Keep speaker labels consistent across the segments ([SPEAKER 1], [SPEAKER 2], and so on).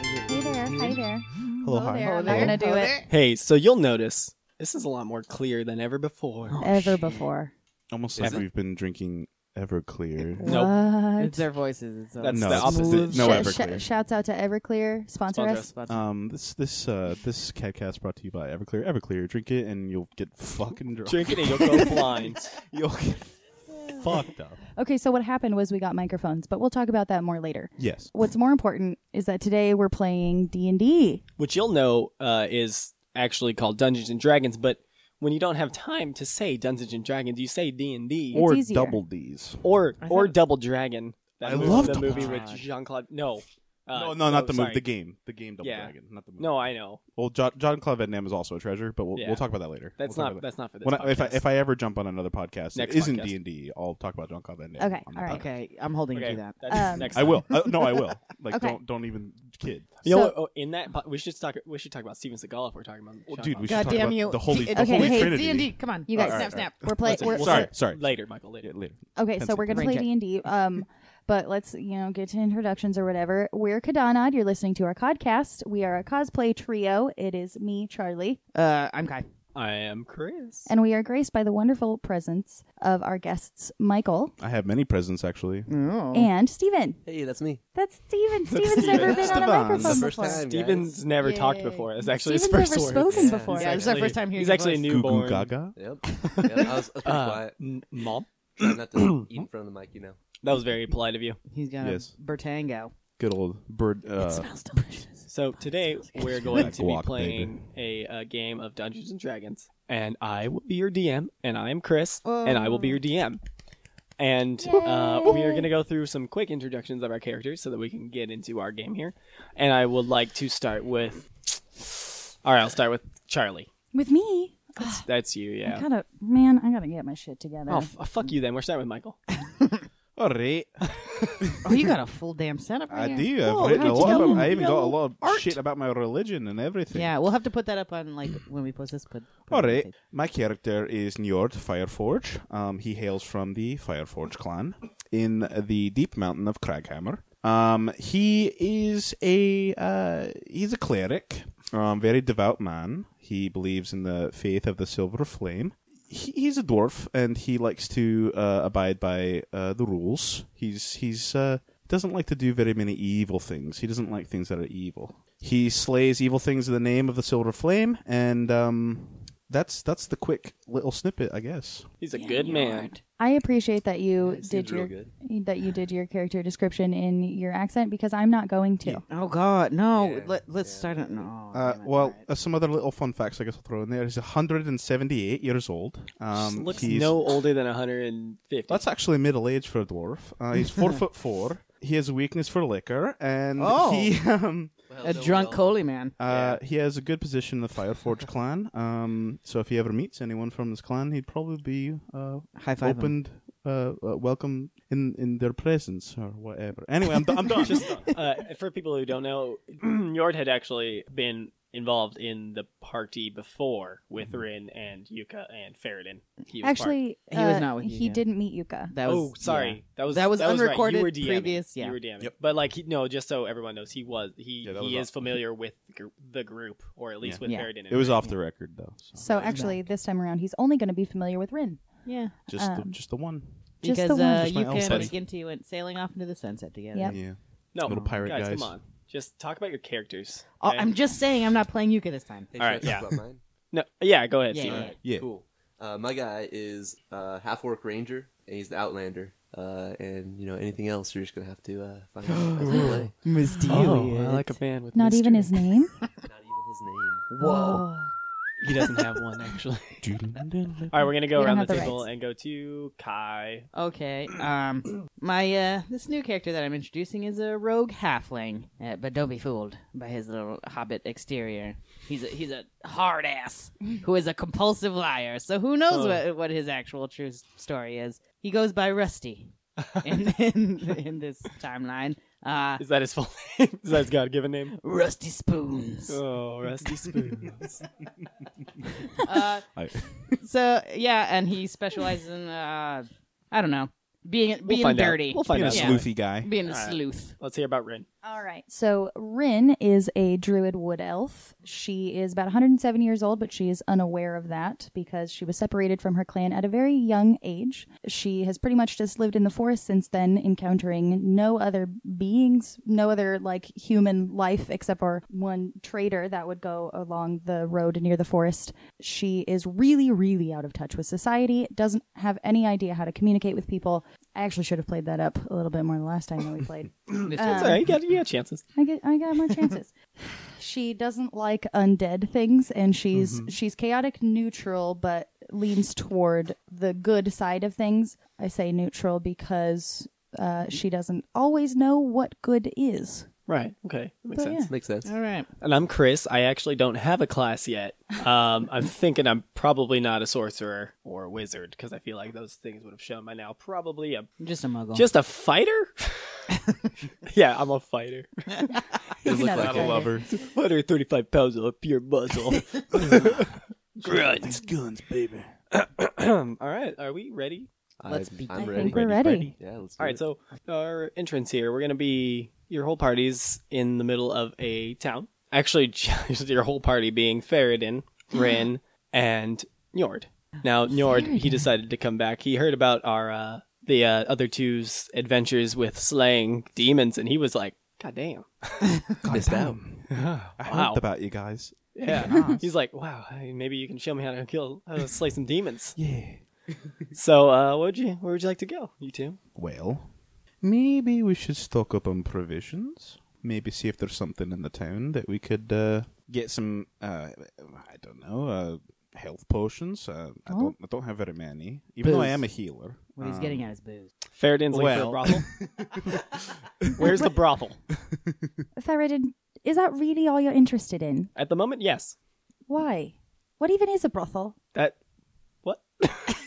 [SPEAKER 1] Mm-hmm.
[SPEAKER 2] Mm-hmm.
[SPEAKER 1] fine.
[SPEAKER 2] there. I'm
[SPEAKER 3] Hold
[SPEAKER 2] not
[SPEAKER 3] it,
[SPEAKER 2] Oh, gonna do
[SPEAKER 3] hold
[SPEAKER 2] it,
[SPEAKER 4] Hey, so you'll notice this is a lot more clear than ever before.
[SPEAKER 1] Oh.
[SPEAKER 2] ever before.
[SPEAKER 1] Almost
[SPEAKER 3] Is
[SPEAKER 1] like
[SPEAKER 3] it?
[SPEAKER 1] we've been drinking Everclear.
[SPEAKER 4] Nope.
[SPEAKER 2] What?
[SPEAKER 3] It's their voices. It's
[SPEAKER 4] That's
[SPEAKER 1] no,
[SPEAKER 4] the
[SPEAKER 1] it's just-
[SPEAKER 4] opposite.
[SPEAKER 1] no
[SPEAKER 2] Sh- sh-
[SPEAKER 1] Everclear.
[SPEAKER 2] shouts out to Everclear. Sponsor
[SPEAKER 4] Sponsor
[SPEAKER 2] us.
[SPEAKER 1] Um, this this uh this catcast brought to you by Everclear. Everclear, drink it and you'll get fucking drunk.
[SPEAKER 4] Drink it and you'll go blind.
[SPEAKER 1] you'll get fucked up.
[SPEAKER 2] Okay, so what happened was we got microphones, but we'll talk about that more later.
[SPEAKER 1] Yes.
[SPEAKER 2] What's more important is that today we're playing D and D.
[SPEAKER 4] Which you'll know uh, is actually called Dungeons and Dragons, but when you don't have time to say Dungeons and Dragons, you say D and D
[SPEAKER 1] or
[SPEAKER 2] easier.
[SPEAKER 1] double D's.
[SPEAKER 4] or
[SPEAKER 3] I
[SPEAKER 4] or
[SPEAKER 3] thought-
[SPEAKER 4] Double Dragon. That
[SPEAKER 1] I
[SPEAKER 4] movie,
[SPEAKER 1] love
[SPEAKER 4] the
[SPEAKER 1] Double
[SPEAKER 4] movie
[SPEAKER 3] Dragon.
[SPEAKER 4] with Jean Claude. No, uh,
[SPEAKER 1] no, no, not the
[SPEAKER 4] sorry.
[SPEAKER 1] movie. The game. The game Double
[SPEAKER 4] Yeah.
[SPEAKER 1] Dragon, not the movie.
[SPEAKER 4] No, I know
[SPEAKER 1] Well, John, John Claude Van Damme is also a treasure, but we'll,
[SPEAKER 4] Yeah.
[SPEAKER 1] we'll talk about that later.
[SPEAKER 4] that's
[SPEAKER 1] We'll talk
[SPEAKER 4] not
[SPEAKER 1] about
[SPEAKER 4] that's not for
[SPEAKER 1] that.
[SPEAKER 4] this.
[SPEAKER 1] When I, if I
[SPEAKER 4] podcast.
[SPEAKER 1] if I ever jump on another podcast
[SPEAKER 4] Next
[SPEAKER 1] that isn't
[SPEAKER 4] podcast.
[SPEAKER 1] D and D, I'll talk about John Claude Van Damme.
[SPEAKER 2] Okay,
[SPEAKER 1] on the
[SPEAKER 2] all right.
[SPEAKER 1] podcast.
[SPEAKER 3] Okay, I'm holding
[SPEAKER 4] okay,
[SPEAKER 3] you to that.
[SPEAKER 4] that's
[SPEAKER 2] Um,
[SPEAKER 4] next
[SPEAKER 1] I
[SPEAKER 4] time.
[SPEAKER 1] will. Uh, no, I will. Like,
[SPEAKER 2] Okay.
[SPEAKER 1] don't don't even kid.
[SPEAKER 4] You know,
[SPEAKER 2] So-
[SPEAKER 4] what, oh, in that po- we should talk. We should talk about Steven Seagal if we're talking about.
[SPEAKER 1] Well,
[SPEAKER 4] Sean
[SPEAKER 1] dude,
[SPEAKER 3] Uh,
[SPEAKER 1] we
[SPEAKER 4] Connery.
[SPEAKER 1] should
[SPEAKER 5] God
[SPEAKER 1] talk
[SPEAKER 5] damn
[SPEAKER 1] about
[SPEAKER 5] you!
[SPEAKER 1] the Holy,
[SPEAKER 5] It-
[SPEAKER 1] the
[SPEAKER 2] Okay,
[SPEAKER 1] Holy
[SPEAKER 2] hey,
[SPEAKER 5] it's
[SPEAKER 1] Trinity.
[SPEAKER 5] D and D. Come on,
[SPEAKER 2] You
[SPEAKER 1] All
[SPEAKER 2] guys,
[SPEAKER 1] right, all right.
[SPEAKER 5] snap, snap.
[SPEAKER 2] we're playing.
[SPEAKER 1] That's it.
[SPEAKER 2] We're,
[SPEAKER 1] Well, sorry,
[SPEAKER 2] we're-
[SPEAKER 4] Later,
[SPEAKER 1] sorry.
[SPEAKER 4] Later, Michael. Later.
[SPEAKER 1] Yeah, later.
[SPEAKER 2] okay, so
[SPEAKER 1] Ten
[SPEAKER 2] we're gonna
[SPEAKER 3] seconds.
[SPEAKER 2] play D
[SPEAKER 3] Brain
[SPEAKER 2] and D. Um, but let's you know get to introductions or whatever. We're Kadanad. You're listening to our podcast. We are a cosplay trio. It is me, Charlie,
[SPEAKER 3] Uh, I'm Kai.
[SPEAKER 4] I am Chris.
[SPEAKER 2] and we are graced by the wonderful presence of our guests, Michael
[SPEAKER 1] I have many presents actually.
[SPEAKER 2] and Steven.
[SPEAKER 6] Hey, that's me.
[SPEAKER 2] That's Steven. Steven's
[SPEAKER 4] Steven.
[SPEAKER 2] never been
[SPEAKER 4] That's
[SPEAKER 2] on a
[SPEAKER 5] Devon.
[SPEAKER 2] microphone
[SPEAKER 6] the first
[SPEAKER 2] before.
[SPEAKER 6] time.
[SPEAKER 4] Steven's never
[SPEAKER 5] Yay.
[SPEAKER 4] talked before. That's actually
[SPEAKER 2] Steven's
[SPEAKER 4] his
[SPEAKER 2] never
[SPEAKER 4] first word.
[SPEAKER 2] spoken
[SPEAKER 6] Yeah.
[SPEAKER 2] before.
[SPEAKER 6] Yeah,
[SPEAKER 5] it was the
[SPEAKER 4] Actually-
[SPEAKER 5] first time hearing
[SPEAKER 4] He's
[SPEAKER 5] your
[SPEAKER 4] actually a
[SPEAKER 5] voice.
[SPEAKER 1] Goo
[SPEAKER 4] newborn.
[SPEAKER 1] Goo Gaga.
[SPEAKER 6] Yep. yeah, I was, I was pretty
[SPEAKER 4] Uh,
[SPEAKER 6] quiet.
[SPEAKER 4] n- Mom,
[SPEAKER 6] Trying not to eat in front of the mic, you know.
[SPEAKER 4] that was very polite of you.
[SPEAKER 3] He's got a
[SPEAKER 1] Yes.
[SPEAKER 3] Bertango.
[SPEAKER 1] Good old bird. Uh,
[SPEAKER 4] So today we're going to be
[SPEAKER 1] Guac,
[SPEAKER 4] playing a, uh game of Dungeons and Dragons, and I will be your DM, and I am Chris, and I will
[SPEAKER 5] Oh.
[SPEAKER 4] be your DM, and uh, we are going to go through some quick introductions of our characters so that we can get into our game here, and I would like to start with. All right, I'll start with Charlie.
[SPEAKER 2] With me,
[SPEAKER 4] That's you,
[SPEAKER 2] I
[SPEAKER 4] yeah.
[SPEAKER 2] gotta man, I gotta get my shit together.
[SPEAKER 4] Oh, f- fuck you then. We're starting with Michael.
[SPEAKER 1] all right.
[SPEAKER 3] Oh, you got a full damn setup.
[SPEAKER 1] I
[SPEAKER 3] right here.
[SPEAKER 1] do. I've
[SPEAKER 2] Whoa,
[SPEAKER 1] written a
[SPEAKER 2] God
[SPEAKER 1] lot.
[SPEAKER 2] damn.
[SPEAKER 1] About, I even got a
[SPEAKER 4] Yellow
[SPEAKER 1] lot of shit about my religion and everything.
[SPEAKER 3] Yeah, we'll have to put that up on like when we post this. Put, put
[SPEAKER 1] All
[SPEAKER 3] it on
[SPEAKER 1] right.
[SPEAKER 3] the
[SPEAKER 1] My character is Njord Fireforge. Um, he hails from the Fireforge clan in the deep mountain of Craghammer. Um, he is a uh, he's a cleric, um, very devout man. He believes in the faith of the Silver Flame. He, he's a dwarf, and he likes to uh, abide by uh, the rules. He's he's uh, doesn't like to do very many evil things. He doesn't like things that are evil. He slays evil things in the name of the Silver Flame, and um, that's that's the quick little snippet, I guess.
[SPEAKER 4] He's a good man.
[SPEAKER 2] I appreciate that you
[SPEAKER 6] seems
[SPEAKER 2] did your
[SPEAKER 6] real good.
[SPEAKER 2] that you did your character description in your accent because I'm not going to.
[SPEAKER 3] tape. Oh God, no!
[SPEAKER 6] Yeah,
[SPEAKER 3] Let, let's
[SPEAKER 6] yeah.
[SPEAKER 3] start it. No.
[SPEAKER 1] Uh,
[SPEAKER 3] damn it, all
[SPEAKER 1] well,
[SPEAKER 3] right.
[SPEAKER 1] uh, some other little fun facts I guess I'll throw in there. He's 178 years old.
[SPEAKER 4] Just
[SPEAKER 1] Um,
[SPEAKER 4] looks
[SPEAKER 1] he's-
[SPEAKER 4] no older than 150.
[SPEAKER 1] That's actually middle age for a dwarf. Uh, he's four foot four. He has a weakness for liquor, and
[SPEAKER 3] Oh.
[SPEAKER 1] he um,
[SPEAKER 6] Well,
[SPEAKER 3] a
[SPEAKER 6] no,
[SPEAKER 3] drunk
[SPEAKER 6] well,
[SPEAKER 3] Coley man.
[SPEAKER 1] uh, he has a good position in the Fireforge clan. Um, so if he ever meets anyone from this clan, he'd probably be uh,
[SPEAKER 3] High five. him.
[SPEAKER 1] opened, uh, uh, welcome in in their presence or whatever. Anyway, I'm, do- I'm done.
[SPEAKER 4] Just uh, for people who don't know, Njord had actually been involved in the party before
[SPEAKER 1] Mm-hmm.
[SPEAKER 4] with Rin and Yuka and Faradin. He was
[SPEAKER 2] Actually,
[SPEAKER 3] He was
[SPEAKER 2] uh,
[SPEAKER 3] not with you,
[SPEAKER 2] He
[SPEAKER 3] yeah.
[SPEAKER 2] didn't meet Yuka.
[SPEAKER 3] That
[SPEAKER 4] part.
[SPEAKER 3] was
[SPEAKER 4] oh, sorry,
[SPEAKER 3] yeah.
[SPEAKER 4] that was
[SPEAKER 3] That was
[SPEAKER 4] right.
[SPEAKER 3] unrecorded
[SPEAKER 4] You were DMing.
[SPEAKER 3] previous, yeah.
[SPEAKER 4] you were DMing.
[SPEAKER 1] Yep.
[SPEAKER 4] But like, he, no, just so everyone knows, he was he
[SPEAKER 1] Yeah, that
[SPEAKER 4] he
[SPEAKER 1] was
[SPEAKER 4] is
[SPEAKER 1] off.
[SPEAKER 4] familiar with the gr- the group, or at least
[SPEAKER 1] Yeah.
[SPEAKER 4] with
[SPEAKER 3] Yeah.
[SPEAKER 4] Faradin. and
[SPEAKER 1] It was
[SPEAKER 4] Rin.
[SPEAKER 1] off the record though. So
[SPEAKER 2] So actually, this time around, he's only going to be familiar with Rin.
[SPEAKER 3] Yeah.
[SPEAKER 1] just the,
[SPEAKER 2] um,
[SPEAKER 1] just the one.
[SPEAKER 2] Just
[SPEAKER 3] because
[SPEAKER 2] the one.
[SPEAKER 3] uh,
[SPEAKER 1] Just my
[SPEAKER 3] you
[SPEAKER 1] elf
[SPEAKER 3] can
[SPEAKER 1] buddy.
[SPEAKER 3] and McGinty went sailing off into the sunset together.
[SPEAKER 2] Yep.
[SPEAKER 1] Yeah.
[SPEAKER 4] no
[SPEAKER 1] Little pirate
[SPEAKER 4] guys,
[SPEAKER 1] Oh, guys.
[SPEAKER 4] Come on, just talk about your characters.
[SPEAKER 3] Oh,
[SPEAKER 4] okay?
[SPEAKER 3] I'm just saying, I'm not playing Yuka this time.
[SPEAKER 6] Hey,
[SPEAKER 4] All right,
[SPEAKER 6] should I
[SPEAKER 4] yeah.
[SPEAKER 6] talk about mine?
[SPEAKER 4] no, yeah, go ahead.
[SPEAKER 3] Yeah,
[SPEAKER 4] Steven.
[SPEAKER 3] yeah,
[SPEAKER 1] Yeah.
[SPEAKER 6] Cool. Uh, my guy is uh, half orc ranger, and he's the outlander. Uh, and you know anything else, you're just gonna have to uh, find out as we play.
[SPEAKER 4] Oh, I like a man with
[SPEAKER 2] Not even his name.
[SPEAKER 6] Not even his name.
[SPEAKER 2] Whoa.
[SPEAKER 4] He doesn't have one actually. All right, we're gonna go
[SPEAKER 2] We don't
[SPEAKER 4] around the
[SPEAKER 2] have the
[SPEAKER 4] table
[SPEAKER 2] rights.
[SPEAKER 4] and go to Kai.
[SPEAKER 3] Okay. Um, my uh, this new character that I'm introducing is a rogue halfling, uh, but don't be fooled by his little hobbit exterior. He's a he's a hard ass who is a compulsive liar. So who knows what what his actual true s- story is? He goes by Rusty in in, in this timeline. Uh,
[SPEAKER 4] Is that his full name? Is that his God given name?
[SPEAKER 3] Rusty Spoons.
[SPEAKER 4] Oh, Rusty Spoons.
[SPEAKER 3] Uh,
[SPEAKER 1] I-
[SPEAKER 3] so yeah, and he specializes in uh, I don't know being being
[SPEAKER 4] find out.
[SPEAKER 3] dirty,
[SPEAKER 4] We'll find
[SPEAKER 1] Being a
[SPEAKER 4] out.
[SPEAKER 3] Yeah.
[SPEAKER 1] sleuthy guy.
[SPEAKER 3] being a
[SPEAKER 4] All right.
[SPEAKER 3] sleuth.
[SPEAKER 4] Let's hear about Rin.
[SPEAKER 2] All right. So Rin is a druid wood elf. She is about 107 years old, but she is unaware of that because she was separated from her clan at a very young age. She has pretty much just lived in the forest since then, encountering no other beings, no other like human life except for one trader that would go along the road near the forest. She is really, really out of touch with society, doesn't have any idea how to communicate with people. I actually should have played that up a little bit more the last time that we played.
[SPEAKER 4] It's all right. You got, you got chances.
[SPEAKER 2] I get I got more chances. she doesn't like undead things and she's
[SPEAKER 4] Mm-hmm.
[SPEAKER 2] she's chaotic neutral but leans toward the good side of things. I say neutral because uh, she doesn't always know what good is.
[SPEAKER 4] Right. Okay. That makes
[SPEAKER 2] But
[SPEAKER 4] sense.
[SPEAKER 2] yeah.
[SPEAKER 6] Makes sense.
[SPEAKER 3] All right.
[SPEAKER 4] And I'm Chris. I actually don't have a class yet. Um, I'm thinking I'm probably not a sorcerer or a wizard because I feel like those things would have shown by now. Probably a
[SPEAKER 3] Just a muggle.
[SPEAKER 4] just a fighter. yeah, I'm a fighter.
[SPEAKER 2] You're
[SPEAKER 1] look
[SPEAKER 2] not
[SPEAKER 1] like a
[SPEAKER 2] fighter.
[SPEAKER 1] lover.
[SPEAKER 4] 135 pounds of pure muscle. Grunt.
[SPEAKER 1] guns, baby.
[SPEAKER 4] All right. Are we ready?
[SPEAKER 3] Let's
[SPEAKER 6] I'm,
[SPEAKER 3] be-
[SPEAKER 6] I'm
[SPEAKER 2] I
[SPEAKER 6] ready.
[SPEAKER 2] think we're ready.
[SPEAKER 6] Yeah, let's do
[SPEAKER 4] All right,
[SPEAKER 6] it.
[SPEAKER 4] so our entrance here, we're gonna be your whole party's in the middle of a town. Actually, just your whole party being Faradin, Rin, and Njord. Now Njord, he decided to come back. He heard about our uh, the uh, other two's adventures with slaying demons, and he was like, "God damn,
[SPEAKER 6] missed out.
[SPEAKER 1] I
[SPEAKER 4] Wow.
[SPEAKER 1] hopped about you guys.
[SPEAKER 4] yeah." He's like, "Wow, hey, maybe you can show me how to kill, how to slay some demons."
[SPEAKER 1] Yeah.
[SPEAKER 4] So, uh, what would you, where would you like to go, you two?
[SPEAKER 1] Well, maybe we should stock up on provisions. Maybe see if there's something in the town that we could uh, get some. Uh, I don't know. Uh, health potions. Uh, I
[SPEAKER 2] Oh.
[SPEAKER 1] don't. I don't have very many. Even though I
[SPEAKER 4] Booze.
[SPEAKER 1] am a healer.
[SPEAKER 3] what
[SPEAKER 4] Oh.
[SPEAKER 3] he's
[SPEAKER 1] Um,
[SPEAKER 3] getting at is booze.
[SPEAKER 4] Faradin's looking
[SPEAKER 1] Well-
[SPEAKER 4] for a brothel. Where's the brothel?
[SPEAKER 2] Theridin, is that really all you're interested in?
[SPEAKER 4] At the moment, yes.
[SPEAKER 2] Why? What even is a brothel?
[SPEAKER 4] That what?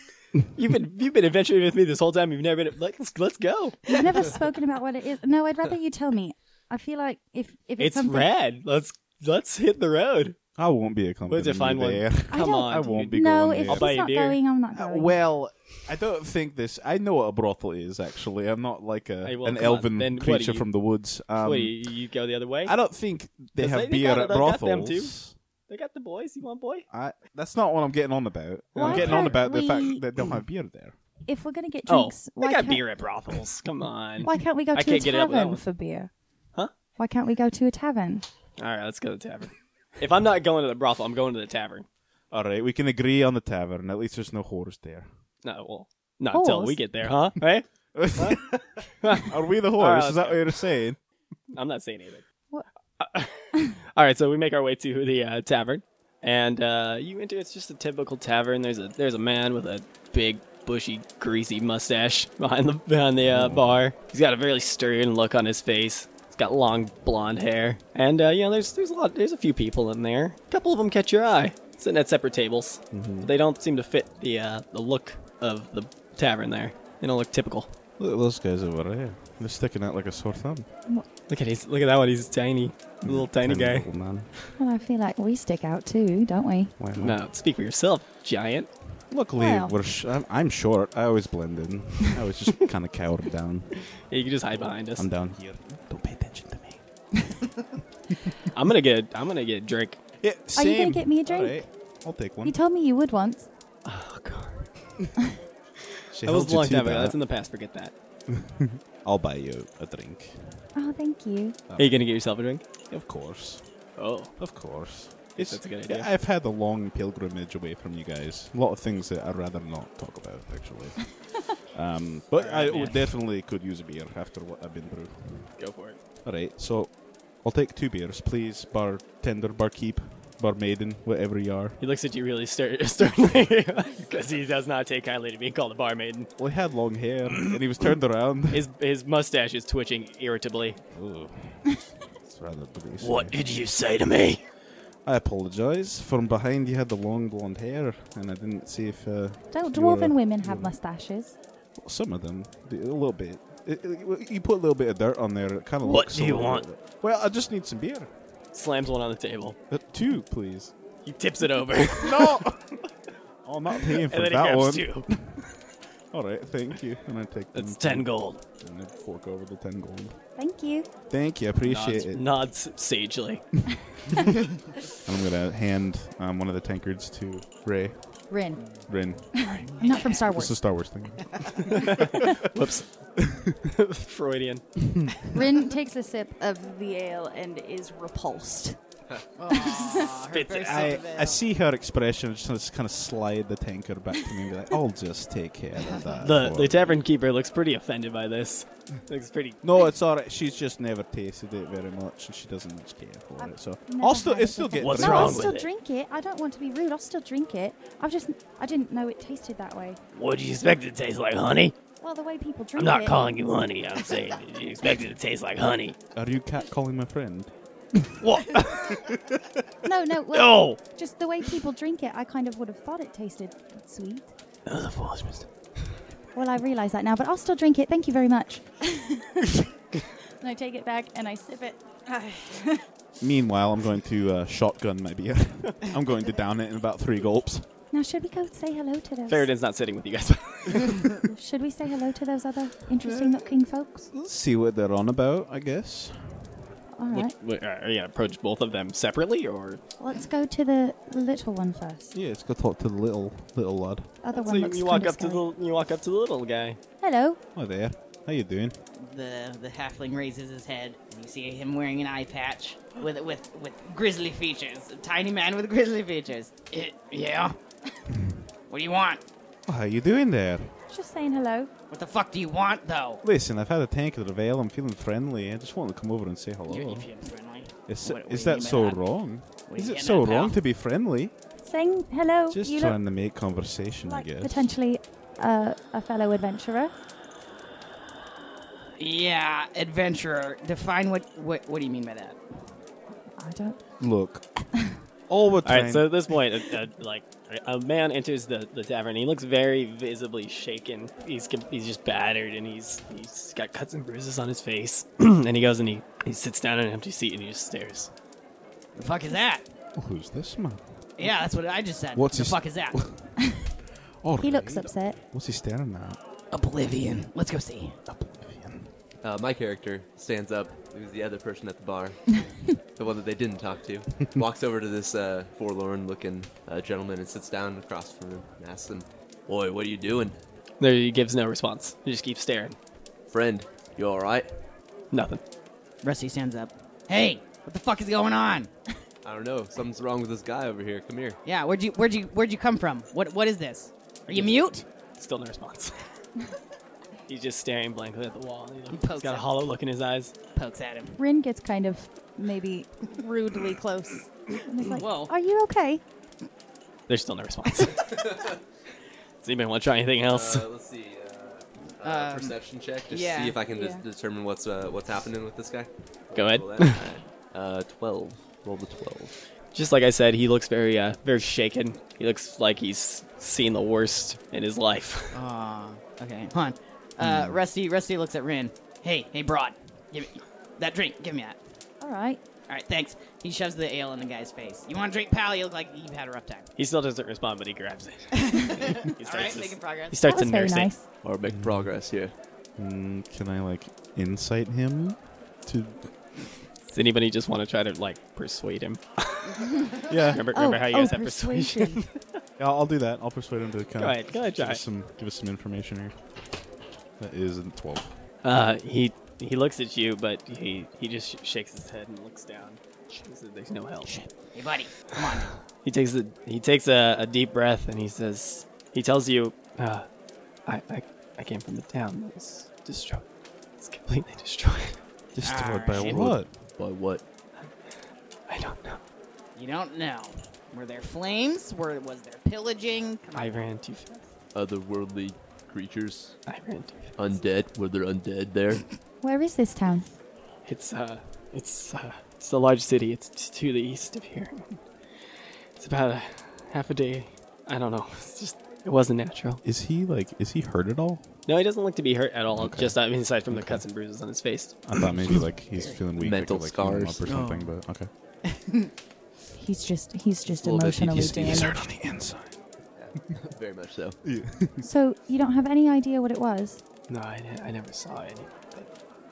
[SPEAKER 4] you've been you've been adventuring with me this whole time. You've never been. Let's let's go.
[SPEAKER 2] You've never spoken about what it is. No, I'd rather you tell me. I feel like if if it's,
[SPEAKER 4] It's
[SPEAKER 2] something,
[SPEAKER 4] rad. Let's let's hit the road.
[SPEAKER 1] I won't be accompanying
[SPEAKER 4] Where's your fine
[SPEAKER 1] you there.
[SPEAKER 4] one? Come
[SPEAKER 2] don't-
[SPEAKER 4] on.
[SPEAKER 1] I won't be
[SPEAKER 2] no,
[SPEAKER 1] going
[SPEAKER 2] if
[SPEAKER 1] there.
[SPEAKER 4] I'll
[SPEAKER 2] she's
[SPEAKER 4] buy you
[SPEAKER 2] not
[SPEAKER 4] beer.
[SPEAKER 2] going, I'm not
[SPEAKER 1] Uh,
[SPEAKER 2] going.
[SPEAKER 1] well, I don't think this. I know what a brothel is. Actually, I'm not like a
[SPEAKER 4] Hey, well,
[SPEAKER 1] an
[SPEAKER 4] come on.
[SPEAKER 1] elven
[SPEAKER 4] Then what do
[SPEAKER 1] creature
[SPEAKER 4] you-
[SPEAKER 1] from the woods. Um,
[SPEAKER 4] Wait, you, you go the other way.
[SPEAKER 1] I don't think they
[SPEAKER 4] Does
[SPEAKER 1] have
[SPEAKER 4] they- they
[SPEAKER 1] beer
[SPEAKER 4] got-
[SPEAKER 1] at
[SPEAKER 4] they got them
[SPEAKER 1] brothels.
[SPEAKER 4] They got the boys. You want boy?
[SPEAKER 1] I, that's not what I'm getting on about.
[SPEAKER 2] Why
[SPEAKER 1] I'm getting on
[SPEAKER 2] can't
[SPEAKER 1] about the
[SPEAKER 2] we-
[SPEAKER 1] fact that they don't have beer there.
[SPEAKER 2] if we're gonna get
[SPEAKER 4] Oh,
[SPEAKER 2] drinks,
[SPEAKER 4] they
[SPEAKER 2] why
[SPEAKER 4] got
[SPEAKER 2] can't
[SPEAKER 4] beer at brothels. Come on.
[SPEAKER 2] why can't we go
[SPEAKER 4] I
[SPEAKER 2] to a
[SPEAKER 4] can't get it up with that
[SPEAKER 2] tavern
[SPEAKER 4] one.
[SPEAKER 2] for beer?
[SPEAKER 4] Huh?
[SPEAKER 2] Why can't we go to a tavern?
[SPEAKER 4] All right, let's go to the tavern. If I'm not going to the brothel, I'm going to the tavern.
[SPEAKER 1] All right, we can agree on the tavern. At least there's no whores there.
[SPEAKER 4] No, well, not until
[SPEAKER 2] Whores?
[SPEAKER 4] we get there, huh? Hey,
[SPEAKER 1] Are we the
[SPEAKER 4] All
[SPEAKER 1] whores?
[SPEAKER 4] right,
[SPEAKER 1] Is that what you're saying?
[SPEAKER 4] I'm not saying anything.
[SPEAKER 2] What?
[SPEAKER 4] All right, so we make our way to the uh, tavern, and uh, you enter. It's just a typical tavern. There's a there's a man with a big, bushy, greasy mustache behind the behind the uh, bar. He's got a very stern look on his face. He's got long blonde hair, and uh, you know there's there's a lot there's a few people in there. A couple of them catch your eye, sitting at separate tables. But they don't seem to fit the uh, the look of the tavern there. They don't look typical.
[SPEAKER 1] Look at those guys over there. They're sticking out like a sore thumb.
[SPEAKER 4] Look at his look at that one. He's tiny, little Mm-hmm. tiny guy.
[SPEAKER 1] Little man.
[SPEAKER 2] Well, I feel like we stick out too, don't we?
[SPEAKER 1] Why not?
[SPEAKER 4] No, speak for yourself, giant.
[SPEAKER 1] Luckily,
[SPEAKER 2] Well.
[SPEAKER 1] we're sh- I'm, I'm short. I always blend in. I was just kind of cowered down.
[SPEAKER 4] Yeah, you can just hide behind us.
[SPEAKER 1] I'm
[SPEAKER 4] I'm,
[SPEAKER 1] down here. Don't pay attention to me.
[SPEAKER 4] gonna get. I'm gonna get a drink.
[SPEAKER 1] Yeah,
[SPEAKER 2] Are
[SPEAKER 1] same.
[SPEAKER 2] you gonna get me a drink?
[SPEAKER 1] All right, I'll take one.
[SPEAKER 2] You told me you would once.
[SPEAKER 4] Oh god,
[SPEAKER 1] She
[SPEAKER 4] that
[SPEAKER 1] held
[SPEAKER 4] was
[SPEAKER 1] you
[SPEAKER 4] a long
[SPEAKER 1] to
[SPEAKER 4] time ago.
[SPEAKER 1] that.
[SPEAKER 4] That's in the past. Forget that.
[SPEAKER 1] I'll buy you a drink.
[SPEAKER 2] Oh, thank you.
[SPEAKER 4] Are you gonna get yourself a drink?
[SPEAKER 1] Of course,
[SPEAKER 4] Oh,
[SPEAKER 1] of course.
[SPEAKER 4] Yes, that's a good idea.
[SPEAKER 1] Yeah, I've had a long pilgrimage away from you guys. A lot of things that I'd rather not talk about, actually. um, but I
[SPEAKER 4] Alright, man.
[SPEAKER 1] would definitely could use a beer after what I've been through.
[SPEAKER 4] go for it.
[SPEAKER 1] All right, so I'll take two beers, please, bartender, barkeep, barmaiden, whatever you are.
[SPEAKER 4] He looks at you really stir- sternly because he does not take kindly to being called a barmaid.
[SPEAKER 1] Well, he had long hair, and he was turned around.
[SPEAKER 4] His his mustache is twitching irritably.
[SPEAKER 1] Ooh. It's rather greasy.
[SPEAKER 4] did you say to me?
[SPEAKER 1] I apologize. From behind, you had the long blonde hair, and I didn't see if. Uh,
[SPEAKER 2] Don't
[SPEAKER 1] you were-
[SPEAKER 2] dwarven women have mustaches?
[SPEAKER 1] Some of them, a little bit. It- it- you put a little bit of dirt on there. It kind of.
[SPEAKER 4] What
[SPEAKER 1] looks
[SPEAKER 4] do
[SPEAKER 1] a
[SPEAKER 4] you
[SPEAKER 1] little
[SPEAKER 4] want?
[SPEAKER 1] bit- Well, I just need some beer.
[SPEAKER 4] Slams one on the table.
[SPEAKER 1] Uh, two, please.
[SPEAKER 4] He tips it over.
[SPEAKER 1] No. I'm not paying for
[SPEAKER 4] and then he
[SPEAKER 1] that
[SPEAKER 4] grabs
[SPEAKER 1] one.
[SPEAKER 4] two.
[SPEAKER 1] All right, thank you. And I take them
[SPEAKER 4] That's ten gold.
[SPEAKER 1] and I fork over the ten gold.
[SPEAKER 2] Thank you.
[SPEAKER 1] Thank you, I appreciate
[SPEAKER 4] Nods,
[SPEAKER 1] it.
[SPEAKER 4] nods sagely.
[SPEAKER 1] I'm gonna hand um, one of the tankards to Ray.
[SPEAKER 2] Rin.
[SPEAKER 1] Rin,
[SPEAKER 2] I'm not from Star
[SPEAKER 1] this is
[SPEAKER 2] Wars.
[SPEAKER 1] a Star Wars thing.
[SPEAKER 4] Whoops. Freudian.
[SPEAKER 2] Rin takes a sip of the ale and is repulsed.
[SPEAKER 4] Spits it out.
[SPEAKER 1] I, I see her expression. Just, just kind of slide the tankard back to me and be like, "I'll just take care of that."
[SPEAKER 4] The,
[SPEAKER 1] for
[SPEAKER 4] the
[SPEAKER 1] you."
[SPEAKER 4] tavern keeper looks pretty offended by this. Looks pretty.
[SPEAKER 1] No, it's all right. She's just never tasted it very much, and she doesn't much care for it. So
[SPEAKER 2] never
[SPEAKER 1] I'll still,
[SPEAKER 2] had it
[SPEAKER 1] it's still
[SPEAKER 2] before.
[SPEAKER 1] getting.
[SPEAKER 4] What's
[SPEAKER 1] through.
[SPEAKER 2] no, I'll
[SPEAKER 4] wrong with
[SPEAKER 2] still
[SPEAKER 4] it?
[SPEAKER 2] drink it. I don't want to be rude. I'll still drink it. I've just, I didn't know it tasted that way.
[SPEAKER 4] What do you expect it to taste like, honey?
[SPEAKER 2] Well, the way people drink it.
[SPEAKER 4] I'm not calling you honey. I'm saying, did you expect it to taste like honey?
[SPEAKER 1] Are you cat calling my friend?
[SPEAKER 4] What?
[SPEAKER 2] No, no. Well,
[SPEAKER 4] No.
[SPEAKER 2] Just the way people drink it, I kind of would have thought it tasted sweet.
[SPEAKER 4] That was a foolish mistake.
[SPEAKER 2] Well, I realise that now, but I'll still drink it. Thank you very much. and I take it back and I sip it.
[SPEAKER 1] Meanwhile, I'm going to uh, shotgun my beer. I'm going to down it in about three gulps.
[SPEAKER 2] Now, should we go say hello to those?
[SPEAKER 4] Faraday's not sitting with you guys.
[SPEAKER 2] Should we say hello to those other interesting looking folks?
[SPEAKER 1] Let's see what they're on about, I guess.
[SPEAKER 2] All right.
[SPEAKER 4] Would- would- uh, Are you gonna approach both of them separately, or
[SPEAKER 2] Let's go to the little one first.
[SPEAKER 1] Yeah, let's go talk to the little little lad.
[SPEAKER 2] Other
[SPEAKER 4] so
[SPEAKER 2] one
[SPEAKER 4] you,
[SPEAKER 2] looks
[SPEAKER 4] you
[SPEAKER 2] kind
[SPEAKER 4] walk
[SPEAKER 2] of
[SPEAKER 4] up to
[SPEAKER 2] scary.
[SPEAKER 4] the you walk up to the little guy?
[SPEAKER 2] Hello.
[SPEAKER 1] Hi there. How you doing?
[SPEAKER 3] The the halfling raises his head, and you see him wearing an eye patch with with with grizzly features. A tiny man with grizzly features. Eh, yeah. what do you want?
[SPEAKER 1] Oh, how you doing there?
[SPEAKER 2] Just saying hello.
[SPEAKER 3] What the fuck do you want though?
[SPEAKER 1] Listen, I've had a tank of the veil. I'm feeling friendly. I just want to come over and say hello.
[SPEAKER 3] You're Evian friendly.
[SPEAKER 1] Is,
[SPEAKER 3] What- what
[SPEAKER 1] is
[SPEAKER 3] do you
[SPEAKER 1] that
[SPEAKER 3] mean by
[SPEAKER 1] so wrong?
[SPEAKER 3] What do
[SPEAKER 1] Is
[SPEAKER 3] you
[SPEAKER 1] it
[SPEAKER 3] mean by
[SPEAKER 1] so
[SPEAKER 3] that,
[SPEAKER 1] wrong
[SPEAKER 3] pal?
[SPEAKER 1] to be friendly?
[SPEAKER 2] Saying hello.
[SPEAKER 1] Just
[SPEAKER 2] you look
[SPEAKER 1] trying to make conversation,
[SPEAKER 2] like
[SPEAKER 1] I guess.
[SPEAKER 2] potentially uh, a fellow adventurer.
[SPEAKER 3] Yeah, adventurer. Define what what what do you mean by that?
[SPEAKER 2] I don't.
[SPEAKER 1] Look, all the
[SPEAKER 4] All
[SPEAKER 1] time.
[SPEAKER 4] right. So at this point, a, a, like a man enters the, the tavern. He looks very visibly shaken. He's com- he's just battered, and he's he's got cuts and bruises on his face. and he goes and he, he sits down in an empty seat and he just stares.
[SPEAKER 3] The fuck is that?
[SPEAKER 1] who's this man?
[SPEAKER 3] Yeah, that's what I just said.
[SPEAKER 1] What's
[SPEAKER 3] the
[SPEAKER 1] his-
[SPEAKER 3] fuck is that?
[SPEAKER 1] Oh,
[SPEAKER 2] He looks upset.
[SPEAKER 1] What's he staring at?
[SPEAKER 3] Oblivion. Let's go see.
[SPEAKER 1] Oblivion.
[SPEAKER 6] Uh, my character stands up. It was the other person at the bar, the one that they didn't talk to. Walks over to this uh, forlorn-looking uh, gentleman and sits down across from him and asks him, "Boy, what are you doing,
[SPEAKER 4] There he gives no response. He just keeps staring.
[SPEAKER 6] friend? You all right?
[SPEAKER 4] Nothing.
[SPEAKER 3] Rusty stands up. Hey, what the fuck is going on?
[SPEAKER 6] I don't know. Something's wrong with this guy over here. Come here."
[SPEAKER 3] Yeah, where'd you where'd you where'd you come from? What what is this? Are you mute?
[SPEAKER 4] Still no response. he's just staring blankly at the wall. He
[SPEAKER 3] He
[SPEAKER 4] looks,
[SPEAKER 3] pokes
[SPEAKER 4] he's got a
[SPEAKER 3] it.
[SPEAKER 4] hollow look in his eyes.
[SPEAKER 3] Pokes at him.
[SPEAKER 2] Rin gets kind of maybe rudely close. And is like,
[SPEAKER 3] Whoa.
[SPEAKER 2] Are you okay?
[SPEAKER 4] There's still no response. Does anybody want to try anything else?
[SPEAKER 6] Uh, let's see. Uh, uh,
[SPEAKER 3] Um,
[SPEAKER 6] perception check. Just
[SPEAKER 3] yeah.
[SPEAKER 6] see if I can de-
[SPEAKER 2] Yeah.
[SPEAKER 6] determine what's uh, what's happening with this guy.
[SPEAKER 4] Go ahead.
[SPEAKER 6] Roll that. uh, twelve. Roll the twelve.
[SPEAKER 4] Just like I said, he looks very, uh, very shaken. He looks like he's seen the worst in his life.
[SPEAKER 3] Ah, okay. Hold on.
[SPEAKER 4] Hmm.
[SPEAKER 3] Uh, Rusty Rusty looks at Rin. Hey, hey, broad. Give me that drink. Give me that.
[SPEAKER 2] All right.
[SPEAKER 3] All right, thanks. He shoves the ale in the guy's face. You want a drink, pal? You look like you've had a rough time.
[SPEAKER 4] He still doesn't respond, but he grabs it. he starts,
[SPEAKER 3] All right,
[SPEAKER 4] to-
[SPEAKER 3] making
[SPEAKER 4] he
[SPEAKER 3] progress.
[SPEAKER 2] That
[SPEAKER 4] starts
[SPEAKER 2] was
[SPEAKER 4] to
[SPEAKER 2] very
[SPEAKER 4] nurse
[SPEAKER 2] nice.
[SPEAKER 4] it.
[SPEAKER 6] Or make progress here.
[SPEAKER 1] Mm, can I like incite him to?
[SPEAKER 4] Does anybody just want to try to like persuade him?
[SPEAKER 1] Yeah,
[SPEAKER 4] Remember,
[SPEAKER 3] Oh,
[SPEAKER 4] remember how you guys have persuasion?
[SPEAKER 2] Oh, persuasion.
[SPEAKER 1] yeah, I'll do that. I'll persuade him to kind
[SPEAKER 4] Go ahead, go ahead,
[SPEAKER 1] give
[SPEAKER 4] try
[SPEAKER 1] us
[SPEAKER 4] it.
[SPEAKER 1] some give us some information here. That is a twelve.
[SPEAKER 4] Uh, he he looks at you, but he he just sh- shakes his head and looks down. Shows that there's no help.
[SPEAKER 3] Hey, buddy. Come on.
[SPEAKER 4] He takes a he takes a, a deep breath and he says he tells you, uh, I, I I came from the town that was destroyed. It's completely destroyed.
[SPEAKER 1] Destroyed
[SPEAKER 3] Ah,
[SPEAKER 1] by
[SPEAKER 3] shit.
[SPEAKER 1] what?
[SPEAKER 6] By what?
[SPEAKER 4] I don't know.
[SPEAKER 3] You don't know. Were there flames? Were was there pillaging? Come on.
[SPEAKER 4] I ran too fast.
[SPEAKER 6] Otherworldly creatures,
[SPEAKER 4] I ran too fast.
[SPEAKER 6] undead. Were there undead there?
[SPEAKER 2] Where is this town?
[SPEAKER 4] It's uh it's uh it's a large city. It's t- to the east of here. It's about a half a day. I don't know. It's just it wasn't natural.
[SPEAKER 1] Is he like? Is he hurt at all?
[SPEAKER 4] No, he doesn't look to be hurt at all. Just I mean, aside from the cuts and bruises on his face.
[SPEAKER 1] I thought maybe like he's feeling weak, I
[SPEAKER 6] Mental
[SPEAKER 1] could, like, heal him
[SPEAKER 6] scars.
[SPEAKER 1] up or something.
[SPEAKER 4] Oh.
[SPEAKER 1] But okay.
[SPEAKER 2] He's just he's just
[SPEAKER 6] Well, does he
[SPEAKER 2] emotionally
[SPEAKER 6] just- he's
[SPEAKER 2] damaged.
[SPEAKER 1] on the inside.
[SPEAKER 6] Yeah, Very much so.
[SPEAKER 2] So you don't have any idea what it was.
[SPEAKER 4] No, I, ne- I never saw any.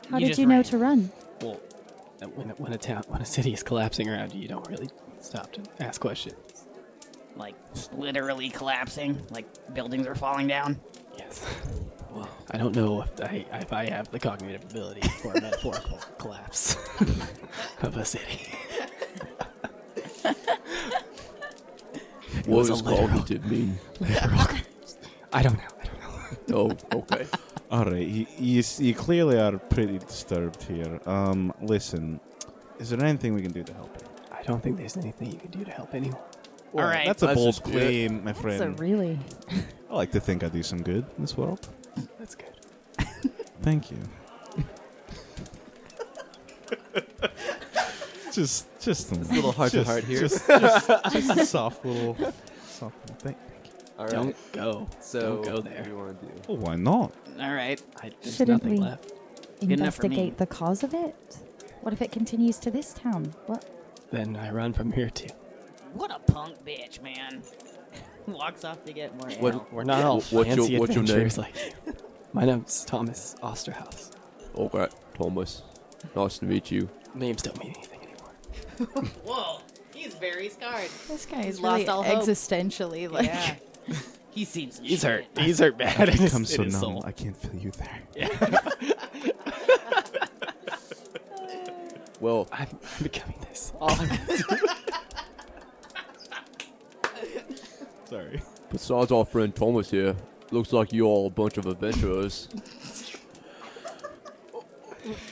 [SPEAKER 2] How
[SPEAKER 3] You
[SPEAKER 2] did
[SPEAKER 3] just
[SPEAKER 2] you know
[SPEAKER 3] ran.
[SPEAKER 2] to run?
[SPEAKER 4] Well, when a, when a town when a city is collapsing around you, you don't really stop to ask questions.
[SPEAKER 3] Like literally collapsing, like buildings are falling down.
[SPEAKER 4] Yes. Well, I don't know if I if I have the cognitive ability for a metaphorical collapse of a city. was a literal-
[SPEAKER 6] mean?
[SPEAKER 4] I don't know. I don't know.
[SPEAKER 6] Oh, okay.
[SPEAKER 1] All right, you, you, s- you clearly are pretty disturbed here. Um, listen, is there anything we can do to help? you?
[SPEAKER 4] I don't think there's anything you can do to help anyone.
[SPEAKER 1] Well,
[SPEAKER 3] right,
[SPEAKER 1] that's a
[SPEAKER 6] let's
[SPEAKER 1] bold
[SPEAKER 6] just do it.
[SPEAKER 1] claim, my
[SPEAKER 2] That's a
[SPEAKER 1] friend.
[SPEAKER 2] really
[SPEAKER 1] I like to think I do some good in this world.
[SPEAKER 4] That's good.
[SPEAKER 1] Thank you. just, just a
[SPEAKER 6] little heart to heart here.
[SPEAKER 1] Just, just, just a soft little, soft little thing.
[SPEAKER 6] All right.
[SPEAKER 4] Don't go.
[SPEAKER 6] so
[SPEAKER 4] don't go
[SPEAKER 6] what do
[SPEAKER 4] there.
[SPEAKER 6] you want to do?
[SPEAKER 1] Well, Oh, why not?
[SPEAKER 3] All right.
[SPEAKER 4] I, there's
[SPEAKER 2] Shouldn't
[SPEAKER 4] nothing
[SPEAKER 2] we?
[SPEAKER 4] left.
[SPEAKER 3] enough for me.
[SPEAKER 2] investigate the cause of it. What if it continues to this town? What?
[SPEAKER 4] Then I run from here too.
[SPEAKER 3] What a punk bitch, man. Walks off to get more.
[SPEAKER 6] What-
[SPEAKER 3] ale.
[SPEAKER 4] We're not all
[SPEAKER 6] wh- what's your-
[SPEAKER 4] fancy
[SPEAKER 6] what's your name?
[SPEAKER 4] adventurers like you. My name's Thomas Osterhaus.
[SPEAKER 6] All right, Thomas. Nice to meet you.
[SPEAKER 4] Names don't mean anything anymore.
[SPEAKER 3] Whoa, he's very scarred.
[SPEAKER 2] This guy
[SPEAKER 3] is lost really all hope.
[SPEAKER 2] existentially
[SPEAKER 3] Yeah. He's seen some
[SPEAKER 4] These hurt.
[SPEAKER 3] shit.
[SPEAKER 4] These hurt bad. It
[SPEAKER 1] Become
[SPEAKER 4] is,
[SPEAKER 1] so
[SPEAKER 4] it is
[SPEAKER 1] numb,
[SPEAKER 4] soul.
[SPEAKER 1] I can't feel you there.
[SPEAKER 6] Well,
[SPEAKER 4] I'm, I'm becoming this. All I'm
[SPEAKER 1] Sorry.
[SPEAKER 6] besides our friend Thomas here, looks like you're all a bunch of adventurers.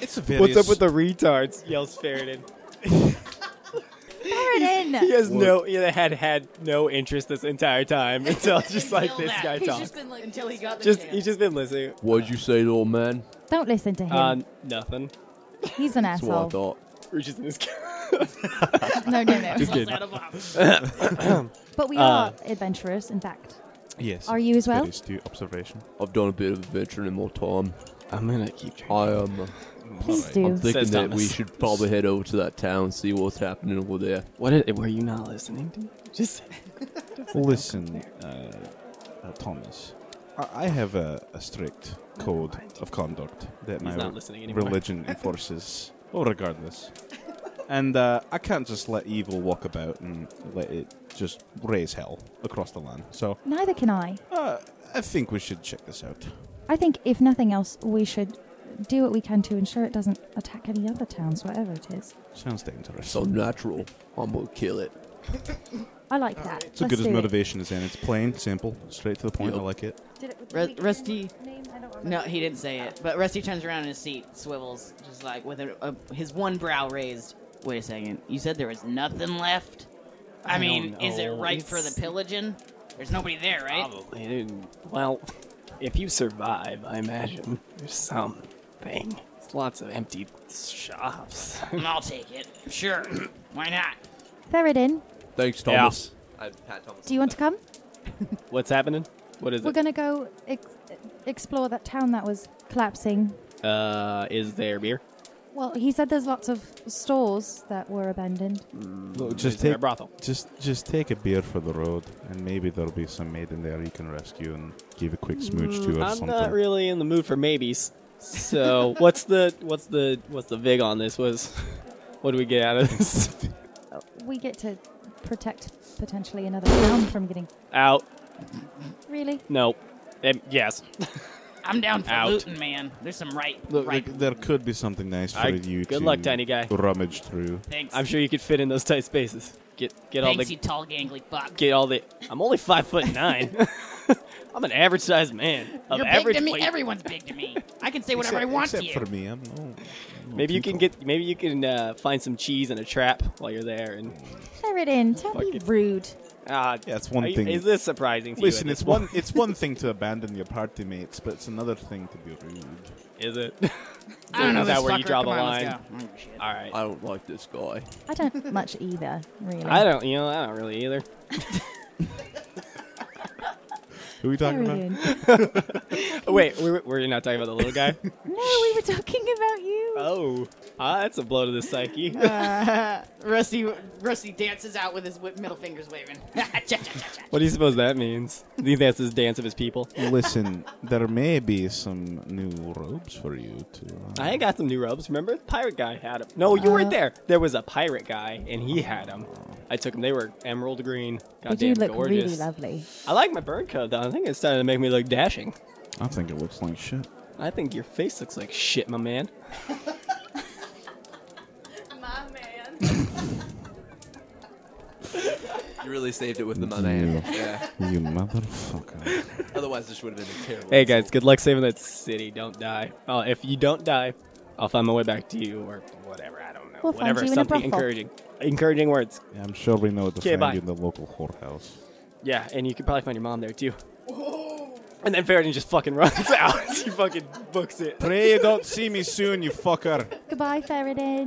[SPEAKER 1] It's a very
[SPEAKER 4] What's up with the retards? Yells Sheridan. He has no. He had had no interest this entire time until just like
[SPEAKER 3] Until
[SPEAKER 4] this
[SPEAKER 3] that.
[SPEAKER 4] guy
[SPEAKER 3] He's
[SPEAKER 4] talks.
[SPEAKER 3] just been like- until he got the
[SPEAKER 4] Just
[SPEAKER 3] chance.
[SPEAKER 4] he's just been listening.
[SPEAKER 6] What'd you say, little man?
[SPEAKER 2] Don't listen to him.
[SPEAKER 4] Uh, nothing.
[SPEAKER 2] He's an
[SPEAKER 6] That's what I
[SPEAKER 2] asshole.
[SPEAKER 6] thought.
[SPEAKER 4] Reaches in his.
[SPEAKER 2] No, no, no.
[SPEAKER 3] Pulls
[SPEAKER 4] Just kidding.
[SPEAKER 3] out a box.
[SPEAKER 2] But we
[SPEAKER 4] uh,
[SPEAKER 2] are adventurous, in fact.
[SPEAKER 1] Yes.
[SPEAKER 2] Are you as well?
[SPEAKER 1] Very astute observation.
[SPEAKER 6] I've done a bit of adventuring in my time.
[SPEAKER 4] I'm gonna keep drinking.
[SPEAKER 6] I am. Um,
[SPEAKER 2] Please
[SPEAKER 6] I'm
[SPEAKER 2] do.
[SPEAKER 6] thinking
[SPEAKER 4] Says
[SPEAKER 6] that we
[SPEAKER 4] Thomas.
[SPEAKER 6] should probably head over to that town, see what's happening over there.
[SPEAKER 4] What is, were you not listening to? me? Just
[SPEAKER 1] Listen, uh, uh, Thomas, I I have a, a strict code
[SPEAKER 4] mind.
[SPEAKER 1] of conduct that my
[SPEAKER 4] not
[SPEAKER 1] re-
[SPEAKER 4] listening anymore.
[SPEAKER 1] religion enforces, well, regardless. And uh, I can't just let evil walk about and let it just raise hell across the land. So
[SPEAKER 2] Neither can I.
[SPEAKER 1] uh, I think we should check this out.
[SPEAKER 2] I think, if nothing else, we should do what we can to ensure it doesn't attack any other towns, whatever it is.
[SPEAKER 1] Sounds dangerous.
[SPEAKER 6] It's unnatural. I'm gonna kill it.
[SPEAKER 2] I like that.
[SPEAKER 1] so
[SPEAKER 2] Let's
[SPEAKER 1] good as
[SPEAKER 2] do it.
[SPEAKER 1] motivation is in. It's plain, simple, straight to the point.
[SPEAKER 6] Yep.
[SPEAKER 1] I like it.
[SPEAKER 2] Did it- did
[SPEAKER 3] Ru-
[SPEAKER 2] we give him
[SPEAKER 3] Rusty-
[SPEAKER 2] a name? I don't remember.
[SPEAKER 3] No, he didn't say it. But Rusty turns around in his seat, swivels, just like with a, a, his one brow raised. Wait a second. You said there was nothing left? I,
[SPEAKER 4] I
[SPEAKER 3] mean,
[SPEAKER 4] don't
[SPEAKER 3] is it
[SPEAKER 4] know.
[SPEAKER 3] right for the
[SPEAKER 4] It's-
[SPEAKER 3] pillaging? There's nobody there, right?
[SPEAKER 4] Probably. dude. Well, if you survive, I imagine there's something. There's lots of empty shops.
[SPEAKER 3] And I'll take it. Sure. Why not?
[SPEAKER 2] Theridin,
[SPEAKER 6] Thanks, Thomas. I pat Thomas.
[SPEAKER 2] do you want to come?
[SPEAKER 4] What's happening? What is
[SPEAKER 2] We're going to go ex- explore that town that was collapsing.
[SPEAKER 4] it? Uh, is there beer?
[SPEAKER 2] Well, he said there's lots of stores that were abandoned.
[SPEAKER 1] Look,
[SPEAKER 4] Is
[SPEAKER 1] just
[SPEAKER 4] there
[SPEAKER 1] take
[SPEAKER 4] a brothel?
[SPEAKER 1] Just just take a beer for the road, and maybe there'll be some maiden there you can rescue and give a quick smooch to or
[SPEAKER 4] I'm
[SPEAKER 1] something.
[SPEAKER 4] not really in the mood for maybes. So what's the what's the what's the vig on this? Was what do we get out of this?
[SPEAKER 2] We get to protect potentially another town from getting.
[SPEAKER 4] Out?
[SPEAKER 2] Really?
[SPEAKER 4] No. Um, yes.
[SPEAKER 3] I'm down for
[SPEAKER 4] Out.
[SPEAKER 3] looting, man. There's some right,
[SPEAKER 1] Look,
[SPEAKER 3] right
[SPEAKER 1] there, there could be something nice for
[SPEAKER 4] I-
[SPEAKER 1] you.
[SPEAKER 4] good
[SPEAKER 1] to
[SPEAKER 4] luck, tiny guy.
[SPEAKER 1] Rummage through.
[SPEAKER 3] Thanks.
[SPEAKER 4] I'm sure you could fit in those tight spaces. Get get all
[SPEAKER 3] Thanks,
[SPEAKER 4] the
[SPEAKER 3] you tall, gangly fuck.
[SPEAKER 4] get all the. I'm only five foot nine. I'm an average sized man. Of
[SPEAKER 3] You're big
[SPEAKER 4] average
[SPEAKER 3] to me.
[SPEAKER 4] weight.
[SPEAKER 3] Everyone's big to me. I can say whatever I want
[SPEAKER 1] except
[SPEAKER 3] to you.
[SPEAKER 1] for me, I'm. no- no
[SPEAKER 4] Maybe you can
[SPEAKER 1] people.
[SPEAKER 4] get. Maybe you can uh, find some cheese in a trap while you're there. And
[SPEAKER 2] Theridin, don't be
[SPEAKER 4] Fucking-
[SPEAKER 2] rude.
[SPEAKER 4] ah,
[SPEAKER 1] Yeah, it's one
[SPEAKER 4] are you-
[SPEAKER 1] thing.
[SPEAKER 4] Is this surprising to
[SPEAKER 1] Listen,
[SPEAKER 4] you? at
[SPEAKER 1] it's
[SPEAKER 4] this
[SPEAKER 1] one it's one thing to abandon your party mates, but it's another thing to be rude.
[SPEAKER 4] point? Is it?
[SPEAKER 3] I don't know
[SPEAKER 4] Is that
[SPEAKER 3] this
[SPEAKER 4] where you
[SPEAKER 3] fucker.
[SPEAKER 4] draw
[SPEAKER 3] Come
[SPEAKER 4] the
[SPEAKER 3] on, let's
[SPEAKER 4] line?
[SPEAKER 3] go. I don't give a shit.
[SPEAKER 4] all right.
[SPEAKER 6] I don't like this guy.
[SPEAKER 2] I don't much either, really.
[SPEAKER 4] I don't. You know, I don't really either.
[SPEAKER 1] Who are we talking about?
[SPEAKER 2] Harrigan.
[SPEAKER 4] Oh, Wait, we're, we're not talking about the little guy.
[SPEAKER 2] No, we were talking about you.
[SPEAKER 4] oh, ah, that's a blow to the psyche.
[SPEAKER 3] Rusty Rusty dances out with his whip, middle fingers waving.
[SPEAKER 4] what do you suppose that means? Do you think that's his dance of his people?
[SPEAKER 1] Listen, there may be some new robes for you to. uh,
[SPEAKER 4] I got some new robes. Remember, the pirate guy had them. No, you
[SPEAKER 2] Uh.
[SPEAKER 4] weren't there. There was a pirate guy, and he had them. I took them. They were emerald green.
[SPEAKER 2] They
[SPEAKER 4] Goddamn
[SPEAKER 2] do look
[SPEAKER 4] gorgeous.
[SPEAKER 2] really lovely.
[SPEAKER 4] I like my bird coat though. I think it's starting to make me look dashing.
[SPEAKER 1] I think it looks like shit.
[SPEAKER 4] I think your face looks like shit, my man.
[SPEAKER 6] You really saved it with the money. Yeah.
[SPEAKER 1] You motherfucker.
[SPEAKER 6] Otherwise, this would have been a terrible.
[SPEAKER 4] Hey guys,
[SPEAKER 6] result.
[SPEAKER 4] good luck saving that city. Don't die. Oh, if you don't die, I'll find my way back to you or whatever. I don't know.
[SPEAKER 2] We'll find
[SPEAKER 4] whatever.
[SPEAKER 2] you in a
[SPEAKER 4] something
[SPEAKER 2] brothel.
[SPEAKER 4] encouraging. Encouraging words.
[SPEAKER 1] Yeah, I'm sure we know what to
[SPEAKER 4] 'Kay,
[SPEAKER 1] find
[SPEAKER 4] bye.
[SPEAKER 1] you in the local whorehouse.
[SPEAKER 4] Yeah, and you could probably find your mom there too. And then Faraday just fucking runs out. he fucking books it.
[SPEAKER 1] Pray you don't see me soon, you fucker.
[SPEAKER 2] Goodbye, Faraday.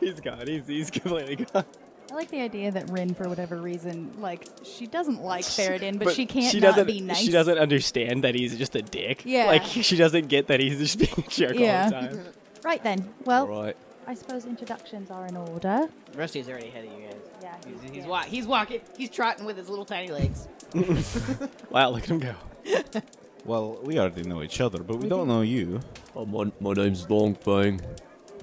[SPEAKER 4] He's gone. He's he's completely gone.
[SPEAKER 2] I like the idea that Rin, for whatever reason, like she doesn't like Faradin, but, she can't
[SPEAKER 4] She
[SPEAKER 2] not
[SPEAKER 4] doesn't.
[SPEAKER 2] be nice.
[SPEAKER 4] She doesn't understand that he's just a dick.
[SPEAKER 2] Yeah.
[SPEAKER 4] Like she doesn't get that he's just being a jerk
[SPEAKER 2] Yeah.
[SPEAKER 4] all the time.
[SPEAKER 2] Right then. Well,
[SPEAKER 6] All right.
[SPEAKER 2] I suppose introductions are in order.
[SPEAKER 3] Rusty's already ahead of you guys.
[SPEAKER 2] Yeah,
[SPEAKER 3] He's, he's,
[SPEAKER 2] yeah.
[SPEAKER 3] wa- he's walking. He's trotting with his little tiny legs.
[SPEAKER 4] Wow, look at him go.
[SPEAKER 1] Well, we already know each other, but we don't know you.
[SPEAKER 6] Oh, my, my name's Long Fang.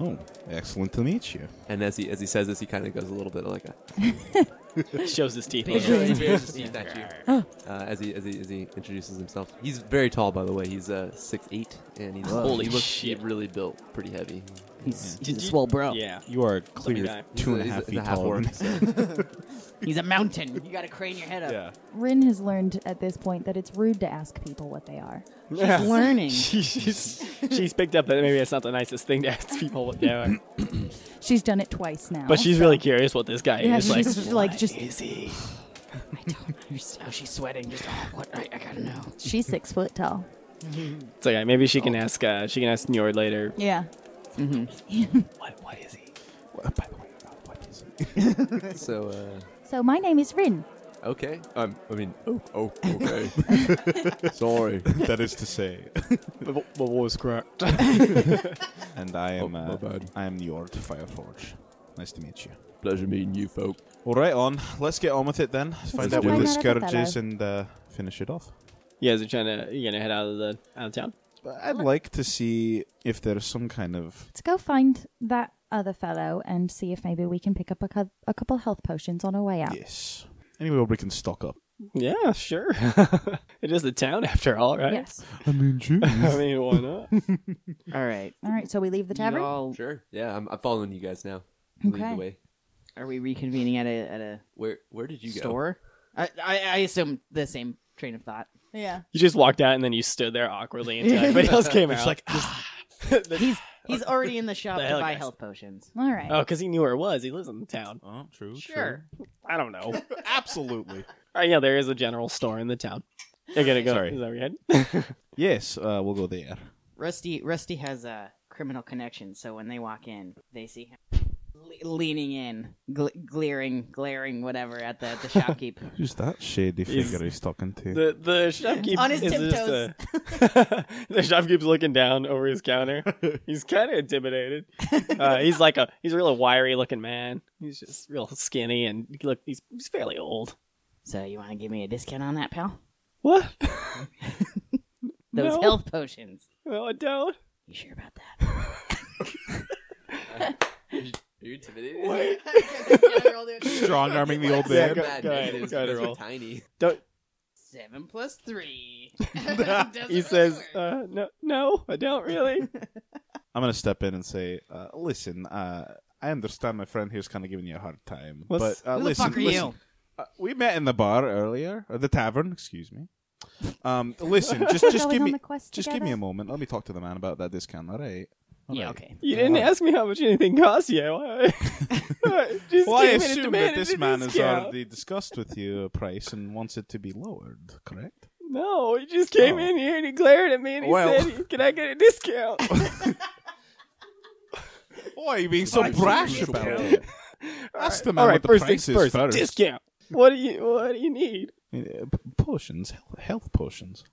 [SPEAKER 1] Oh, excellent to meet you.
[SPEAKER 6] And as he as he says this, he kind of goes a little bit like a.
[SPEAKER 4] Shows his teeth.
[SPEAKER 3] Big
[SPEAKER 6] He
[SPEAKER 3] Yeah.
[SPEAKER 6] bears his teeth at you. Uh, as he as he as he introduces himself, he's very tall, by the way. He's uh six eight, and he's
[SPEAKER 4] Holy
[SPEAKER 6] he looks
[SPEAKER 4] shit.
[SPEAKER 6] he really built pretty heavy.
[SPEAKER 3] He's,
[SPEAKER 4] Did
[SPEAKER 3] he's a
[SPEAKER 4] you-
[SPEAKER 3] swell bro.
[SPEAKER 4] Yeah.
[SPEAKER 1] You are
[SPEAKER 4] Let me
[SPEAKER 1] clear
[SPEAKER 4] die.
[SPEAKER 6] He's
[SPEAKER 1] two and a
[SPEAKER 6] he's
[SPEAKER 1] half
[SPEAKER 6] he's
[SPEAKER 1] feet taller.
[SPEAKER 6] half-orc,
[SPEAKER 1] than
[SPEAKER 6] so-
[SPEAKER 3] He's a mountain. You gotta crane your head up.
[SPEAKER 1] yeah.
[SPEAKER 2] Rin has learned at this point that it's rude to ask people what they are.
[SPEAKER 4] Yeah.
[SPEAKER 3] He's learning.
[SPEAKER 4] She- she's, she's picked up that maybe it's not the nicest thing to ask people what they are.
[SPEAKER 2] She's done it twice now.
[SPEAKER 4] But she's really curious what this guy
[SPEAKER 2] yeah,
[SPEAKER 4] is. Like,
[SPEAKER 2] she's like, just
[SPEAKER 4] is he?
[SPEAKER 3] I don't understand. Oh, she's sweating. Just oh, what? I, I gotta know.
[SPEAKER 2] she's six foot tall.
[SPEAKER 4] So yeah, maybe she can ask. Uh, she can ask Njord later.
[SPEAKER 2] Yeah.
[SPEAKER 4] What? What is he?
[SPEAKER 1] By the way, what is it?
[SPEAKER 6] so uh,
[SPEAKER 2] So my name is Rin.
[SPEAKER 6] okay, um, I mean, oh, oh okay. Sorry,
[SPEAKER 1] that is to say,
[SPEAKER 4] What was correct?
[SPEAKER 1] and I am
[SPEAKER 6] Oh,
[SPEAKER 1] uh,
[SPEAKER 6] my bad.
[SPEAKER 1] I am Njord Fireforge. Nice to meet you.
[SPEAKER 6] pleasure meeting you, folk.
[SPEAKER 1] All right, on. Let's get on with it then. Let's find
[SPEAKER 6] go
[SPEAKER 1] out where
[SPEAKER 6] find
[SPEAKER 1] the
[SPEAKER 2] out about
[SPEAKER 1] scourge
[SPEAKER 2] that,
[SPEAKER 1] is and uh, finish it off.
[SPEAKER 4] You guys are trying to. You gonna head out of the out of town?
[SPEAKER 1] I'd like to see if there's some kind of
[SPEAKER 2] Let's go find that other fellow and see if maybe we can pick up a, cou- a couple health potions on our way out.
[SPEAKER 1] yes, anywhere we can stock up.
[SPEAKER 4] Yeah, sure. it is the town after all, right?
[SPEAKER 2] Yes.
[SPEAKER 1] I mean,
[SPEAKER 4] I mean, why not?
[SPEAKER 3] All right.
[SPEAKER 2] All right. So we leave the tavern.
[SPEAKER 3] Y'all-
[SPEAKER 6] Sure. Yeah, I'm, I'm following you guys now. Lead the
[SPEAKER 2] Okay.
[SPEAKER 6] way.
[SPEAKER 3] are we reconvening at a at a
[SPEAKER 6] Where where did you go?
[SPEAKER 3] store? I, I I assume the same train of thought.
[SPEAKER 2] Yeah.
[SPEAKER 4] You just walked out and then you stood there awkwardly until everybody else came out.
[SPEAKER 1] like,
[SPEAKER 3] He's he's already in the shop
[SPEAKER 4] The
[SPEAKER 3] to
[SPEAKER 4] hell,
[SPEAKER 3] buy
[SPEAKER 4] guys.
[SPEAKER 3] health potions.
[SPEAKER 2] All right.
[SPEAKER 4] oh, because he knew where it was. He lives in the town.
[SPEAKER 1] oh, true.
[SPEAKER 3] Sure.
[SPEAKER 4] I don't know.
[SPEAKER 1] true. Absolutely.
[SPEAKER 4] All right, yeah, there is a general store in the town. You're gonna go.
[SPEAKER 1] Sorry.
[SPEAKER 4] Is that right?
[SPEAKER 1] Yes, uh, we'll go there.
[SPEAKER 3] Rusty Rusty has a criminal connection, so when they walk in, they see him le- leaning in, gl- glaring, glaring, whatever at the the shopkeep.
[SPEAKER 1] Who's that shady
[SPEAKER 4] He's-
[SPEAKER 1] figure he's talking to?
[SPEAKER 4] The the shopkeep
[SPEAKER 3] On his
[SPEAKER 4] is just, uh, the shopkeep's looking down over his counter. He's kind of intimidated. Uh, he's like a he's a real wiry looking man. He's just real skinny and he look he's, he's fairly old.
[SPEAKER 3] so you want to give me a discount on that, pal?
[SPEAKER 4] What?
[SPEAKER 3] Those
[SPEAKER 4] No.
[SPEAKER 3] health potions.
[SPEAKER 4] No, I don't.
[SPEAKER 3] You sure about that?
[SPEAKER 6] Are you intimidated?
[SPEAKER 1] Strong arming the old
[SPEAKER 4] Yeah,
[SPEAKER 1] man.
[SPEAKER 4] go-
[SPEAKER 6] Bad
[SPEAKER 4] go ahead,
[SPEAKER 6] negatives
[SPEAKER 4] go ahead,
[SPEAKER 6] because you're
[SPEAKER 4] roll.
[SPEAKER 6] tiny.
[SPEAKER 4] Don't.
[SPEAKER 3] Seven plus three.
[SPEAKER 4] He says, uh, "No, no, I don't really."
[SPEAKER 1] I'm gonna step in and say, uh, listen, uh, I understand my friend here's kind of giving you a hard time,
[SPEAKER 4] What's-
[SPEAKER 1] but uh,
[SPEAKER 3] Who the
[SPEAKER 1] listen,
[SPEAKER 3] fuck are
[SPEAKER 1] listen,
[SPEAKER 3] you?
[SPEAKER 1] Uh, we met in the bar earlier, or the tavern, excuse me. Um, listen, just just
[SPEAKER 2] going
[SPEAKER 1] give
[SPEAKER 2] on
[SPEAKER 1] me
[SPEAKER 2] the quest
[SPEAKER 1] just give me
[SPEAKER 2] together?
[SPEAKER 1] a moment. Let me talk to the man about that discount. All right. All
[SPEAKER 3] Yeah,
[SPEAKER 1] right.
[SPEAKER 3] okay.
[SPEAKER 4] You didn't ask me how much anything costs you. Why- just
[SPEAKER 1] Well, I assume
[SPEAKER 4] came in and
[SPEAKER 1] that
[SPEAKER 4] demanded
[SPEAKER 1] this
[SPEAKER 4] a
[SPEAKER 1] man has
[SPEAKER 4] discount.
[SPEAKER 1] already discussed with you a price and wants it to be lowered, correct?
[SPEAKER 4] No, he just came
[SPEAKER 1] Oh.
[SPEAKER 4] in here and he glared at me and he
[SPEAKER 1] Well-
[SPEAKER 4] said, "Can I get a discount?"
[SPEAKER 1] Why are you being so brash
[SPEAKER 6] about
[SPEAKER 1] about
[SPEAKER 6] it?
[SPEAKER 1] it? Ask the man what the price is first.
[SPEAKER 4] Discount. What do you What do you need?
[SPEAKER 1] Uh, p- potions, health, health potions.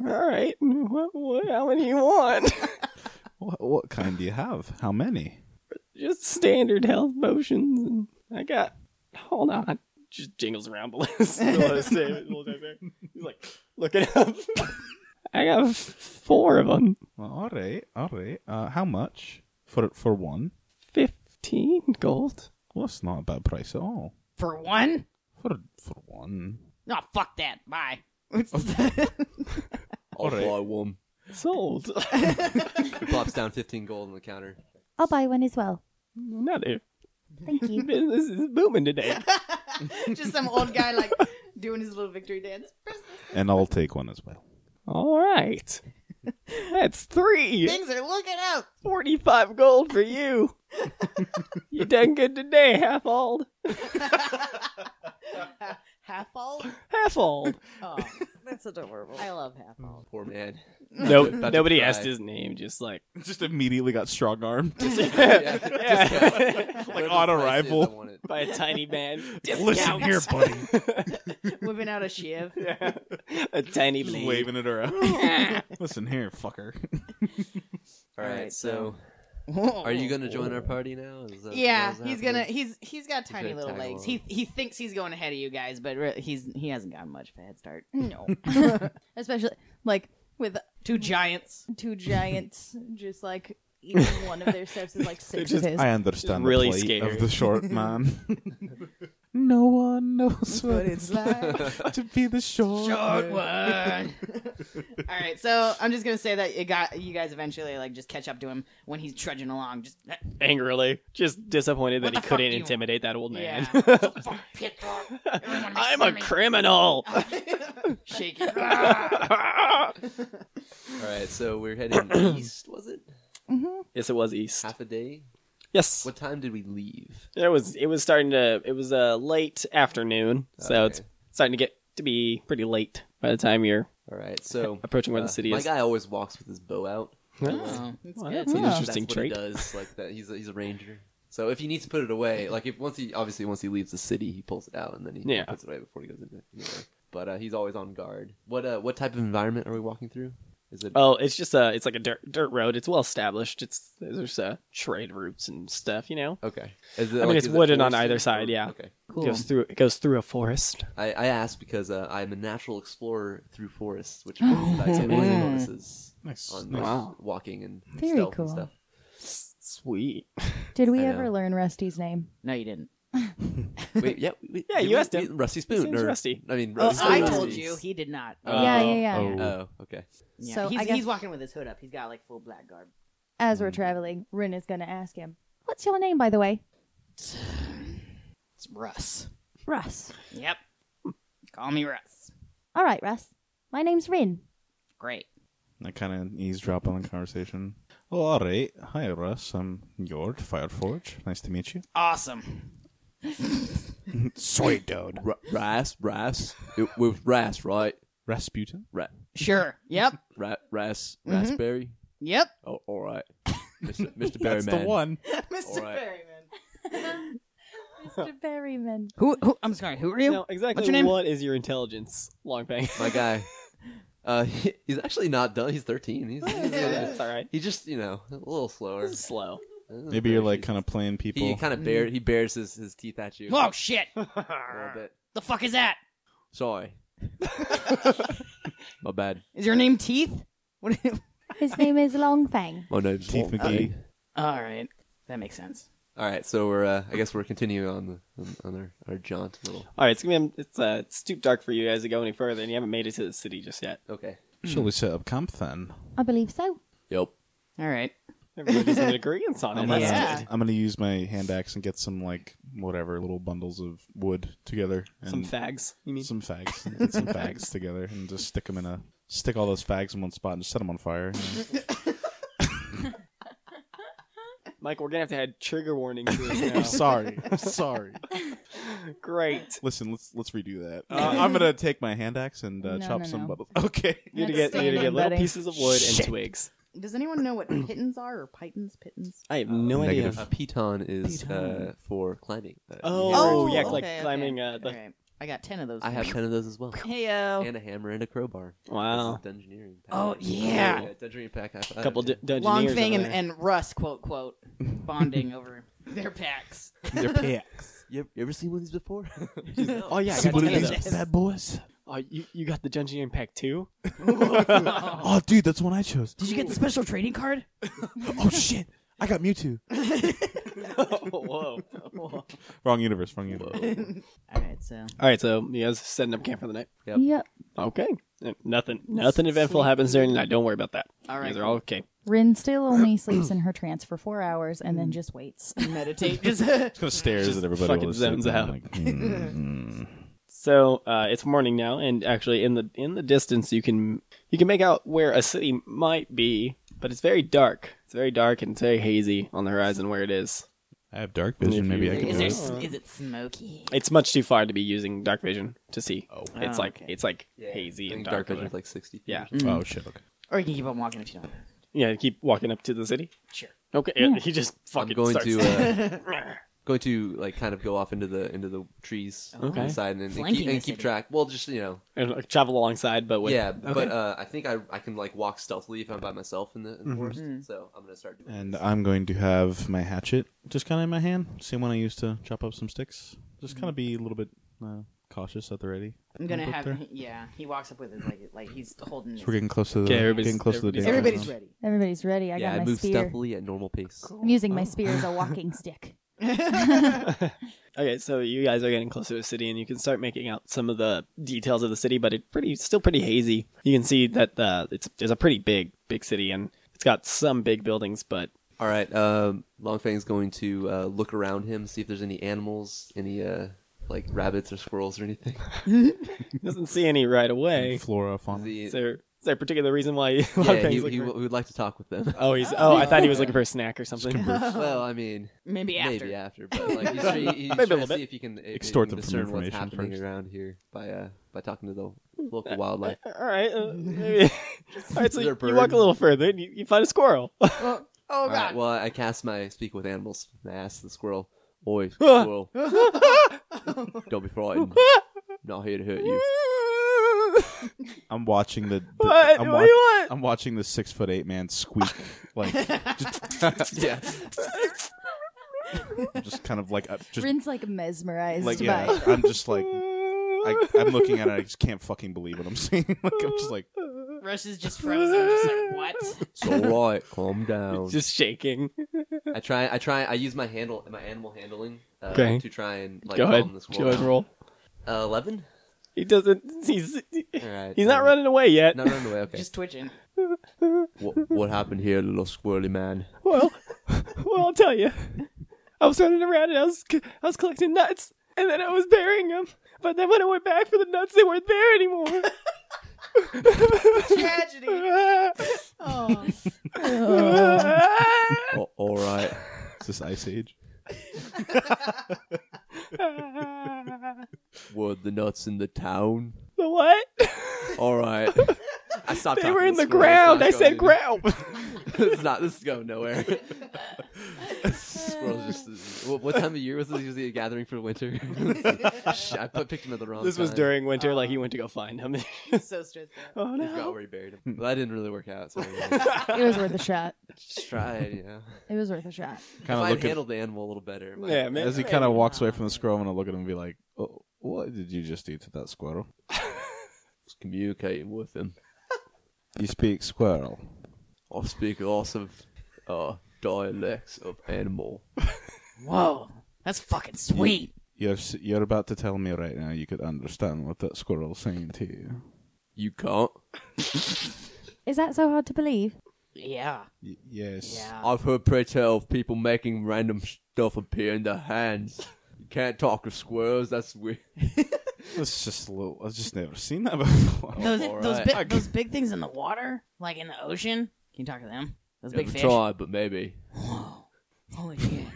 [SPEAKER 4] All right. What, what, how many you want?
[SPEAKER 1] What, what kind do you have? How many?
[SPEAKER 4] Just standard health potions. And I got. Hold on. Just jingles around below. his- below his table, below his table. He's like looking up. I got f- four of them.
[SPEAKER 1] Well, all right, all right. Uh, how much for for one?
[SPEAKER 4] Fifteen gold.
[SPEAKER 1] Well, that's not a bad price at all.
[SPEAKER 3] For one?
[SPEAKER 1] For for one.
[SPEAKER 3] No, fuck that. Bye.
[SPEAKER 6] I'll
[SPEAKER 1] Alright.
[SPEAKER 6] buy one.
[SPEAKER 4] Sold.
[SPEAKER 6] He plops down 15 gold on the counter.
[SPEAKER 2] I'll buy one as well.
[SPEAKER 4] Another
[SPEAKER 2] Thank you.
[SPEAKER 4] business is booming today.
[SPEAKER 3] Just some old guy like doing his little victory dance.
[SPEAKER 1] And I'll take one as well.
[SPEAKER 4] All right. That's three.
[SPEAKER 3] Things are looking up.
[SPEAKER 4] 45 gold for you. you done good today, half old.
[SPEAKER 3] Half old?
[SPEAKER 4] Half old.
[SPEAKER 3] Oh, that's adorable. I love half old.
[SPEAKER 6] Poor man.
[SPEAKER 4] No,
[SPEAKER 6] About to
[SPEAKER 4] nobody
[SPEAKER 6] cry.
[SPEAKER 4] asked his name, just like.
[SPEAKER 1] Just immediately got strong armed.
[SPEAKER 6] Yeah, just
[SPEAKER 4] Yeah.
[SPEAKER 6] whatever
[SPEAKER 1] on
[SPEAKER 6] the
[SPEAKER 1] arrival.
[SPEAKER 6] price is, I want it.
[SPEAKER 4] By a tiny man.
[SPEAKER 1] Listen here, buddy.
[SPEAKER 3] Whipping out a shiv.
[SPEAKER 4] Yeah. A tiny
[SPEAKER 1] Just
[SPEAKER 4] blade.
[SPEAKER 1] waving it around. Listen here, fucker.
[SPEAKER 6] All right,
[SPEAKER 3] Alright,
[SPEAKER 6] so
[SPEAKER 3] so-
[SPEAKER 6] are you going to join our party now? Is that-
[SPEAKER 3] Yeah,
[SPEAKER 6] how's that
[SPEAKER 3] he's gonna.
[SPEAKER 6] happening?
[SPEAKER 3] He's he's got tiny
[SPEAKER 6] gonna
[SPEAKER 3] little
[SPEAKER 6] tag
[SPEAKER 3] legs.
[SPEAKER 6] along.
[SPEAKER 3] He he thinks he's going ahead of you guys, but re- he's he hasn't gotten much of a head start.
[SPEAKER 2] No. Especially like with
[SPEAKER 3] Two giants.
[SPEAKER 2] two giants just like eating one of their steps is like six
[SPEAKER 1] Just-
[SPEAKER 2] of his.
[SPEAKER 1] I understand
[SPEAKER 4] really
[SPEAKER 1] the plight
[SPEAKER 4] scared.
[SPEAKER 1] of the short man. no one knows what it's like to be the short.
[SPEAKER 3] Short
[SPEAKER 1] man.
[SPEAKER 3] one. All right, so I'm just gonna say that it got you guys eventually like just catch up to him when he's trudging along. Just
[SPEAKER 4] Angrily. Just disappointed
[SPEAKER 3] What
[SPEAKER 4] that
[SPEAKER 3] the
[SPEAKER 4] he
[SPEAKER 3] fuck
[SPEAKER 4] couldn't
[SPEAKER 3] do you want?
[SPEAKER 4] intimidate that old man.
[SPEAKER 3] Everyone
[SPEAKER 4] I'm a criminal.
[SPEAKER 3] shaking.
[SPEAKER 6] All right, so we're heading east, was it?
[SPEAKER 4] yes, it was East.
[SPEAKER 6] Half a day?
[SPEAKER 4] Yes.
[SPEAKER 6] What time did we leave?
[SPEAKER 4] It was it was starting to it was uh, late afternoon, so
[SPEAKER 6] Okay.
[SPEAKER 4] it's starting to get to be pretty late by the time you're
[SPEAKER 6] All right, so
[SPEAKER 4] approaching where
[SPEAKER 6] uh,
[SPEAKER 4] the city
[SPEAKER 6] my
[SPEAKER 4] is.
[SPEAKER 6] guy always walks with his bow out.
[SPEAKER 3] Oh, that's
[SPEAKER 4] Well,
[SPEAKER 3] good.
[SPEAKER 4] that's an
[SPEAKER 2] Yeah.
[SPEAKER 4] interesting
[SPEAKER 6] That's
[SPEAKER 4] trait.
[SPEAKER 6] What he does like that. He's a, he's a ranger. So if he needs to put it away, like if once he obviously once he leaves the city, he pulls it out and then he
[SPEAKER 4] Yeah.
[SPEAKER 6] puts it away before he goes into. Anyway. But uh, he's always on guard. What uh, what type of environment are we walking through? Is it
[SPEAKER 4] Oh, it's just a it's like a dirt dirt road. It's well established. It's there's uh, trade routes and stuff. You know,
[SPEAKER 6] okay? Is it,
[SPEAKER 4] I mean, it's
[SPEAKER 6] is it
[SPEAKER 4] wooded on
[SPEAKER 6] forested
[SPEAKER 4] either side,
[SPEAKER 6] or-
[SPEAKER 4] yeah.
[SPEAKER 6] Okay.
[SPEAKER 4] it goes through it goes through a forest.
[SPEAKER 6] I, I asked because uh, I'm a natural explorer through forests,
[SPEAKER 3] Oh,
[SPEAKER 6] which means that I get amazing bonuses
[SPEAKER 1] Nice,
[SPEAKER 6] on
[SPEAKER 1] nice.
[SPEAKER 6] like, walking and
[SPEAKER 2] Very
[SPEAKER 6] stealth
[SPEAKER 2] cool.
[SPEAKER 6] and stuff.
[SPEAKER 4] Sweet.
[SPEAKER 2] Did we
[SPEAKER 6] I
[SPEAKER 2] ever
[SPEAKER 6] know.
[SPEAKER 2] learn Rusty's name?
[SPEAKER 3] No, you didn't.
[SPEAKER 6] Wait, yeah, we,
[SPEAKER 4] Yeah,
[SPEAKER 6] did
[SPEAKER 4] you
[SPEAKER 6] we-
[SPEAKER 4] asked him.
[SPEAKER 6] we- Rusty
[SPEAKER 4] name's
[SPEAKER 6] Spoon. or,
[SPEAKER 4] Rusty.
[SPEAKER 6] I mean,
[SPEAKER 3] Oh,
[SPEAKER 6] Rusty
[SPEAKER 3] I
[SPEAKER 6] Spoon.
[SPEAKER 3] told you he did not.
[SPEAKER 6] Oh.
[SPEAKER 2] yeah, yeah, yeah.
[SPEAKER 1] Oh.
[SPEAKER 6] Oh, okay.
[SPEAKER 3] Uh, Yeah,
[SPEAKER 2] So
[SPEAKER 3] he's,
[SPEAKER 2] I guess-
[SPEAKER 3] he's walking with his hood up. He's got like full black garb.
[SPEAKER 2] As we're traveling, Rin is going to ask him, "What's your name, by the way?"
[SPEAKER 3] It's Russ.
[SPEAKER 2] Russ.
[SPEAKER 3] Yep. Call me Russ.
[SPEAKER 2] All right, Russ. My name's Rin.
[SPEAKER 3] Great.
[SPEAKER 1] I kind of eavesdrop on the conversation. Oh, all right. Hi, Russ. I'm Yord Fireforge. Nice to meet you.
[SPEAKER 3] Awesome.
[SPEAKER 1] Sweet dude.
[SPEAKER 6] R- Ras, Ras, It- with Ras, right?
[SPEAKER 1] Rasputin.
[SPEAKER 6] Ra-
[SPEAKER 3] Sure. Yep.
[SPEAKER 6] ra- Ras,
[SPEAKER 4] Mm-hmm.
[SPEAKER 6] Raspberry.
[SPEAKER 3] Yep.
[SPEAKER 6] Oh, all right, Mr. Mr. Berryman.
[SPEAKER 3] Mr.
[SPEAKER 6] All right.
[SPEAKER 3] Berryman.
[SPEAKER 2] Mr. Berryman.
[SPEAKER 3] Who, who? I'm sorry. Who are you?
[SPEAKER 4] Now, exactly
[SPEAKER 3] What's your name?
[SPEAKER 4] what is your intelligence, Longfang?
[SPEAKER 6] My guy. Uh, he- he's actually not done. He's 13. He's, he's,
[SPEAKER 4] That's all right.
[SPEAKER 6] he's just you know a little slower.
[SPEAKER 4] This is slow.
[SPEAKER 1] Maybe you're like kind of playing people.
[SPEAKER 6] He kind of bare he bares his, his teeth at
[SPEAKER 4] Oh,
[SPEAKER 6] you.
[SPEAKER 3] Whoa, shit.
[SPEAKER 6] A little bit.
[SPEAKER 3] The fuck is that?
[SPEAKER 6] Sorry. My bad.
[SPEAKER 3] Is your name Teeth? What?
[SPEAKER 2] His name is Longfang.
[SPEAKER 6] My name's
[SPEAKER 1] Teeth
[SPEAKER 6] Wong.
[SPEAKER 1] McGee.
[SPEAKER 3] All right. That makes sense.
[SPEAKER 6] All right, so we're uh, I guess we're continuing on the, on, on our, our jaunt a little.
[SPEAKER 4] All right, it's gonna be it's uh it's too dark for you guys to go any further, and you haven't made it to the city just yet.
[SPEAKER 6] Okay.
[SPEAKER 1] Shall we set up camp then?
[SPEAKER 2] I believe so.
[SPEAKER 6] Yep.
[SPEAKER 3] All right.
[SPEAKER 4] Everybody's in agreement on
[SPEAKER 3] Oh
[SPEAKER 4] it.
[SPEAKER 1] I'm,
[SPEAKER 4] That's
[SPEAKER 1] gonna,
[SPEAKER 3] Yeah.
[SPEAKER 1] I'm gonna use my hand axe and get some like whatever little bundles of wood together. And
[SPEAKER 4] Some fags. You mean?
[SPEAKER 1] Some fags. and some fags together and just stick them in a stick all those fags in one spot and just set them on fire. you know?
[SPEAKER 4] Mike, we're gonna have to add trigger warning to this
[SPEAKER 1] sorry. I'm sorry.
[SPEAKER 4] now. Great.
[SPEAKER 1] Listen, let's let's redo that. Uh, I'm gonna take my hand axe and uh,
[SPEAKER 2] No,
[SPEAKER 1] chop
[SPEAKER 2] no,
[SPEAKER 1] some
[SPEAKER 2] no.
[SPEAKER 1] bundles. Okay.
[SPEAKER 4] You need to
[SPEAKER 2] That's
[SPEAKER 4] get you need to
[SPEAKER 2] standing,
[SPEAKER 4] get little
[SPEAKER 2] buddy.
[SPEAKER 4] pieces of wood
[SPEAKER 1] Shit.
[SPEAKER 4] and twigs.
[SPEAKER 3] Does anyone know what pittons are or pitons? Pittons?
[SPEAKER 4] I have no
[SPEAKER 1] Negative.
[SPEAKER 4] idea.
[SPEAKER 6] A piton is Uh, for climbing. Uh,
[SPEAKER 4] Oh,
[SPEAKER 6] you have-
[SPEAKER 3] Oh,
[SPEAKER 4] yeah, like climbing, uh, the-
[SPEAKER 3] All right. I I got ten of those.
[SPEAKER 6] I have ten of those as well,
[SPEAKER 3] Hey
[SPEAKER 6] and a hammer and a crowbar.
[SPEAKER 4] Wow.
[SPEAKER 6] This is Dungeoneering. Pack.
[SPEAKER 3] Oh, yeah.
[SPEAKER 6] Dungeoneering pack. High five.
[SPEAKER 4] couple d- dungeoneers.
[SPEAKER 3] Long thing and,
[SPEAKER 4] over there.
[SPEAKER 3] and Russ quote quote bonding over their packs.
[SPEAKER 1] They're packs.
[SPEAKER 6] You ever, you ever seen one of these before?
[SPEAKER 4] oh yeah, I
[SPEAKER 1] See
[SPEAKER 4] got
[SPEAKER 1] one
[SPEAKER 4] ten
[SPEAKER 1] of
[SPEAKER 4] of
[SPEAKER 1] these
[SPEAKER 4] those.
[SPEAKER 1] bad boys.
[SPEAKER 4] Oh, you, you got the dungeoneering pack too?
[SPEAKER 1] Oh, dude, that's one I chose.
[SPEAKER 3] Did you get the special trading card?
[SPEAKER 1] Oh shit, I got Mewtwo.
[SPEAKER 4] Oh, Whoa.
[SPEAKER 1] Wrong universe. Wrong universe.
[SPEAKER 3] All right, so
[SPEAKER 4] All right, so you guys setting up camp for the night.
[SPEAKER 6] Yep.
[SPEAKER 2] Yep.
[SPEAKER 4] Okay. Eh, Nothing. Nothing eventful happens during the night. Don't worry about that.
[SPEAKER 3] All
[SPEAKER 4] You guys
[SPEAKER 3] right.
[SPEAKER 4] are all okay.
[SPEAKER 2] Rin still only sleeps in her trance for four hours and then just waits.
[SPEAKER 3] meditate. Just
[SPEAKER 1] Kind of stares
[SPEAKER 4] Just
[SPEAKER 1] at everybody.
[SPEAKER 4] fucking
[SPEAKER 1] while they're sitting
[SPEAKER 4] zones
[SPEAKER 1] there,
[SPEAKER 4] out.
[SPEAKER 1] like, mm.
[SPEAKER 4] So uh, it's morning now, and actually in the in the distance you can you can make out where a city might be, but it's very dark. It's very dark and it's very hazy on the horizon where it is.
[SPEAKER 1] I have dark
[SPEAKER 4] If
[SPEAKER 1] vision. Maybe
[SPEAKER 4] you-
[SPEAKER 1] I can
[SPEAKER 3] is
[SPEAKER 1] do
[SPEAKER 3] there
[SPEAKER 1] it.
[SPEAKER 3] s- is it smoky?
[SPEAKER 4] It's much too far to be using dark vision to see. Oh, it's
[SPEAKER 3] Oh,
[SPEAKER 4] like
[SPEAKER 3] okay.
[SPEAKER 4] it's like
[SPEAKER 6] Yeah.
[SPEAKER 4] hazy
[SPEAKER 6] I
[SPEAKER 4] and
[SPEAKER 6] think
[SPEAKER 4] dark.
[SPEAKER 6] dark
[SPEAKER 4] over
[SPEAKER 6] vision
[SPEAKER 4] there.
[SPEAKER 6] like sixty. feet. Mm-hmm.
[SPEAKER 4] Yeah,
[SPEAKER 1] Oh shit. Okay.
[SPEAKER 3] Or you can keep on walking if you don't.
[SPEAKER 4] yeah. Keep walking up to the city.
[SPEAKER 3] Sure.
[SPEAKER 4] Okay, he just
[SPEAKER 6] I'm
[SPEAKER 4] fucking
[SPEAKER 6] going
[SPEAKER 4] starts.
[SPEAKER 6] to uh, going to like kind of go off into the into the trees on
[SPEAKER 4] Okay.
[SPEAKER 6] the side and, and,
[SPEAKER 3] Flanking
[SPEAKER 6] keep,
[SPEAKER 3] the
[SPEAKER 6] and keep
[SPEAKER 3] city.
[SPEAKER 6] track. Well, just you know,
[SPEAKER 4] and, like, travel alongside, but with
[SPEAKER 6] yeah. But uh, I think I, I can like walk stealthily if I'm by myself in the,
[SPEAKER 4] Mm-hmm.
[SPEAKER 6] in the forest.
[SPEAKER 3] Mm-hmm.
[SPEAKER 6] So I'm gonna start doing.
[SPEAKER 1] And I'm going to have my hatchet just kind of in my hand, same one I used to chop up some sticks. Just kind of be a little bit uh, cautious at the ready.
[SPEAKER 3] I'm gonna
[SPEAKER 1] Up
[SPEAKER 3] have.
[SPEAKER 1] there.
[SPEAKER 3] Yeah, he walks up with his like like he's holding.
[SPEAKER 1] We're
[SPEAKER 3] His,
[SPEAKER 1] getting close to the
[SPEAKER 4] Okay, everybody's-
[SPEAKER 1] getting close to the
[SPEAKER 4] everybody's-
[SPEAKER 1] danger
[SPEAKER 3] everybody's
[SPEAKER 1] zone.
[SPEAKER 3] ready.
[SPEAKER 2] Everybody's ready. I
[SPEAKER 6] yeah,
[SPEAKER 2] got
[SPEAKER 6] I
[SPEAKER 2] my
[SPEAKER 6] move
[SPEAKER 2] spear.
[SPEAKER 6] stealthily at normal pace.
[SPEAKER 2] I'm using
[SPEAKER 4] Oh.
[SPEAKER 2] my spear as a walking stick.
[SPEAKER 4] Okay, so you guys are getting closer to the city, and you can start making out some of the details of the city, but it's pretty still pretty hazy. You can see that uh, it's it's a pretty big big city, and it's got some big buildings, but
[SPEAKER 6] All right, um, Longfang's going to uh, look around him, see if there's any animals, any uh, like rabbits or squirrels or anything.
[SPEAKER 4] doesn't see any right away.
[SPEAKER 1] Flora, fauna.
[SPEAKER 6] The-
[SPEAKER 4] Is there is there a particular reason why?
[SPEAKER 6] yeah,
[SPEAKER 4] Longfang's
[SPEAKER 6] he, he,
[SPEAKER 4] looking
[SPEAKER 6] w-
[SPEAKER 4] for-
[SPEAKER 6] would like to talk with them.
[SPEAKER 4] Oh, he's oh, I thought he was looking for a snack or something.
[SPEAKER 6] well, I mean,
[SPEAKER 3] Maybe after.
[SPEAKER 6] maybe after, but like he's, try- he's
[SPEAKER 4] Maybe a
[SPEAKER 6] trying
[SPEAKER 4] little
[SPEAKER 6] to see
[SPEAKER 4] bit.
[SPEAKER 6] if he can if he
[SPEAKER 1] Extort
[SPEAKER 6] can
[SPEAKER 1] them from
[SPEAKER 6] discern what's
[SPEAKER 1] information
[SPEAKER 6] happening
[SPEAKER 1] first.
[SPEAKER 6] around here by uh, by talking to the local wildlife.
[SPEAKER 4] All right, uh, maybe. all right. So
[SPEAKER 6] Is there
[SPEAKER 4] you
[SPEAKER 6] a bird?
[SPEAKER 4] walk a little further, and you, you find a squirrel.
[SPEAKER 3] Oh, oh
[SPEAKER 6] All
[SPEAKER 3] god.
[SPEAKER 6] right, well, I cast my speak with animals. and I ask the squirrel, "Oi,
[SPEAKER 4] Oh,
[SPEAKER 6] squirrel, don't be frightened. Not here to hurt you."
[SPEAKER 1] I'm watching the. the-
[SPEAKER 4] What?
[SPEAKER 1] I'm,
[SPEAKER 4] What do you want?
[SPEAKER 1] I'm watching the six foot eight man squeak, like just,
[SPEAKER 6] yeah,
[SPEAKER 1] just kind of like uh, just
[SPEAKER 2] Rin's like mesmerized
[SPEAKER 1] like
[SPEAKER 2] by
[SPEAKER 1] yeah. I'm just like I, I'm looking at it. I just can't fucking believe what I'm seeing. like I'm just like
[SPEAKER 3] Russ is just frozen. just like what?
[SPEAKER 6] it's all right. Calm down.
[SPEAKER 4] Just shaking.
[SPEAKER 6] I try. I try. I use my handle, my animal handling, uh,
[SPEAKER 4] Okay.
[SPEAKER 6] to try and like
[SPEAKER 4] Go ahead.
[SPEAKER 6] calm the
[SPEAKER 4] Go
[SPEAKER 6] squirrel.
[SPEAKER 4] ahead. Roll.
[SPEAKER 6] Uh, Eleven.
[SPEAKER 4] He doesn't. He's
[SPEAKER 6] All right.
[SPEAKER 4] he's not
[SPEAKER 6] um,
[SPEAKER 4] running away yet.
[SPEAKER 6] Not running away. Okay.
[SPEAKER 3] Just twitching.
[SPEAKER 6] what, what happened here, little squirrely man?
[SPEAKER 4] Well, well, I'll tell you. I was running around and I was c- I was collecting nuts, and then I was burying them. But then when I went back for the nuts, they weren't there anymore.
[SPEAKER 3] Tragedy. Oh.
[SPEAKER 6] Oh, all right.
[SPEAKER 1] is this Ice Age?
[SPEAKER 6] Were the nuts in the town?
[SPEAKER 4] the what?
[SPEAKER 6] All right. I stopped.
[SPEAKER 4] They
[SPEAKER 6] talking
[SPEAKER 4] were
[SPEAKER 6] to
[SPEAKER 4] in the ground.
[SPEAKER 6] squirrel. It's not
[SPEAKER 4] I said
[SPEAKER 6] going
[SPEAKER 4] ground.
[SPEAKER 6] any- it's not. This is going nowhere. Squirrels just. What, what time of year was this? Usually a gathering for winter. Shit, I put- picked him at the wrong.
[SPEAKER 4] This was
[SPEAKER 6] time.
[SPEAKER 4] during winter. Like
[SPEAKER 6] Uh,
[SPEAKER 4] he went to go find them.
[SPEAKER 3] so stressed out.
[SPEAKER 4] oh
[SPEAKER 6] I forgot
[SPEAKER 4] no.
[SPEAKER 6] where he buried him. Well, that didn't really work out. So yeah.
[SPEAKER 2] it was worth a shot.
[SPEAKER 6] just tried, you know.
[SPEAKER 2] It was worth a shot.
[SPEAKER 1] Kind
[SPEAKER 6] if
[SPEAKER 1] of
[SPEAKER 6] I
[SPEAKER 1] look at
[SPEAKER 6] handled the animal a little better. it might-
[SPEAKER 4] Yeah, man.
[SPEAKER 1] as he kind of walks away from the squirrel. I'm gonna look at him and be like, oh, "What did you just do to that squirrel?
[SPEAKER 6] was communicating with him.
[SPEAKER 1] You speak squirrel."
[SPEAKER 6] I speak lots of uh, dialects of animal.
[SPEAKER 3] Whoa. That's fucking sweet.
[SPEAKER 1] You're s- you're about to tell me right now you could understand what that squirrel's saying to you.
[SPEAKER 6] You can't.
[SPEAKER 2] Is that so hard to believe?
[SPEAKER 3] Yeah.
[SPEAKER 1] Y- yes.
[SPEAKER 3] Yeah.
[SPEAKER 6] I've heard pray tell of people making random stuff appear in their hands. You can't talk with squirrels. That's weird.
[SPEAKER 1] That's just a little. I've just never seen that before.
[SPEAKER 3] Those
[SPEAKER 6] all
[SPEAKER 3] those
[SPEAKER 6] right.
[SPEAKER 3] bi- those big things in the water, like in the ocean. Can you talk to them? Those big
[SPEAKER 6] Never
[SPEAKER 3] fish.
[SPEAKER 6] tried, but maybe.
[SPEAKER 3] Holy shit.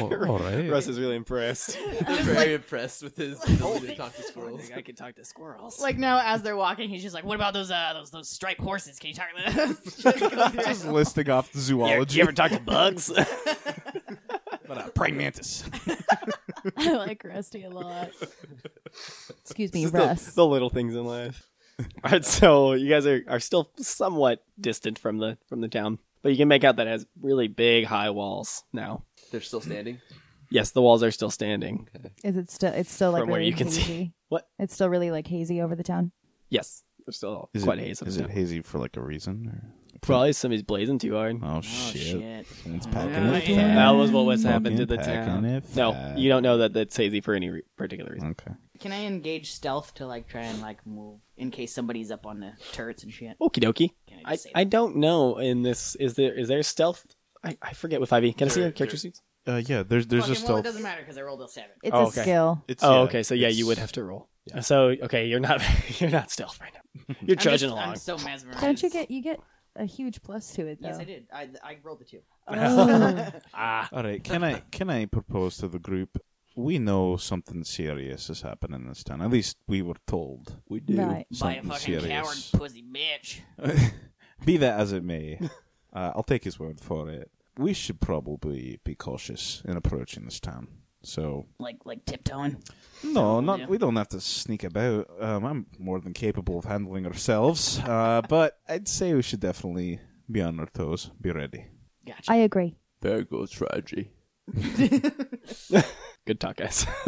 [SPEAKER 1] Oh, all right.
[SPEAKER 4] Russ is really impressed.
[SPEAKER 6] I'm very impressed with his ability to talk to squirrels.
[SPEAKER 4] I can talk to squirrels.
[SPEAKER 3] like now, as they're walking, he's just like, "What about those uh those those striped horses? Can you talk to them?" Just go through.
[SPEAKER 1] just listing off the zoology.
[SPEAKER 4] talk to bugs?
[SPEAKER 1] But, uh, praying mantis.
[SPEAKER 2] I like Rusty a lot. Excuse me,
[SPEAKER 4] This is the-
[SPEAKER 2] Russ.
[SPEAKER 4] The, little things in life. All right, so you guys are, are still somewhat distant from the from the town, but you can make out that it has really big high walls now.
[SPEAKER 6] They're still standing.
[SPEAKER 4] Yes, the walls are still standing.
[SPEAKER 2] Is it still? It's still like
[SPEAKER 4] From
[SPEAKER 2] really
[SPEAKER 4] where you can see.
[SPEAKER 2] hazy.
[SPEAKER 4] What?
[SPEAKER 2] It's still really like hazy over the town.
[SPEAKER 4] Yes, they're still
[SPEAKER 1] Is
[SPEAKER 4] quite
[SPEAKER 1] it,
[SPEAKER 4] hazy.
[SPEAKER 1] Is it hazy for like a reason?
[SPEAKER 4] Probably somebody's blazing too hard.
[SPEAKER 1] Or... Oh,
[SPEAKER 3] Oh,
[SPEAKER 1] shit!
[SPEAKER 3] shit.
[SPEAKER 1] Someone's packing
[SPEAKER 3] Oh,
[SPEAKER 1] it.
[SPEAKER 3] yeah.
[SPEAKER 4] That was what was
[SPEAKER 1] Fucking
[SPEAKER 4] happened to the
[SPEAKER 1] packing
[SPEAKER 4] town.
[SPEAKER 1] it Uh,
[SPEAKER 4] No,
[SPEAKER 1] fat.
[SPEAKER 4] you don't know that that's hazy for any re- particular reason.
[SPEAKER 1] Okay.
[SPEAKER 3] Can I engage stealth to like try and like move in case somebody's up on the turrets and shit?
[SPEAKER 1] Mm.
[SPEAKER 4] Okie dokie.
[SPEAKER 3] Can I
[SPEAKER 4] I,
[SPEAKER 3] just say
[SPEAKER 4] I don't know in this is there is there stealth? I, I forget with 5e. Can I see your character sheets?
[SPEAKER 1] Uh, yeah, there's there's
[SPEAKER 3] Fucking,
[SPEAKER 1] a
[SPEAKER 3] well, it
[SPEAKER 1] stealth.
[SPEAKER 3] doesn't matter because I rolled a seven.
[SPEAKER 2] It's
[SPEAKER 4] Oh,
[SPEAKER 2] a
[SPEAKER 4] okay.
[SPEAKER 2] skill.
[SPEAKER 1] It's,
[SPEAKER 4] Oh,
[SPEAKER 1] yeah,
[SPEAKER 4] okay. So yeah, you
[SPEAKER 1] it's-
[SPEAKER 4] would have to roll. So okay, you're not you're not stealth right now. You're
[SPEAKER 3] I'm
[SPEAKER 4] trudging
[SPEAKER 3] just-
[SPEAKER 4] along.
[SPEAKER 3] I'm so mesmerized.
[SPEAKER 2] Don't you get you get a huge plus to it though?
[SPEAKER 3] Yes, I did. I, I rolled a two.
[SPEAKER 2] Oh.
[SPEAKER 4] ah,
[SPEAKER 1] All right, can I can I propose to the group? We know something serious has happened in this town. At least we were told. We do.
[SPEAKER 2] Right.
[SPEAKER 3] By a
[SPEAKER 1] Something
[SPEAKER 3] fucking coward,
[SPEAKER 1] serious.
[SPEAKER 3] pussy bitch.
[SPEAKER 1] Be that as it may, uh, I'll take his word for it. We should probably be cautious in approaching this town. So
[SPEAKER 3] Like like tiptoeing.
[SPEAKER 1] no, not
[SPEAKER 3] yeah.
[SPEAKER 1] we don't have to sneak about. Um, I'm more than capable of handling ourselves. Uh, but I'd say we should definitely be on our toes. Be ready.
[SPEAKER 3] Gotcha.
[SPEAKER 2] I agree.
[SPEAKER 6] There goes tragedy.
[SPEAKER 4] good talk, guys.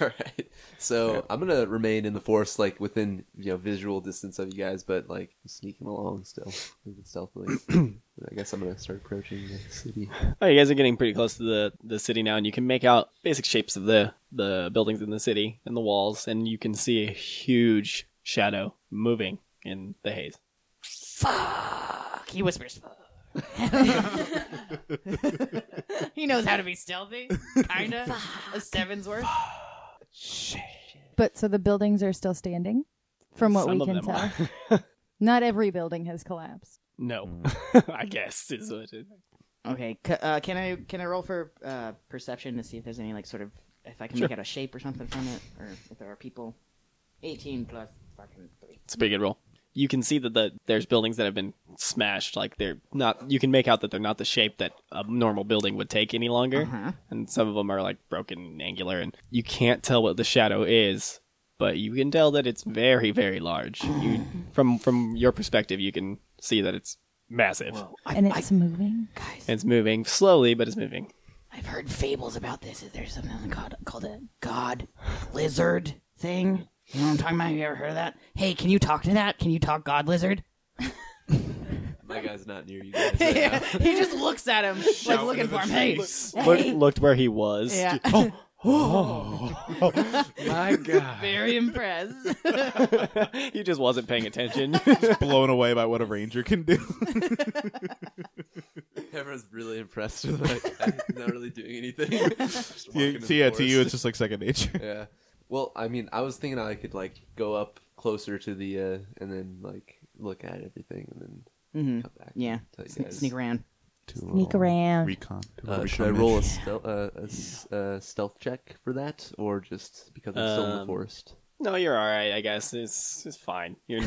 [SPEAKER 6] All right. So I'm gonna remain in the forest, like within you know visual distance of you guys, but like sneaking along still, moving stealthily. I guess I'm gonna start approaching the city.
[SPEAKER 4] Oh, you guys are getting pretty close to the, the city now, and you can make out basic shapes of the, the buildings in the city and the walls, and you can see a huge shadow moving in the haze.
[SPEAKER 3] Fuck. He whispers. Fuck. he knows how to be stealthy, kinda. a seven's worth.
[SPEAKER 2] But so the buildings are still standing, from what
[SPEAKER 4] Some
[SPEAKER 2] we
[SPEAKER 4] of
[SPEAKER 2] can
[SPEAKER 4] them
[SPEAKER 2] tell.
[SPEAKER 4] are.
[SPEAKER 2] Not every building has collapsed.
[SPEAKER 4] No,
[SPEAKER 1] Mm.
[SPEAKER 4] I guess is what it.
[SPEAKER 3] Okay. C- uh, can I can I roll for uh, perception to see if there's any like sort of if I can make out a shape or something from it, or if there are people? Eighteen plus fucking three.
[SPEAKER 4] It's a pretty good roll. You can see that the there's buildings that have been smashed. Like they're not. You can make out that they're not the shape that a normal building would take any longer.
[SPEAKER 3] Uh-huh.
[SPEAKER 4] And some of them are like broken and angular, and you can't tell what the shadow is, but you can tell that it's very, very large. You, from from your perspective, you can see that it's massive.
[SPEAKER 3] I,
[SPEAKER 2] and it's moving.
[SPEAKER 3] I, guys,
[SPEAKER 4] And It's moving slowly, but it's moving.
[SPEAKER 3] I've heard fables about this. Is there something called called a god lizard thing? You know what I'm talking about? You ever heard of that? Hey, can you talk to that? Can you talk god lizard?
[SPEAKER 6] My guy's not near you guys. Right now.
[SPEAKER 3] he just looks at him, like looking for him. Hey,
[SPEAKER 4] Look, looked where he was.
[SPEAKER 3] yeah,
[SPEAKER 4] My God,
[SPEAKER 3] very impressed.
[SPEAKER 4] he just wasn't paying attention.
[SPEAKER 1] Blown away by what a ranger can do.
[SPEAKER 6] Everyone's really impressed with like I'm not really doing anything. Just walking in the
[SPEAKER 1] yeah, to you,
[SPEAKER 6] forest.
[SPEAKER 1] it's just like second nature.
[SPEAKER 6] Yeah. Well, I mean, I was thinking I could like go up closer to the uh and then like look at everything and then
[SPEAKER 3] Mhm.
[SPEAKER 6] come back.
[SPEAKER 3] Yeah,
[SPEAKER 6] and tell you
[SPEAKER 3] Sne-
[SPEAKER 6] guys.
[SPEAKER 3] sneak around.
[SPEAKER 2] Sneak around.
[SPEAKER 1] Recon.
[SPEAKER 6] Uh, should I roll a, stealth uh, a s- uh, stealth check for that, or just because I'm still in the
[SPEAKER 4] Um,
[SPEAKER 6] forest?
[SPEAKER 4] no, you're all right. I guess it's it's fine. You're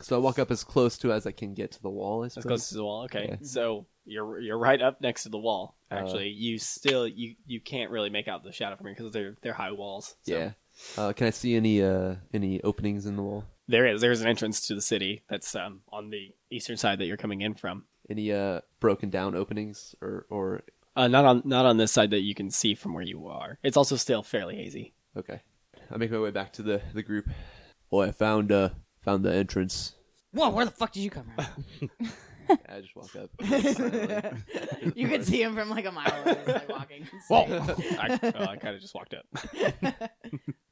[SPEAKER 6] So I walk up as close to as I can get to the wall. I
[SPEAKER 4] As
[SPEAKER 6] suppose.
[SPEAKER 4] close to the wall. Okay,
[SPEAKER 6] Okay.
[SPEAKER 4] so you're you're right up next to the wall.
[SPEAKER 6] Uh,
[SPEAKER 4] Actually, you still you you can't really make out the shadow from here because they're they're high walls. So.
[SPEAKER 6] Yeah. Uh, can I see any uh, any openings in the wall?
[SPEAKER 4] there is there is an entrance to the city that's um on the eastern side that you're coming in from.
[SPEAKER 6] Any uh, broken down openings, or or
[SPEAKER 4] Uh, not on not on this side that you can see from where you are. It's also still fairly hazy.
[SPEAKER 6] okay. I make my way back to the the group. Oh, I found uh found the entrance.
[SPEAKER 3] Whoa, where the fuck did you come from?
[SPEAKER 6] I just walk up. silently.
[SPEAKER 3] you could see him from like a mile away, like walking.
[SPEAKER 4] I, oh, I kind of just walked up.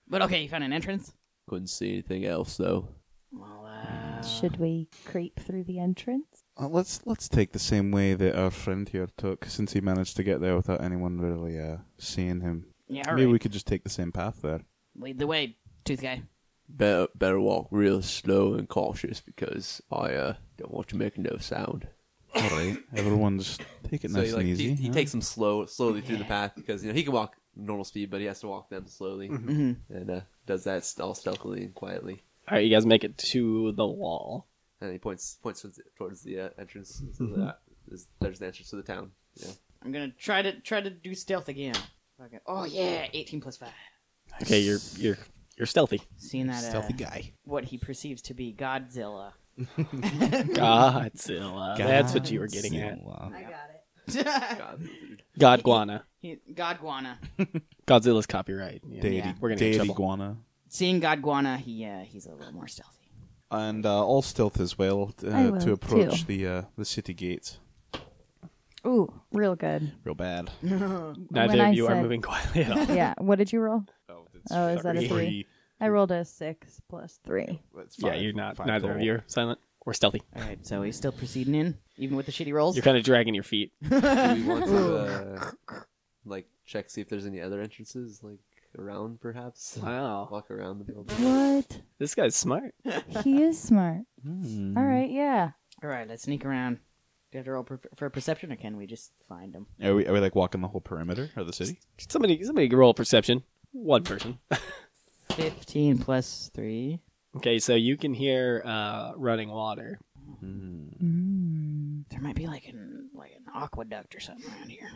[SPEAKER 3] But okay, you found an entrance.
[SPEAKER 6] Couldn't see anything else though.
[SPEAKER 3] Well, uh,
[SPEAKER 2] Should we creep through the entrance?
[SPEAKER 1] Uh, let's let's take the same way that our friend here took, since he managed to get there without anyone really uh, seeing him.
[SPEAKER 3] yeah, all
[SPEAKER 1] Maybe
[SPEAKER 3] right.
[SPEAKER 1] we could just take the same path there.
[SPEAKER 3] Lead the way, tooth guy.
[SPEAKER 6] Better better walk real slow and cautious because I uh, don't want to make no sound.
[SPEAKER 1] All right, everyone's take it
[SPEAKER 6] So
[SPEAKER 1] nice
[SPEAKER 6] he, like,
[SPEAKER 1] and easy.
[SPEAKER 6] he, he
[SPEAKER 1] huh?
[SPEAKER 6] takes them slow, slowly through the path because you know he can walk normal speed, but he has to walk them slowly, and uh, does that st- all stealthily and quietly.
[SPEAKER 4] All right, you guys make it to the wall.
[SPEAKER 6] Mm-hmm. And he points points towards the, towards the uh, entrance. So that is, there's the entrance to the town. Yeah.
[SPEAKER 3] I'm gonna try to try to do stealth again. Fucking- Oh yeah, 18 plus five.
[SPEAKER 4] Okay, you're you're you're stealthy.
[SPEAKER 3] Seeing that uh,
[SPEAKER 1] Stealthy guy.
[SPEAKER 3] what he perceives to be Godzilla.
[SPEAKER 4] Godzilla. That's what you were getting at.
[SPEAKER 1] Godzilla.
[SPEAKER 6] God.
[SPEAKER 4] God guana.
[SPEAKER 3] He- Godguana.
[SPEAKER 4] Godzilla's copyright. Yeah.
[SPEAKER 1] Deity,
[SPEAKER 3] Yeah.
[SPEAKER 4] We're gonna get in
[SPEAKER 1] deity
[SPEAKER 4] trouble.
[SPEAKER 1] guana.
[SPEAKER 3] Seeing Godguana, he uh, he's a little more stealthy.
[SPEAKER 1] And uh, all stealth as well uh,
[SPEAKER 2] I will,
[SPEAKER 1] to approach
[SPEAKER 2] too.
[SPEAKER 1] the uh, the city gates.
[SPEAKER 2] Ooh, real good.
[SPEAKER 1] Real bad.
[SPEAKER 4] Neither
[SPEAKER 2] When I
[SPEAKER 4] of you are
[SPEAKER 2] said-
[SPEAKER 4] moving quietly at all.
[SPEAKER 2] Yeah. What did you roll?
[SPEAKER 6] Oh, it's
[SPEAKER 2] Oh, is that a three?
[SPEAKER 1] Three.
[SPEAKER 2] I
[SPEAKER 4] Mm.
[SPEAKER 2] rolled a six plus three.
[SPEAKER 1] That's
[SPEAKER 4] yeah,
[SPEAKER 1] five-
[SPEAKER 4] you're not.
[SPEAKER 1] five
[SPEAKER 4] Neither of
[SPEAKER 1] total.
[SPEAKER 4] you are silent or stealthy.
[SPEAKER 3] All right, so he's still proceeding in, even with the shitty rolls.
[SPEAKER 4] You're kind of dragging your feet.
[SPEAKER 6] Do we want to uh, like check see if there's any other entrances like around perhaps?
[SPEAKER 4] Wow,
[SPEAKER 6] Walk around the building.
[SPEAKER 2] What?
[SPEAKER 4] this guy's smart.
[SPEAKER 2] he is smart.
[SPEAKER 1] Hmm.
[SPEAKER 2] All right. Yeah.
[SPEAKER 3] All right, let's sneak around. Do you have to roll per- for perception, or can we just find him?
[SPEAKER 1] Are we, are we like walking the whole perimeter of the city?
[SPEAKER 4] Somebody, somebody, roll perception. One person.
[SPEAKER 3] 15 plus three.
[SPEAKER 4] Okay, so you can hear uh, running water. Mm.
[SPEAKER 3] There might be like an like an aqueduct or something around here.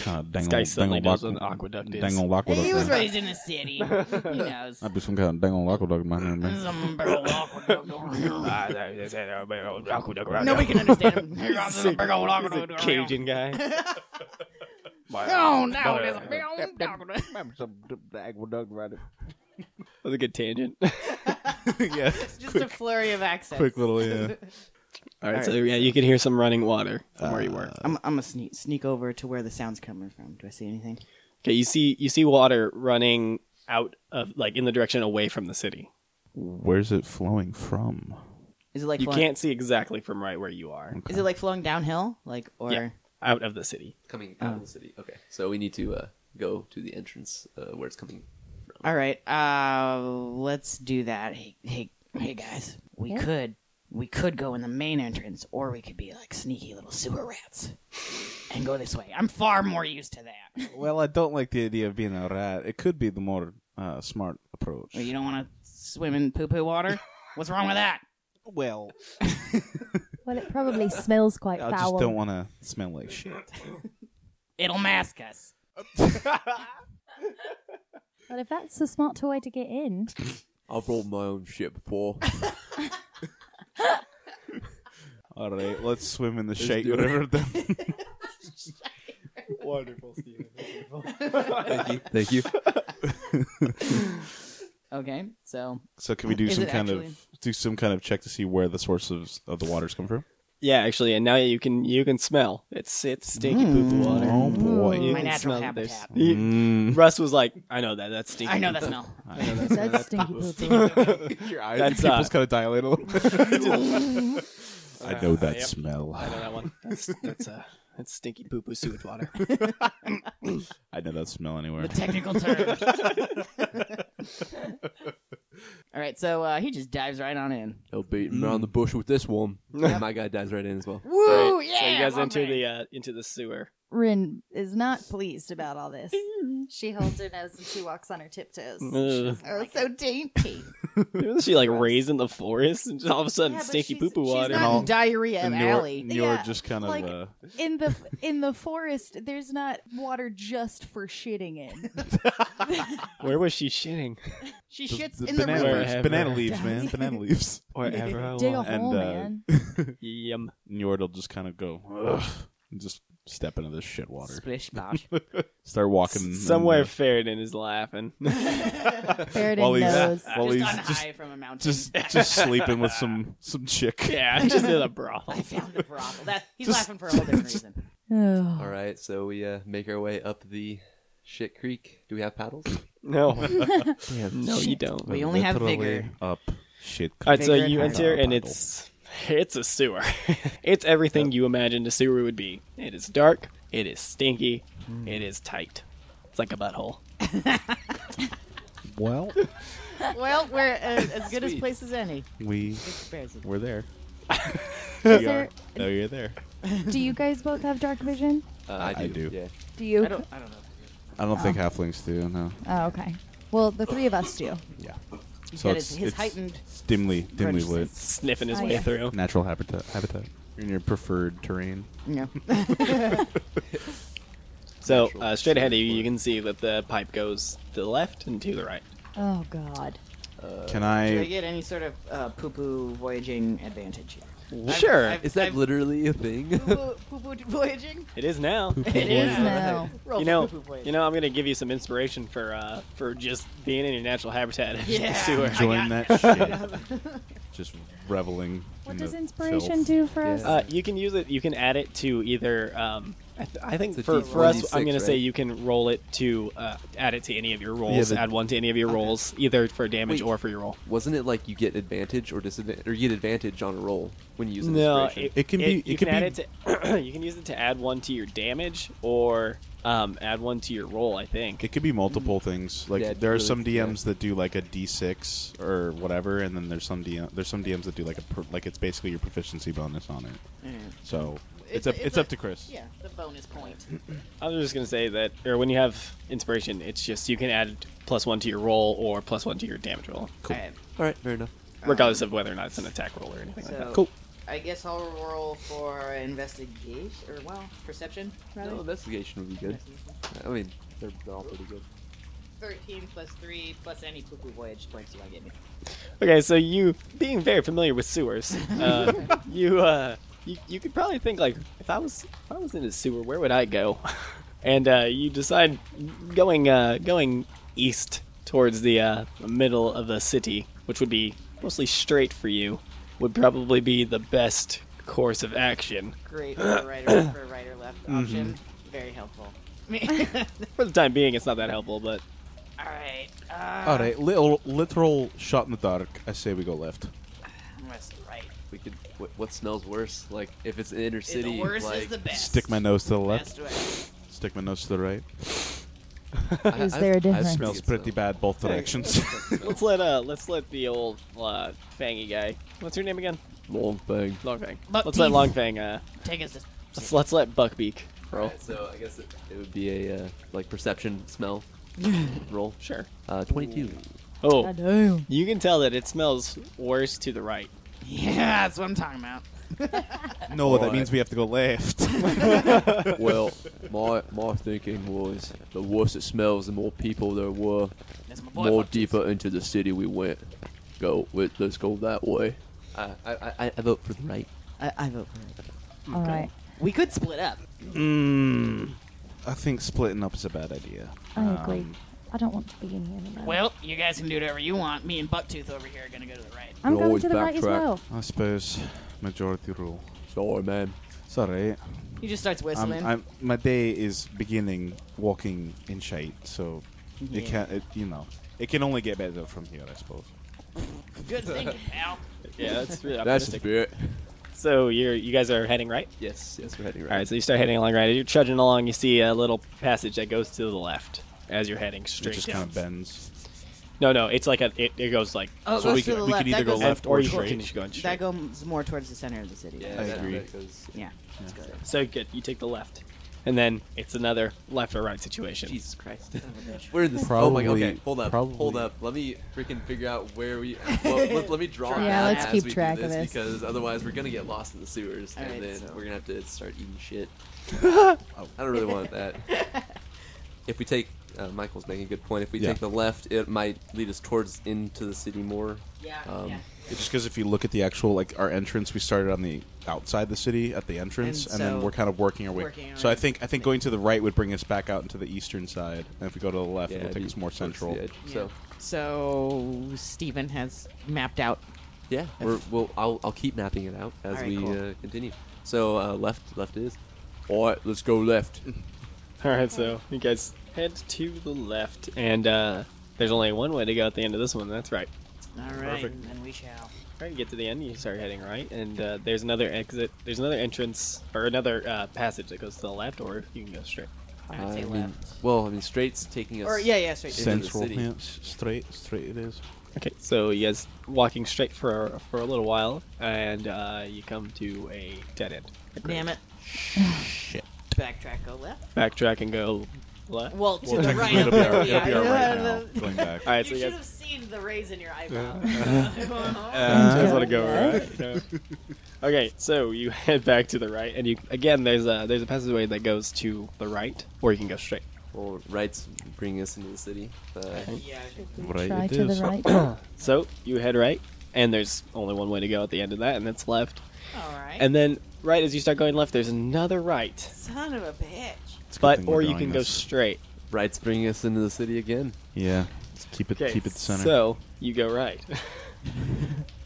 [SPEAKER 1] Kind of
[SPEAKER 4] This guy suddenly knows what an aqueduct is.
[SPEAKER 1] Dangle aqueduct.
[SPEAKER 3] He was
[SPEAKER 1] man.
[SPEAKER 3] raised in the city. He knows.
[SPEAKER 1] I'd be some kind of dangle aqueduct man.
[SPEAKER 3] There's
[SPEAKER 1] man.
[SPEAKER 3] some big old aqueduct over here.
[SPEAKER 4] Nobody
[SPEAKER 3] Nobody can understand him. There's a big old
[SPEAKER 4] He's a
[SPEAKER 3] aqueduct over here.
[SPEAKER 4] Cajun guy.
[SPEAKER 3] Oh no, there's a big old aqueduct.
[SPEAKER 4] That's a good tangent.
[SPEAKER 1] yeah.
[SPEAKER 3] Just a flurry of accents.
[SPEAKER 1] Quick little yeah.
[SPEAKER 4] All right, so yeah, you can hear some running water from where you were.
[SPEAKER 3] I'm, I'm gonna sneak, sneak over to where the sound's coming from. Do I see anything?
[SPEAKER 4] Okay, you see, you see water running out of like in the direction away from the city.
[SPEAKER 1] Where's it flowing from?
[SPEAKER 3] Is it like
[SPEAKER 4] You
[SPEAKER 3] flowing,
[SPEAKER 4] can't see exactly from right where you are,
[SPEAKER 3] Is it like flowing downhill? Like or
[SPEAKER 4] Yeah. out of the city.
[SPEAKER 6] Coming out of the city. Okay, so we need to uh, go to the entrance uh, where it's coming.
[SPEAKER 3] all right. Uh, let's do that. Hey, hey, hey, guys. We
[SPEAKER 2] Yeah.
[SPEAKER 3] could we could go in the main entrance, or we could be like sneaky little sewer rats and go this way. I'm far more used to that.
[SPEAKER 1] Well, I don't like the idea of being a rat. It could be the more uh, smart approach.
[SPEAKER 3] Well, you don't want to swim in poo poo water. What's wrong with that?
[SPEAKER 1] Well,
[SPEAKER 2] Well, it probably smells quite
[SPEAKER 1] I
[SPEAKER 2] foul.
[SPEAKER 1] just don't want to smell like shit.
[SPEAKER 3] It'll mask us.
[SPEAKER 2] But if that's the smart way to get in,
[SPEAKER 6] I've rolled my own shit before.
[SPEAKER 1] All right, let's swim in the
[SPEAKER 6] Let's
[SPEAKER 1] shake
[SPEAKER 6] do it.
[SPEAKER 1] river then.
[SPEAKER 4] Wonderful, Steven. Wonderful.
[SPEAKER 6] Thank you. Thank you.
[SPEAKER 3] Okay, so
[SPEAKER 1] So can we do
[SPEAKER 3] Is
[SPEAKER 1] some
[SPEAKER 3] it
[SPEAKER 1] kind
[SPEAKER 3] actually-
[SPEAKER 1] of do some kind of check to see where the source of, of the waters come from?
[SPEAKER 4] Yeah, actually, and now you can you can smell. It's it's stinky poo poo water.
[SPEAKER 1] Oh
[SPEAKER 4] You
[SPEAKER 1] boy.
[SPEAKER 3] My
[SPEAKER 4] can
[SPEAKER 3] natural
[SPEAKER 4] smell that there's-
[SPEAKER 3] habitat.
[SPEAKER 4] He-
[SPEAKER 1] Mm.
[SPEAKER 4] Russ was like, I know that. That's stinky.
[SPEAKER 3] I know that smell.
[SPEAKER 2] that's stinky poo.
[SPEAKER 6] Your
[SPEAKER 4] That's uh,
[SPEAKER 1] People's kind of dilate a little bit. I know that
[SPEAKER 4] yep. I
[SPEAKER 1] smell.
[SPEAKER 4] know that one. That's that's uh, that's stinky poo poo sewage water.
[SPEAKER 1] I know that smell anywhere.
[SPEAKER 3] The technical term. All right, so uh, he just dives right on in.
[SPEAKER 6] No beating
[SPEAKER 3] Mm.
[SPEAKER 6] around the bush with this one. And my guy dives right in as well.
[SPEAKER 3] Woo!
[SPEAKER 4] Right, So you guys enter the uh, into the sewer.
[SPEAKER 2] Rin is not pleased about all this. She holds her nose and she walks on her tiptoes.
[SPEAKER 1] Mm.
[SPEAKER 4] Ugh.
[SPEAKER 2] Oh, so dainty.
[SPEAKER 4] Isn't she like raised in the forest, and just all of a sudden
[SPEAKER 2] Yeah, but
[SPEAKER 4] stinky
[SPEAKER 2] she's-
[SPEAKER 4] poo poo
[SPEAKER 2] she's
[SPEAKER 4] water.
[SPEAKER 1] And
[SPEAKER 3] Not
[SPEAKER 1] all-
[SPEAKER 3] in diarrhea
[SPEAKER 1] And you're,
[SPEAKER 3] alley.
[SPEAKER 2] you're Yeah,
[SPEAKER 1] just kind of uh,
[SPEAKER 2] like- In the in the forest, there's not water just for shitting in.
[SPEAKER 4] Where was she shitting?
[SPEAKER 3] she
[SPEAKER 1] Just
[SPEAKER 3] shits
[SPEAKER 1] the
[SPEAKER 3] in the
[SPEAKER 1] banana,
[SPEAKER 4] river.
[SPEAKER 3] river.
[SPEAKER 1] leaves,
[SPEAKER 4] Wherever.
[SPEAKER 1] banana leaves, man. Banana leaves.
[SPEAKER 4] Wherever I
[SPEAKER 2] Dig a
[SPEAKER 4] want.
[SPEAKER 1] And,
[SPEAKER 2] hole,
[SPEAKER 1] uh,
[SPEAKER 2] man.
[SPEAKER 4] Yum.
[SPEAKER 1] Njord will just kind of go, ugh, and just step into this shit water.
[SPEAKER 3] Splish splash.
[SPEAKER 1] Start walking uh, in
[SPEAKER 4] Somewhere
[SPEAKER 1] the-
[SPEAKER 4] Faridan is laughing.
[SPEAKER 2] Ferret
[SPEAKER 1] while he's,
[SPEAKER 2] knows.
[SPEAKER 1] while
[SPEAKER 3] just
[SPEAKER 1] he's
[SPEAKER 3] on
[SPEAKER 1] just,
[SPEAKER 3] high from a mountain.
[SPEAKER 1] just just sleeping with some some chick.
[SPEAKER 4] yeah, just in a
[SPEAKER 3] I
[SPEAKER 4] brothel.
[SPEAKER 3] found the brothel. That he's
[SPEAKER 1] Just-
[SPEAKER 3] laughing for a whole different reason.
[SPEAKER 2] Ugh.
[SPEAKER 6] All right, so we uh, make our way up the shit creek. Do we have paddles?
[SPEAKER 4] No, no, you don't.
[SPEAKER 3] We only have
[SPEAKER 1] Literally
[SPEAKER 3] vigor.
[SPEAKER 1] up shit.
[SPEAKER 4] All right, so
[SPEAKER 3] Figure it
[SPEAKER 4] you
[SPEAKER 3] out.
[SPEAKER 4] enter and
[SPEAKER 1] Bible.
[SPEAKER 4] it's it's a sewer. it's everything you imagined a sewer would be. It is dark. It is stinky.
[SPEAKER 3] Hmm.
[SPEAKER 4] It is tight. It's like a butthole.
[SPEAKER 1] Well,
[SPEAKER 3] Well, we're uh, as good as
[SPEAKER 6] Sweet.
[SPEAKER 3] place as any.
[SPEAKER 1] we
[SPEAKER 3] Comparison.
[SPEAKER 1] we're there.
[SPEAKER 2] Is
[SPEAKER 1] we
[SPEAKER 2] there-
[SPEAKER 1] are. No, you're there.
[SPEAKER 2] Do you guys both have dark vision?
[SPEAKER 6] Uh, I, do.
[SPEAKER 1] I do.
[SPEAKER 6] Yeah.
[SPEAKER 2] Do you?
[SPEAKER 3] I don't. I don't know.
[SPEAKER 1] I don't think halflings do. No.
[SPEAKER 2] Oh, okay. Well, the three of us do.
[SPEAKER 1] Yeah.
[SPEAKER 3] He's
[SPEAKER 1] So
[SPEAKER 3] got
[SPEAKER 1] it's-
[SPEAKER 3] his, his
[SPEAKER 1] it's-
[SPEAKER 3] heightened.
[SPEAKER 1] It's dimly dimly lit.
[SPEAKER 4] Sniffing his
[SPEAKER 2] Oh,
[SPEAKER 4] way
[SPEAKER 2] yeah.
[SPEAKER 4] through.
[SPEAKER 1] Natural habitat. Habitat. in your preferred terrain.
[SPEAKER 3] Yeah.
[SPEAKER 4] So uh, straight ahead of you, you can see that the pipe goes to the left and to the right.
[SPEAKER 2] Oh God.
[SPEAKER 1] Can
[SPEAKER 3] Do I
[SPEAKER 1] I?
[SPEAKER 3] get any sort of uh, poo poo voyaging advantage here? I've-
[SPEAKER 4] Sure.
[SPEAKER 3] I've-
[SPEAKER 6] Is that
[SPEAKER 3] I've-
[SPEAKER 6] literally a thing?
[SPEAKER 3] Poo poo voyaging?
[SPEAKER 4] It is now.
[SPEAKER 3] It
[SPEAKER 2] is
[SPEAKER 3] is
[SPEAKER 2] now.
[SPEAKER 3] Roll
[SPEAKER 4] You
[SPEAKER 3] for
[SPEAKER 4] know,
[SPEAKER 3] poo-poo voyaging.
[SPEAKER 4] you know, I'm gonna give you some inspiration for uh, for just being in your natural habitat. as
[SPEAKER 3] Yeah.
[SPEAKER 4] the sewer.
[SPEAKER 1] Join that shit. Just reveling.
[SPEAKER 2] What
[SPEAKER 1] in
[SPEAKER 2] does
[SPEAKER 1] the
[SPEAKER 2] inspiration
[SPEAKER 1] filth.
[SPEAKER 2] do for
[SPEAKER 6] Yeah.
[SPEAKER 2] us?
[SPEAKER 4] Uh, you can use it. You can add it to either. Um, I, th- I think
[SPEAKER 6] It's a
[SPEAKER 4] for,
[SPEAKER 6] D4,
[SPEAKER 4] for us, I'm
[SPEAKER 6] D6,
[SPEAKER 4] going to say
[SPEAKER 6] right?
[SPEAKER 4] you can roll it to uh, add it to any of your rolls.
[SPEAKER 1] the-
[SPEAKER 4] add one to any of your rolls, either for damage
[SPEAKER 6] Wait.
[SPEAKER 4] or for your roll.
[SPEAKER 6] Wasn't it like you get advantage or disadvantage, or you get advantage on a roll when you use an
[SPEAKER 4] No,
[SPEAKER 6] inspiration?
[SPEAKER 1] It can be-
[SPEAKER 4] You
[SPEAKER 1] it
[SPEAKER 4] can,
[SPEAKER 1] can
[SPEAKER 4] add
[SPEAKER 1] be-
[SPEAKER 4] it to. you can use it to add one to your damage or um, add one to your roll. I think.
[SPEAKER 1] It could be multiple things. Like
[SPEAKER 6] Mm-hmm. Yeah, it
[SPEAKER 1] there are
[SPEAKER 6] really
[SPEAKER 1] some
[SPEAKER 6] could, yeah.
[SPEAKER 1] DMs that do like a D6 or whatever, and then there's some DM, there's some DMs that do like a per, like it's basically your proficiency bonus on it.
[SPEAKER 6] Mm.
[SPEAKER 1] So it's, up it's, up to Chris.
[SPEAKER 3] Yeah, the bonus point.
[SPEAKER 4] I was just gonna say that, or when you have inspiration, it's just you can add plus one to your roll or plus one to your damage roll,
[SPEAKER 1] Cool.
[SPEAKER 3] Alright,
[SPEAKER 6] All right, fair enough.
[SPEAKER 4] regardless of whether or not it's an attack roll or anything like
[SPEAKER 3] so
[SPEAKER 4] that.
[SPEAKER 3] I guess I'll roll for investigation, or well, perception. Rather.
[SPEAKER 6] No, investigation would be good. I mean, they're, they're all pretty good.
[SPEAKER 3] 13 plus 3 plus any poo poo voyage points you might get me.
[SPEAKER 4] Okay, so you being very familiar with sewers, uh, you uh, you you could probably think like, if I was if I was in a sewer, where would I go? and uh, you decide going uh, going east towards the uh, middle of the city, which would be mostly straight for you, would probably be the best course of action.
[SPEAKER 3] Great for a right or, for a right or left option. Very helpful.
[SPEAKER 4] For the time being, it's not that helpful, but
[SPEAKER 3] Alright. Uh,
[SPEAKER 1] All right, little literal shot in the dark. I say we go left.
[SPEAKER 3] I'm gonna say right.
[SPEAKER 6] We could. What, what smells worse? Like if it's an inner city,
[SPEAKER 3] the worst
[SPEAKER 6] like
[SPEAKER 3] is the best.
[SPEAKER 1] Stick my nose to the left.
[SPEAKER 3] Best way.
[SPEAKER 1] Stick my nose to the right.
[SPEAKER 6] I-
[SPEAKER 2] Is
[SPEAKER 6] I-
[SPEAKER 2] there a
[SPEAKER 6] I
[SPEAKER 2] difference?
[SPEAKER 6] think
[SPEAKER 1] Smells
[SPEAKER 6] it's
[SPEAKER 1] pretty
[SPEAKER 6] a-
[SPEAKER 1] bad both directions.
[SPEAKER 4] let's let uh let's let the old uh, fangy guy. What's your name again?
[SPEAKER 6] Long thing.
[SPEAKER 4] Longfang.
[SPEAKER 3] Buck
[SPEAKER 4] let's let
[SPEAKER 3] teeth.
[SPEAKER 4] Longfang. Uh,
[SPEAKER 3] Take us to.
[SPEAKER 4] let's, let's let Buckbeak roll.
[SPEAKER 6] Alright, so I guess it, it would be a uh, like perception smell roll.
[SPEAKER 4] Sure.
[SPEAKER 6] Uh, Twenty-two.
[SPEAKER 4] Oh,
[SPEAKER 2] God damn.
[SPEAKER 4] you can tell that it smells worse to the right.
[SPEAKER 3] Yeah, that's what I'm talking about.
[SPEAKER 1] no, that means we have to go left.
[SPEAKER 6] well, my my thinking was the worse it smells, the more people there were,
[SPEAKER 3] That's my boy.
[SPEAKER 6] more
[SPEAKER 3] Buck teeth.
[SPEAKER 6] deeper into the city we went. Go, wait, let's go that way. Uh, I, I I vote for the right.
[SPEAKER 3] I, I vote for it.
[SPEAKER 2] All right.
[SPEAKER 3] We could split up.
[SPEAKER 1] mm, I think splitting up is a bad idea.
[SPEAKER 2] I agree.
[SPEAKER 1] Um,
[SPEAKER 2] I don't want to be in here. anymore.
[SPEAKER 3] Well, you guys can do whatever you want. Me and Bucktooth over here are gonna go to the right.
[SPEAKER 2] I'm
[SPEAKER 6] You
[SPEAKER 1] oh,
[SPEAKER 2] going
[SPEAKER 6] always
[SPEAKER 2] to the right as
[SPEAKER 6] backtrack.
[SPEAKER 2] well.
[SPEAKER 1] I suppose majority rule.
[SPEAKER 6] Sorry, man.
[SPEAKER 1] It's all right.
[SPEAKER 3] He just starts
[SPEAKER 1] I'm,
[SPEAKER 3] whistling.
[SPEAKER 1] Um, I'm, my day is beginning walking in shade, so it
[SPEAKER 3] Yeah.
[SPEAKER 1] can't. It, you know, it can only get better from here, I suppose.
[SPEAKER 3] Good thinking, pal.
[SPEAKER 4] Yeah, that's really
[SPEAKER 6] That's the
[SPEAKER 4] optimistic.
[SPEAKER 6] spirit.
[SPEAKER 4] so you're you guys are heading right.
[SPEAKER 6] Yes, yes, we're heading right.
[SPEAKER 4] All right, so you start heading along right. You're trudging along. You see a little passage that goes to the left as you're heading
[SPEAKER 1] It
[SPEAKER 4] straight
[SPEAKER 1] just
[SPEAKER 4] down.
[SPEAKER 1] kind of bends.
[SPEAKER 4] no, no, it's like a it, it goes like
[SPEAKER 3] Oh, it
[SPEAKER 1] so we
[SPEAKER 3] goes to
[SPEAKER 1] could,
[SPEAKER 3] the
[SPEAKER 1] we
[SPEAKER 3] left.
[SPEAKER 1] could
[SPEAKER 3] That
[SPEAKER 1] either go
[SPEAKER 3] goes-
[SPEAKER 1] left or
[SPEAKER 4] or you can
[SPEAKER 1] straight.
[SPEAKER 4] continue going straight.
[SPEAKER 3] That goes more towards the center of the city.
[SPEAKER 6] Yeah,
[SPEAKER 1] I
[SPEAKER 6] that-
[SPEAKER 1] agree.
[SPEAKER 6] that goes-
[SPEAKER 3] Yeah.
[SPEAKER 4] So good. You take the left, and then it's another left or right situation.
[SPEAKER 6] Jesus Christ. We're in this. oh my
[SPEAKER 1] Probably-
[SPEAKER 6] god. Okay, hold up. Hold
[SPEAKER 1] probably-
[SPEAKER 6] up. Let me freaking figure out where we. Well, let, let me draw. a
[SPEAKER 2] Yeah,
[SPEAKER 6] map
[SPEAKER 2] let's
[SPEAKER 6] as
[SPEAKER 2] keep
[SPEAKER 6] we do
[SPEAKER 2] track of this.
[SPEAKER 6] because otherwise we're gonna get lost in the sewers and
[SPEAKER 3] Alright,
[SPEAKER 6] then
[SPEAKER 3] so-
[SPEAKER 6] we're gonna have to start eating shit. I don't really want that. If we take, uh, Michael's making a good point. If we
[SPEAKER 1] Yeah.
[SPEAKER 6] take the left, it might lead us towards into the city more.
[SPEAKER 3] Yeah.
[SPEAKER 6] Um,
[SPEAKER 3] yeah.
[SPEAKER 1] It's just because if you look at the actual like our entrance, we started on the outside the city at the entrance, and,
[SPEAKER 3] And
[SPEAKER 1] then
[SPEAKER 3] so-
[SPEAKER 1] we're kind of working our way.
[SPEAKER 3] Working our
[SPEAKER 1] so
[SPEAKER 3] way.
[SPEAKER 1] I think I think going to the right would bring us back out into the eastern side, and if we go to the left,
[SPEAKER 6] Yeah,
[SPEAKER 1] it'll take
[SPEAKER 6] be
[SPEAKER 1] us more
[SPEAKER 6] towards the
[SPEAKER 1] central.
[SPEAKER 6] edge,
[SPEAKER 3] Yeah.
[SPEAKER 6] So
[SPEAKER 3] So Steven has mapped out.
[SPEAKER 6] yeah, we're, we'll I'll, I'll keep mapping it out as
[SPEAKER 3] Alright,
[SPEAKER 6] we
[SPEAKER 3] cool.
[SPEAKER 6] uh, continue. So uh, left, left it is. All right, let's go left.
[SPEAKER 4] All right, so you guys head to the left, and uh, there's only one way to go at the end of this one. That's right.
[SPEAKER 3] All right, and then we shall.
[SPEAKER 4] All right, you get to the end, you start heading right, and uh, there's another exit. There's another entrance or another uh, passage that goes to the left, or you can go straight.
[SPEAKER 3] I would say
[SPEAKER 6] mean,
[SPEAKER 3] left.
[SPEAKER 6] Well, Uh, I mean, straight's taking us.
[SPEAKER 3] Or yeah, yeah, straight.
[SPEAKER 6] Sen-
[SPEAKER 1] Central,
[SPEAKER 6] Into the city.
[SPEAKER 1] yeah, s- straight, straight it is.
[SPEAKER 4] Okay, so you guys walking straight for for a little while, and uh, you come to a dead end.
[SPEAKER 3] Damn it.
[SPEAKER 1] Shit.
[SPEAKER 3] Backtrack, go left.
[SPEAKER 4] Backtrack and go What? All
[SPEAKER 3] Well, to
[SPEAKER 1] Well,
[SPEAKER 3] the right.
[SPEAKER 1] technically, it'll be our,
[SPEAKER 3] yeah,
[SPEAKER 1] it'll be our
[SPEAKER 3] yeah,
[SPEAKER 1] right now.
[SPEAKER 3] the-
[SPEAKER 1] Going back.
[SPEAKER 4] right, so
[SPEAKER 3] You
[SPEAKER 4] you
[SPEAKER 3] should
[SPEAKER 4] guys,
[SPEAKER 3] have seen the raise in your eyebrow.
[SPEAKER 4] uh, just let it go. Right? okay, so you head back to the right, and you again there's a there's a passageway that goes to the right, or you can go straight.
[SPEAKER 6] Well, rights bringing us into the city. Uh,
[SPEAKER 3] yeah, I think
[SPEAKER 1] Right
[SPEAKER 2] Try
[SPEAKER 1] it
[SPEAKER 2] to
[SPEAKER 1] is.
[SPEAKER 2] the right.
[SPEAKER 4] So you head right, and there's only one way to go at the end of that, and that's left.
[SPEAKER 3] all right.
[SPEAKER 4] And then right as you start going left, there's another right,
[SPEAKER 3] Son of a bitch.
[SPEAKER 1] It's a good
[SPEAKER 4] but
[SPEAKER 1] thing we're
[SPEAKER 4] or you
[SPEAKER 1] drawing
[SPEAKER 4] can go
[SPEAKER 1] this.
[SPEAKER 4] straight.
[SPEAKER 6] rights bringing us into the city again.
[SPEAKER 1] Yeah. Let's keep it
[SPEAKER 4] Okay,
[SPEAKER 1] keep it centered.
[SPEAKER 4] So you go right,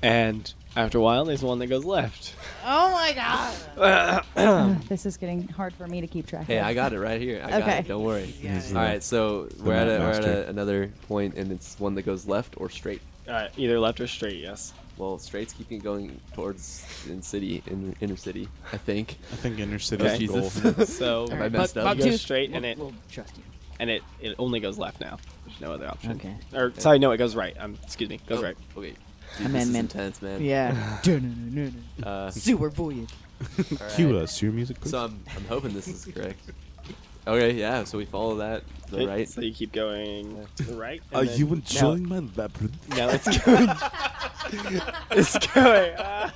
[SPEAKER 4] and after a while, there's one that goes left.
[SPEAKER 3] Oh my god.
[SPEAKER 2] Ugh, this is getting hard for me to keep track.
[SPEAKER 6] Hey,
[SPEAKER 2] of.
[SPEAKER 6] I got it right here. I got
[SPEAKER 2] Okay.
[SPEAKER 6] it. Don't worry.
[SPEAKER 3] Yeah.
[SPEAKER 1] Easy.
[SPEAKER 6] All right, so we're
[SPEAKER 1] map
[SPEAKER 6] at, a, we're at
[SPEAKER 1] master.
[SPEAKER 6] a, another point, and it's one that goes left or straight.
[SPEAKER 4] Uh, either left or straight, yes.
[SPEAKER 6] Well, straight's keeping going towards in city, in inner city, I think. Oh,
[SPEAKER 1] I think inner city
[SPEAKER 4] Okay.
[SPEAKER 1] is the goal.
[SPEAKER 6] Jesus.
[SPEAKER 4] So
[SPEAKER 6] Have I messed
[SPEAKER 4] but,
[SPEAKER 6] up?
[SPEAKER 4] but
[SPEAKER 6] Yes.
[SPEAKER 4] go straight, and it
[SPEAKER 3] We'll trust you.
[SPEAKER 4] and it, it only goes left now. There's no other option.
[SPEAKER 3] Okay.
[SPEAKER 4] Or sorry, no, it goes right. Um, excuse me, goes
[SPEAKER 6] Oh,
[SPEAKER 4] right.
[SPEAKER 6] Okay.
[SPEAKER 3] Amendment.
[SPEAKER 6] Amendment. Intense, man.
[SPEAKER 3] Yeah.
[SPEAKER 6] Uh,
[SPEAKER 3] Sewer voyage.
[SPEAKER 6] all right.
[SPEAKER 1] Cue us, your music. please.
[SPEAKER 6] So I'm, I'm hoping this is correct. Okay, yeah. So we follow that to the
[SPEAKER 4] Okay,
[SPEAKER 6] right.
[SPEAKER 4] So you keep going to the right. and
[SPEAKER 1] Are
[SPEAKER 4] then-
[SPEAKER 1] you enjoying my labyrinth?
[SPEAKER 4] Now, now it's going. it's going. Ah,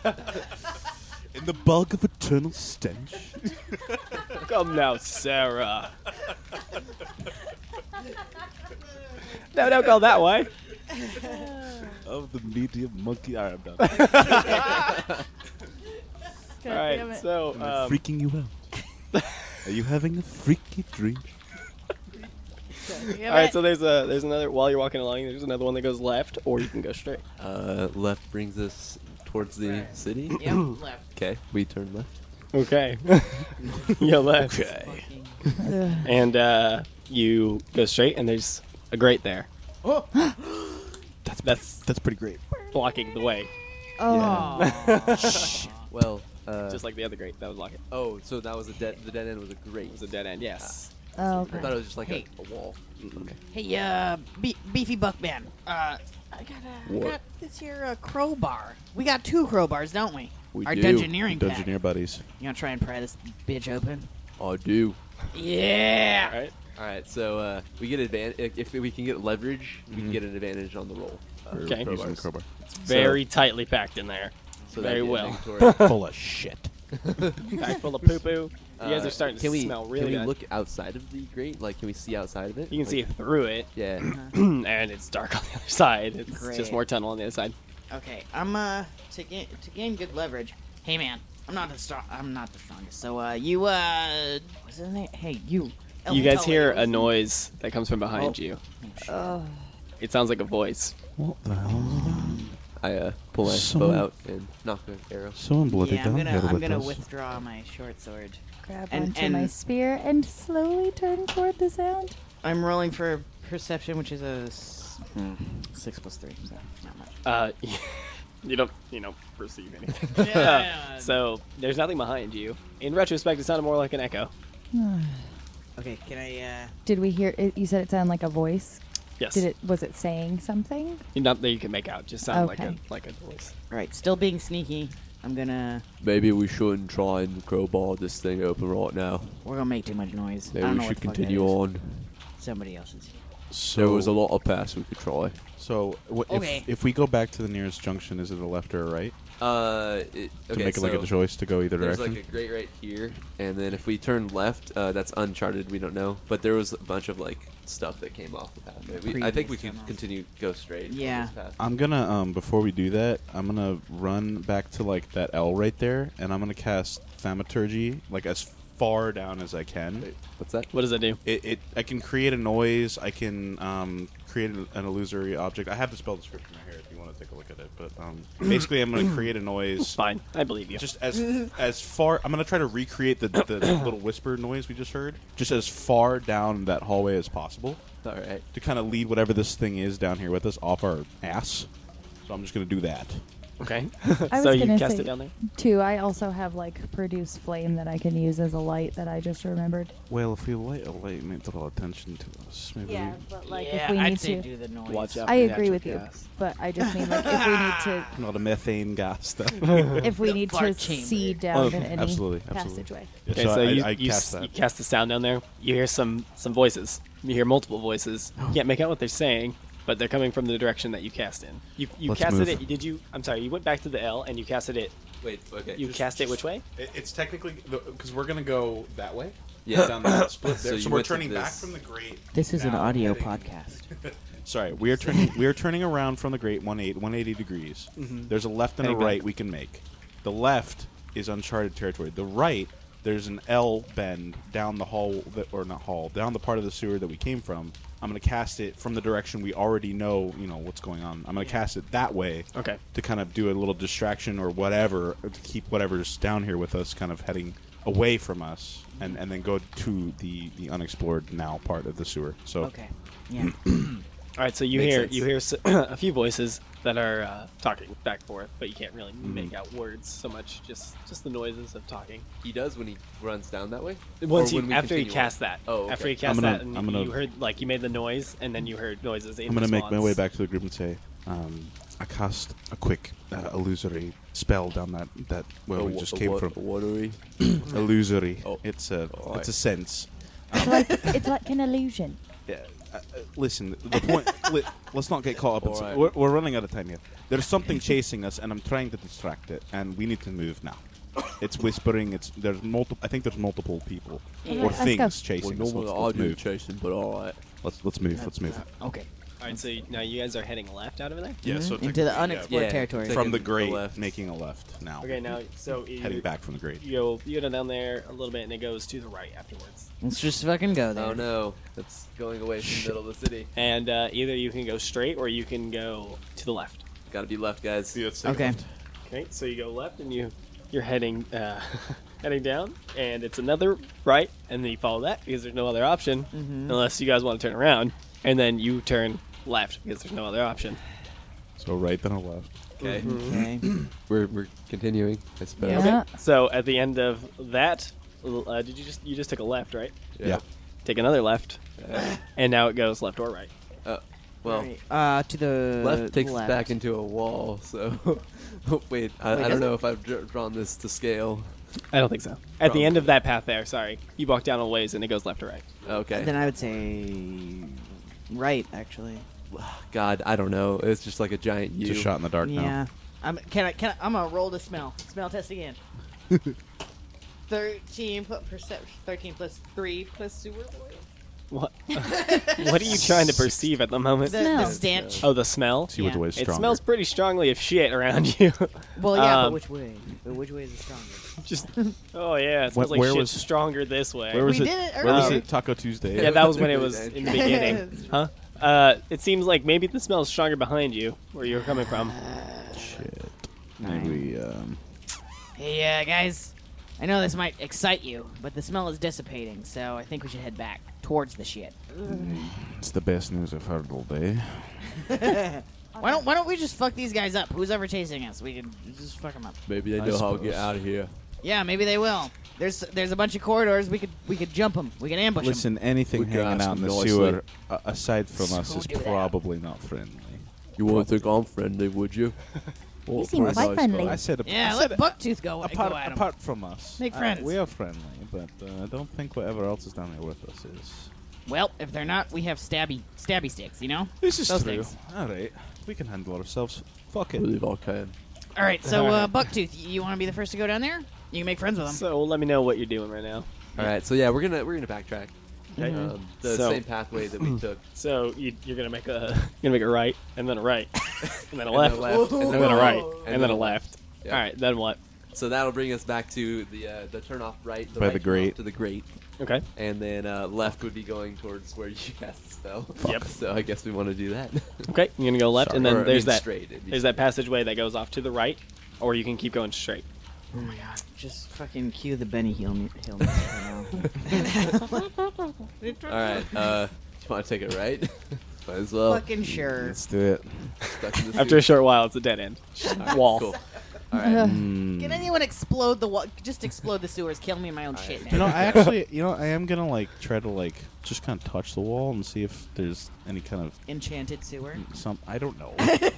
[SPEAKER 1] In the bulk of eternal stench?
[SPEAKER 4] come now, Sarah. no, don't go that way.
[SPEAKER 1] of the medium monkey. Alright, I'm done.
[SPEAKER 4] All right. So um,
[SPEAKER 1] freaking you out. Are you having a freaky dream?
[SPEAKER 4] all right. So there's a there's another while you're walking along. There's another one that goes left, or you can go straight.
[SPEAKER 6] Uh, left brings us towards the city.
[SPEAKER 3] Yep, left.
[SPEAKER 6] Okay, we turn left.
[SPEAKER 4] Okay. you left.
[SPEAKER 3] Fucking-
[SPEAKER 4] And uh, you go straight, and there's a grate there.
[SPEAKER 1] That's
[SPEAKER 4] That's
[SPEAKER 1] that's pretty great.
[SPEAKER 4] blocking the way,
[SPEAKER 3] Oh.
[SPEAKER 6] Well, uh,
[SPEAKER 4] just like the other grate that was blocking.
[SPEAKER 6] oh, so that was a dead. The dead end was a great.
[SPEAKER 4] It was a dead end. Yes.
[SPEAKER 2] Oh,
[SPEAKER 6] I thought
[SPEAKER 2] okay.
[SPEAKER 6] it was just like
[SPEAKER 3] Hey.
[SPEAKER 6] a, a wall.
[SPEAKER 3] Hey, uh, be- beefy Buckman. Uh, I got, a, I
[SPEAKER 6] What?
[SPEAKER 3] got this here uh, crowbar. We got two crowbars, don't we?
[SPEAKER 6] We
[SPEAKER 3] Our
[SPEAKER 6] do.
[SPEAKER 3] dungeoneering pack.
[SPEAKER 1] Dungeoneer buddies.
[SPEAKER 3] You wanna try and pry this bitch open?
[SPEAKER 6] I do.
[SPEAKER 4] All
[SPEAKER 3] Yeah.
[SPEAKER 4] right.
[SPEAKER 6] All right, so uh, we get advantage if we can get leverage. We can get an advantage on the roll. Uh, for
[SPEAKER 4] Okay. Using
[SPEAKER 1] Using the
[SPEAKER 6] crowbars.
[SPEAKER 1] crowbar.
[SPEAKER 4] Very tightly packed in there.
[SPEAKER 6] So
[SPEAKER 4] very
[SPEAKER 6] that'd be a
[SPEAKER 4] well.
[SPEAKER 6] Uh, negatory.
[SPEAKER 1] Full of shit.
[SPEAKER 4] Packed full of poo poo. You guys
[SPEAKER 6] Uh,
[SPEAKER 4] are starting to
[SPEAKER 6] can we,
[SPEAKER 4] smell really
[SPEAKER 6] Can we
[SPEAKER 4] bad.
[SPEAKER 6] look outside of the grate? Like, can we see outside of it?
[SPEAKER 4] you can
[SPEAKER 6] Like,
[SPEAKER 4] see through it,
[SPEAKER 6] Yeah.
[SPEAKER 4] and it's dark on the other side. It's
[SPEAKER 3] Great.
[SPEAKER 4] just more tunnel on the other side.
[SPEAKER 3] Okay, I'm uh to gain to gain good leverage. Hey, man, I'm not the strong. I'm not the strongest. So uh, you uh, what's his name? Hey, you.
[SPEAKER 2] Oh,
[SPEAKER 3] Oh,
[SPEAKER 4] you guys
[SPEAKER 3] Elvin
[SPEAKER 4] hear
[SPEAKER 3] Tully.
[SPEAKER 4] a noise that comes from behind you. It sounds like a voice.
[SPEAKER 1] What the hell?
[SPEAKER 6] I uh, pull my bow
[SPEAKER 1] Someone-
[SPEAKER 6] out and knock an arrow.
[SPEAKER 1] Someone bloody
[SPEAKER 3] Yeah, I'm
[SPEAKER 1] down
[SPEAKER 3] gonna
[SPEAKER 1] here
[SPEAKER 3] I'm
[SPEAKER 1] with
[SPEAKER 3] gonna
[SPEAKER 1] us.
[SPEAKER 3] withdraw my short sword.
[SPEAKER 2] Grab
[SPEAKER 3] And-
[SPEAKER 2] onto my
[SPEAKER 3] and-
[SPEAKER 2] spear and slowly turn toward the sound.
[SPEAKER 3] I'm rolling for perception, which is a s- hmm, six plus three, so not much.
[SPEAKER 4] Uh, you don't, you don't perceive anything.
[SPEAKER 3] Yeah.
[SPEAKER 4] So there's nothing behind you. In retrospect, it sounded more like an echo.
[SPEAKER 3] okay, can I? uh,
[SPEAKER 2] Did we hear? It, you said it sounded like a voice.
[SPEAKER 4] Yes.
[SPEAKER 2] Did it? Was it saying something?
[SPEAKER 4] Not that you can make out. Just sounded
[SPEAKER 2] Okay.
[SPEAKER 4] like a like a voice.
[SPEAKER 3] All right, still being sneaky. I'm gonna.
[SPEAKER 6] Maybe we shouldn't try and crowbar this thing open right now.
[SPEAKER 3] We're gonna make too much noise. I
[SPEAKER 6] Maybe
[SPEAKER 3] don't
[SPEAKER 6] we
[SPEAKER 3] know what
[SPEAKER 6] should
[SPEAKER 3] the fuck that
[SPEAKER 6] continue
[SPEAKER 3] is.
[SPEAKER 6] on.
[SPEAKER 3] Somebody else's. here.
[SPEAKER 1] So
[SPEAKER 6] There was a lot of paths we could try.
[SPEAKER 1] So wh-
[SPEAKER 3] Okay.
[SPEAKER 1] if if we go back to the nearest junction, is it a left or a right?
[SPEAKER 6] Uh, it,
[SPEAKER 1] To
[SPEAKER 6] okay,
[SPEAKER 1] make it like
[SPEAKER 6] so
[SPEAKER 1] a choice to go either
[SPEAKER 6] There's
[SPEAKER 1] direction.
[SPEAKER 6] like a grate right here, and then if we turn left, uh, that's uncharted. We don't know, but there was a bunch of like stuff that came off the path. Maybe I think we
[SPEAKER 3] Previous
[SPEAKER 6] could
[SPEAKER 3] demos.
[SPEAKER 6] continue go straight. on
[SPEAKER 3] Yeah.
[SPEAKER 6] this path.
[SPEAKER 1] I'm gonna um before we do that, I'm gonna run back to like that L right there, and I'm gonna cast Thaumaturgy like as far down as I can.
[SPEAKER 6] Wait, what's that?
[SPEAKER 4] What does it do?
[SPEAKER 1] It, it I can create a noise. I can um, create an, an illusory object. I have the spell description right here if you want to take a look at it. But um, basically, I'm going to create a noise.
[SPEAKER 4] Fine, I believe you.
[SPEAKER 1] Just as as far, I'm going to try to recreate the, the little whisper noise we just heard, just as far down that hallway as possible
[SPEAKER 6] All right.
[SPEAKER 1] to kind of lead whatever this thing is down here with us off our ass. So I'm just going to do that.
[SPEAKER 4] Okay.
[SPEAKER 2] I
[SPEAKER 4] so
[SPEAKER 2] was
[SPEAKER 4] you
[SPEAKER 2] gonna
[SPEAKER 4] cast
[SPEAKER 2] say-
[SPEAKER 4] it down there.
[SPEAKER 2] Two, I also have like produce flame that I can use as a light that I just remembered.
[SPEAKER 1] Well, if we light a light, it may draw attention to us. Maybe
[SPEAKER 2] Yeah,
[SPEAKER 1] we-
[SPEAKER 2] but like
[SPEAKER 3] yeah,
[SPEAKER 2] if we
[SPEAKER 3] I'd
[SPEAKER 2] need
[SPEAKER 3] say
[SPEAKER 2] to,
[SPEAKER 3] do the noise.
[SPEAKER 4] Watch out.
[SPEAKER 2] I
[SPEAKER 4] for
[SPEAKER 2] agree
[SPEAKER 4] natural
[SPEAKER 2] with you.
[SPEAKER 4] gas.
[SPEAKER 2] But I just mean like if we need to,
[SPEAKER 1] not a methane gas. though.
[SPEAKER 2] if we need
[SPEAKER 3] fart
[SPEAKER 2] to
[SPEAKER 3] chamber.
[SPEAKER 2] see down
[SPEAKER 1] Oh,
[SPEAKER 2] in any
[SPEAKER 1] absolutely, absolutely.
[SPEAKER 2] passageway.
[SPEAKER 1] Yeah,
[SPEAKER 4] Okay,
[SPEAKER 1] so
[SPEAKER 4] so,
[SPEAKER 1] I-
[SPEAKER 4] you,
[SPEAKER 1] I
[SPEAKER 4] you,
[SPEAKER 1] cast
[SPEAKER 4] s-
[SPEAKER 1] that.
[SPEAKER 4] you cast the sound down there. You hear some some voices. You hear multiple voices. You can't make out what they're saying, but they're coming from the direction that you cast in. You you
[SPEAKER 1] Let's
[SPEAKER 4] casted
[SPEAKER 1] move.
[SPEAKER 4] it. Did you? I'm sorry. You went back to the L and you casted it.
[SPEAKER 6] Wait, okay.
[SPEAKER 4] You cast it which way?
[SPEAKER 5] It- It's technically because we're gonna go that way.
[SPEAKER 6] Yeah.
[SPEAKER 5] down that split
[SPEAKER 6] So
[SPEAKER 5] there. So,
[SPEAKER 6] you
[SPEAKER 5] we're
[SPEAKER 6] went to
[SPEAKER 5] turning back
[SPEAKER 6] this.
[SPEAKER 5] from the grate.
[SPEAKER 3] This is an
[SPEAKER 5] now
[SPEAKER 3] audio
[SPEAKER 5] heading-
[SPEAKER 3] podcast.
[SPEAKER 1] Sorry, we are turning we are turning around from the great 18 180 degrees. There's a left and a
[SPEAKER 4] Heading back.
[SPEAKER 1] right we can make. The left is uncharted territory. The right there's an L bend down the hall that, or not hall down the part of the sewer that we came from. I'm gonna cast it from the direction we already know you know what's going on. I'm gonna cast it that way.
[SPEAKER 4] Okay.
[SPEAKER 1] To kind of do a little distraction or whatever to keep whatever's down here with us kind of heading away from us and, and then go to the, the unexplored now part of the sewer. So
[SPEAKER 3] Okay. Yeah.
[SPEAKER 4] All right. So you
[SPEAKER 6] Makes
[SPEAKER 4] hear
[SPEAKER 6] sense.
[SPEAKER 4] you hear s- a few voices that are uh, talking back and forth, but you can't really
[SPEAKER 1] Hmm.
[SPEAKER 4] make out words so much. Just just the noises of talking.
[SPEAKER 6] He does when he runs down that way.
[SPEAKER 4] Once
[SPEAKER 6] Or
[SPEAKER 4] you
[SPEAKER 6] when we
[SPEAKER 4] after you
[SPEAKER 6] continue on?
[SPEAKER 4] cast that.
[SPEAKER 6] Oh, okay.
[SPEAKER 4] After you cast
[SPEAKER 1] I'm gonna-
[SPEAKER 4] that, and
[SPEAKER 1] I'm gonna-
[SPEAKER 4] you heard like you made the noise, and then you heard noises. In
[SPEAKER 1] I'm gonna make my
[SPEAKER 4] response.
[SPEAKER 1] way back to the group and say, um, I cast a quick uh, illusory spell down that that where we just came from.
[SPEAKER 6] Watery.
[SPEAKER 1] illusory.
[SPEAKER 6] Oh.
[SPEAKER 1] It's a
[SPEAKER 6] Oh,
[SPEAKER 1] it's
[SPEAKER 6] I-
[SPEAKER 1] a sense.
[SPEAKER 2] It's like it's like an illusion.
[SPEAKER 1] Yeah, uh, uh, listen, the point. li- let's not get caught up. In
[SPEAKER 6] All
[SPEAKER 1] some-
[SPEAKER 6] right.
[SPEAKER 1] we're, we're running out of time here. There's something chasing us, and I'm trying to distract it. And we need to move now. It's whispering. It's there's multiple. I think there's multiple people or
[SPEAKER 2] Let's go.
[SPEAKER 1] things chasing us. Let's, let's move.
[SPEAKER 6] chasing, but all right.
[SPEAKER 1] let's let's move. Let's move.
[SPEAKER 3] Uh, Okay.
[SPEAKER 4] All right. So now you guys are heading left out of there.
[SPEAKER 1] Yeah. So
[SPEAKER 2] Mm-hmm.
[SPEAKER 3] Into the unexplored
[SPEAKER 6] Yeah.
[SPEAKER 3] territory.
[SPEAKER 6] Take-
[SPEAKER 1] from the
[SPEAKER 6] Taking a
[SPEAKER 1] grate,
[SPEAKER 6] left.
[SPEAKER 1] making a left now.
[SPEAKER 4] Okay. Now so you-
[SPEAKER 1] heading back from the grate.
[SPEAKER 4] You go you go down there a little bit, and it goes to the right afterwards.
[SPEAKER 3] Let's just fucking go there.
[SPEAKER 6] Oh no, that's going away from the middle of the city.
[SPEAKER 4] And uh, either you can go straight or you can go to the left.
[SPEAKER 6] Gotta be left, guys.
[SPEAKER 5] Yeah, it's
[SPEAKER 3] Okay.
[SPEAKER 4] Okay. So you go left, and you you're heading uh, heading down, and it's another right, and then you follow that because there's no other option unless you guys want to turn around, and then you turn left because there's no other option.
[SPEAKER 1] So right then a left.
[SPEAKER 6] Okay.
[SPEAKER 4] Mm-hmm.
[SPEAKER 3] Okay.
[SPEAKER 6] We're, we're continuing. I suppose.
[SPEAKER 2] Yeah.
[SPEAKER 4] So at the end of that, uh, did you just you just took a left, right?
[SPEAKER 1] Yeah.
[SPEAKER 4] Take another left,
[SPEAKER 1] Uh.
[SPEAKER 4] and now it goes left or right.
[SPEAKER 6] Uh, well,
[SPEAKER 3] Alright, uh, to the
[SPEAKER 6] left takes us
[SPEAKER 3] left.
[SPEAKER 6] back into a wall. So, wait, I,
[SPEAKER 3] Wait, does
[SPEAKER 6] I don't know
[SPEAKER 3] it?
[SPEAKER 6] if I've dr- drawn this to scale.
[SPEAKER 4] I don't think so. At the end of that path there, sorry, you walk down a ways and it goes left or right.
[SPEAKER 6] Okay.
[SPEAKER 3] Then I would say right, actually.
[SPEAKER 6] God, I don't know. It's just like a giant U.
[SPEAKER 1] It's a shot in the dark
[SPEAKER 3] Yeah.
[SPEAKER 1] now.
[SPEAKER 3] I'm can I can I, I'm gonna roll to smell. Smell test again. thirteen plus perception. Thirteen plus three plus sewer. oil?
[SPEAKER 4] What? what are you trying to perceive at the moment?
[SPEAKER 3] The, the
[SPEAKER 2] Smell.
[SPEAKER 3] stench.
[SPEAKER 4] oh, the smell.
[SPEAKER 1] See which
[SPEAKER 3] Yeah.
[SPEAKER 1] way is
[SPEAKER 4] It
[SPEAKER 1] stronger.
[SPEAKER 4] smells pretty strongly of shit around you.
[SPEAKER 3] Well, yeah, but
[SPEAKER 4] Um,
[SPEAKER 3] which way? But which way is the strongest?
[SPEAKER 4] Just oh yeah, it smells like
[SPEAKER 1] where
[SPEAKER 4] shit's
[SPEAKER 1] was-
[SPEAKER 4] stronger this way.
[SPEAKER 1] Where was
[SPEAKER 3] We
[SPEAKER 1] it?
[SPEAKER 3] did it
[SPEAKER 1] where was
[SPEAKER 4] earlier.
[SPEAKER 1] it? Taco Tuesday.
[SPEAKER 4] yeah, that was when it was in the beginning, huh? Uh, it seems like maybe the smell is stronger behind you, where you're coming from.
[SPEAKER 1] Shit. Maybe. Um,
[SPEAKER 3] Hey, uh, guys. I know this might excite you, but the smell is dissipating, so I think we should head back towards the shit.
[SPEAKER 1] it's the best news I've heard all day.
[SPEAKER 3] Why don't Why don't we just fuck these guys up? Who's ever chasing us? We can just fuck them up.
[SPEAKER 6] Maybe they
[SPEAKER 1] I
[SPEAKER 6] know how to get
[SPEAKER 1] suppose.
[SPEAKER 6] out of here.
[SPEAKER 3] Yeah, maybe they will. There's There's a bunch of corridors. We could We could jump them. We can ambush them.
[SPEAKER 1] Listen, anything
[SPEAKER 6] We could
[SPEAKER 1] hanging
[SPEAKER 6] ask
[SPEAKER 1] out in the
[SPEAKER 6] nicely.
[SPEAKER 1] sewer, uh, aside from us,
[SPEAKER 3] Who
[SPEAKER 1] is
[SPEAKER 3] do that?
[SPEAKER 1] probably not friendly.
[SPEAKER 6] You wouldn't think I'm friendly, would you?
[SPEAKER 2] You seem quite friendly.
[SPEAKER 1] I said. ap- I
[SPEAKER 3] Yeah,
[SPEAKER 1] said
[SPEAKER 3] let
[SPEAKER 1] a-
[SPEAKER 3] Bucktooth go.
[SPEAKER 1] apart,
[SPEAKER 3] go at 'em.
[SPEAKER 1] apart from us.
[SPEAKER 3] Make
[SPEAKER 1] Uh,
[SPEAKER 3] friends.
[SPEAKER 1] we are friendly, but uh, I don't think whatever else is down here with us is.
[SPEAKER 3] Well, if they're not, we have stabby stabby sticks, you know?
[SPEAKER 1] This is
[SPEAKER 3] Those
[SPEAKER 1] true.
[SPEAKER 3] things.
[SPEAKER 1] All right, we can handle ourselves. Fuck
[SPEAKER 6] I
[SPEAKER 1] it.
[SPEAKER 6] believe I can.
[SPEAKER 3] All right, so uh, Bucktooth, you want to be the first to go down there? You can make friends with them.
[SPEAKER 4] So let me know what you're doing right now.
[SPEAKER 6] All right, so yeah, we're gonna we're gonna backtrack.
[SPEAKER 4] Okay.
[SPEAKER 3] Mm-hmm.
[SPEAKER 6] Um, the
[SPEAKER 4] So-
[SPEAKER 6] same pathway that we took.
[SPEAKER 4] So you, you're gonna make a you're gonna make a right and then a right and then a
[SPEAKER 6] And then
[SPEAKER 4] left
[SPEAKER 6] a left, and
[SPEAKER 4] and then a right
[SPEAKER 6] And
[SPEAKER 4] and
[SPEAKER 6] then
[SPEAKER 4] then
[SPEAKER 6] a
[SPEAKER 4] a left.
[SPEAKER 6] Yeah.
[SPEAKER 4] All right, then what?
[SPEAKER 6] So that'll bring us back to the uh, the turn off right. The
[SPEAKER 1] By
[SPEAKER 6] right
[SPEAKER 1] the
[SPEAKER 6] turn off
[SPEAKER 1] grate.
[SPEAKER 6] to the grate,
[SPEAKER 4] Okay.
[SPEAKER 6] and then uh, left would be going towards where you cast the spell.
[SPEAKER 4] Yep.
[SPEAKER 6] So I guess we want to do that.
[SPEAKER 4] Okay, you're gonna go left, and
[SPEAKER 6] Or, I
[SPEAKER 4] then there's
[SPEAKER 6] mean,
[SPEAKER 4] that
[SPEAKER 6] straight. It'd be
[SPEAKER 4] there's that passageway that goes off to the right, or you can keep going straight.
[SPEAKER 3] Oh my god, just fucking cue the Benny Hill mu- Hill music right now.
[SPEAKER 6] All right. Uh, do you want to take it right? Might as well.
[SPEAKER 3] Fucking sure.
[SPEAKER 1] Let's do it.
[SPEAKER 6] Stuck in the
[SPEAKER 4] After a
[SPEAKER 6] suit.
[SPEAKER 4] short while, it's a dead end. Wall.
[SPEAKER 6] Cool. All right.
[SPEAKER 3] Can
[SPEAKER 1] Mm.
[SPEAKER 3] anyone explode the wall? Just explode the sewers. Kill me in my own shit
[SPEAKER 1] You
[SPEAKER 3] now.
[SPEAKER 1] know, I actually, you know, I am gonna like try to like just kind of touch the wall and see if there's any kind of
[SPEAKER 3] Enchanted sewer.
[SPEAKER 1] some. I don't know.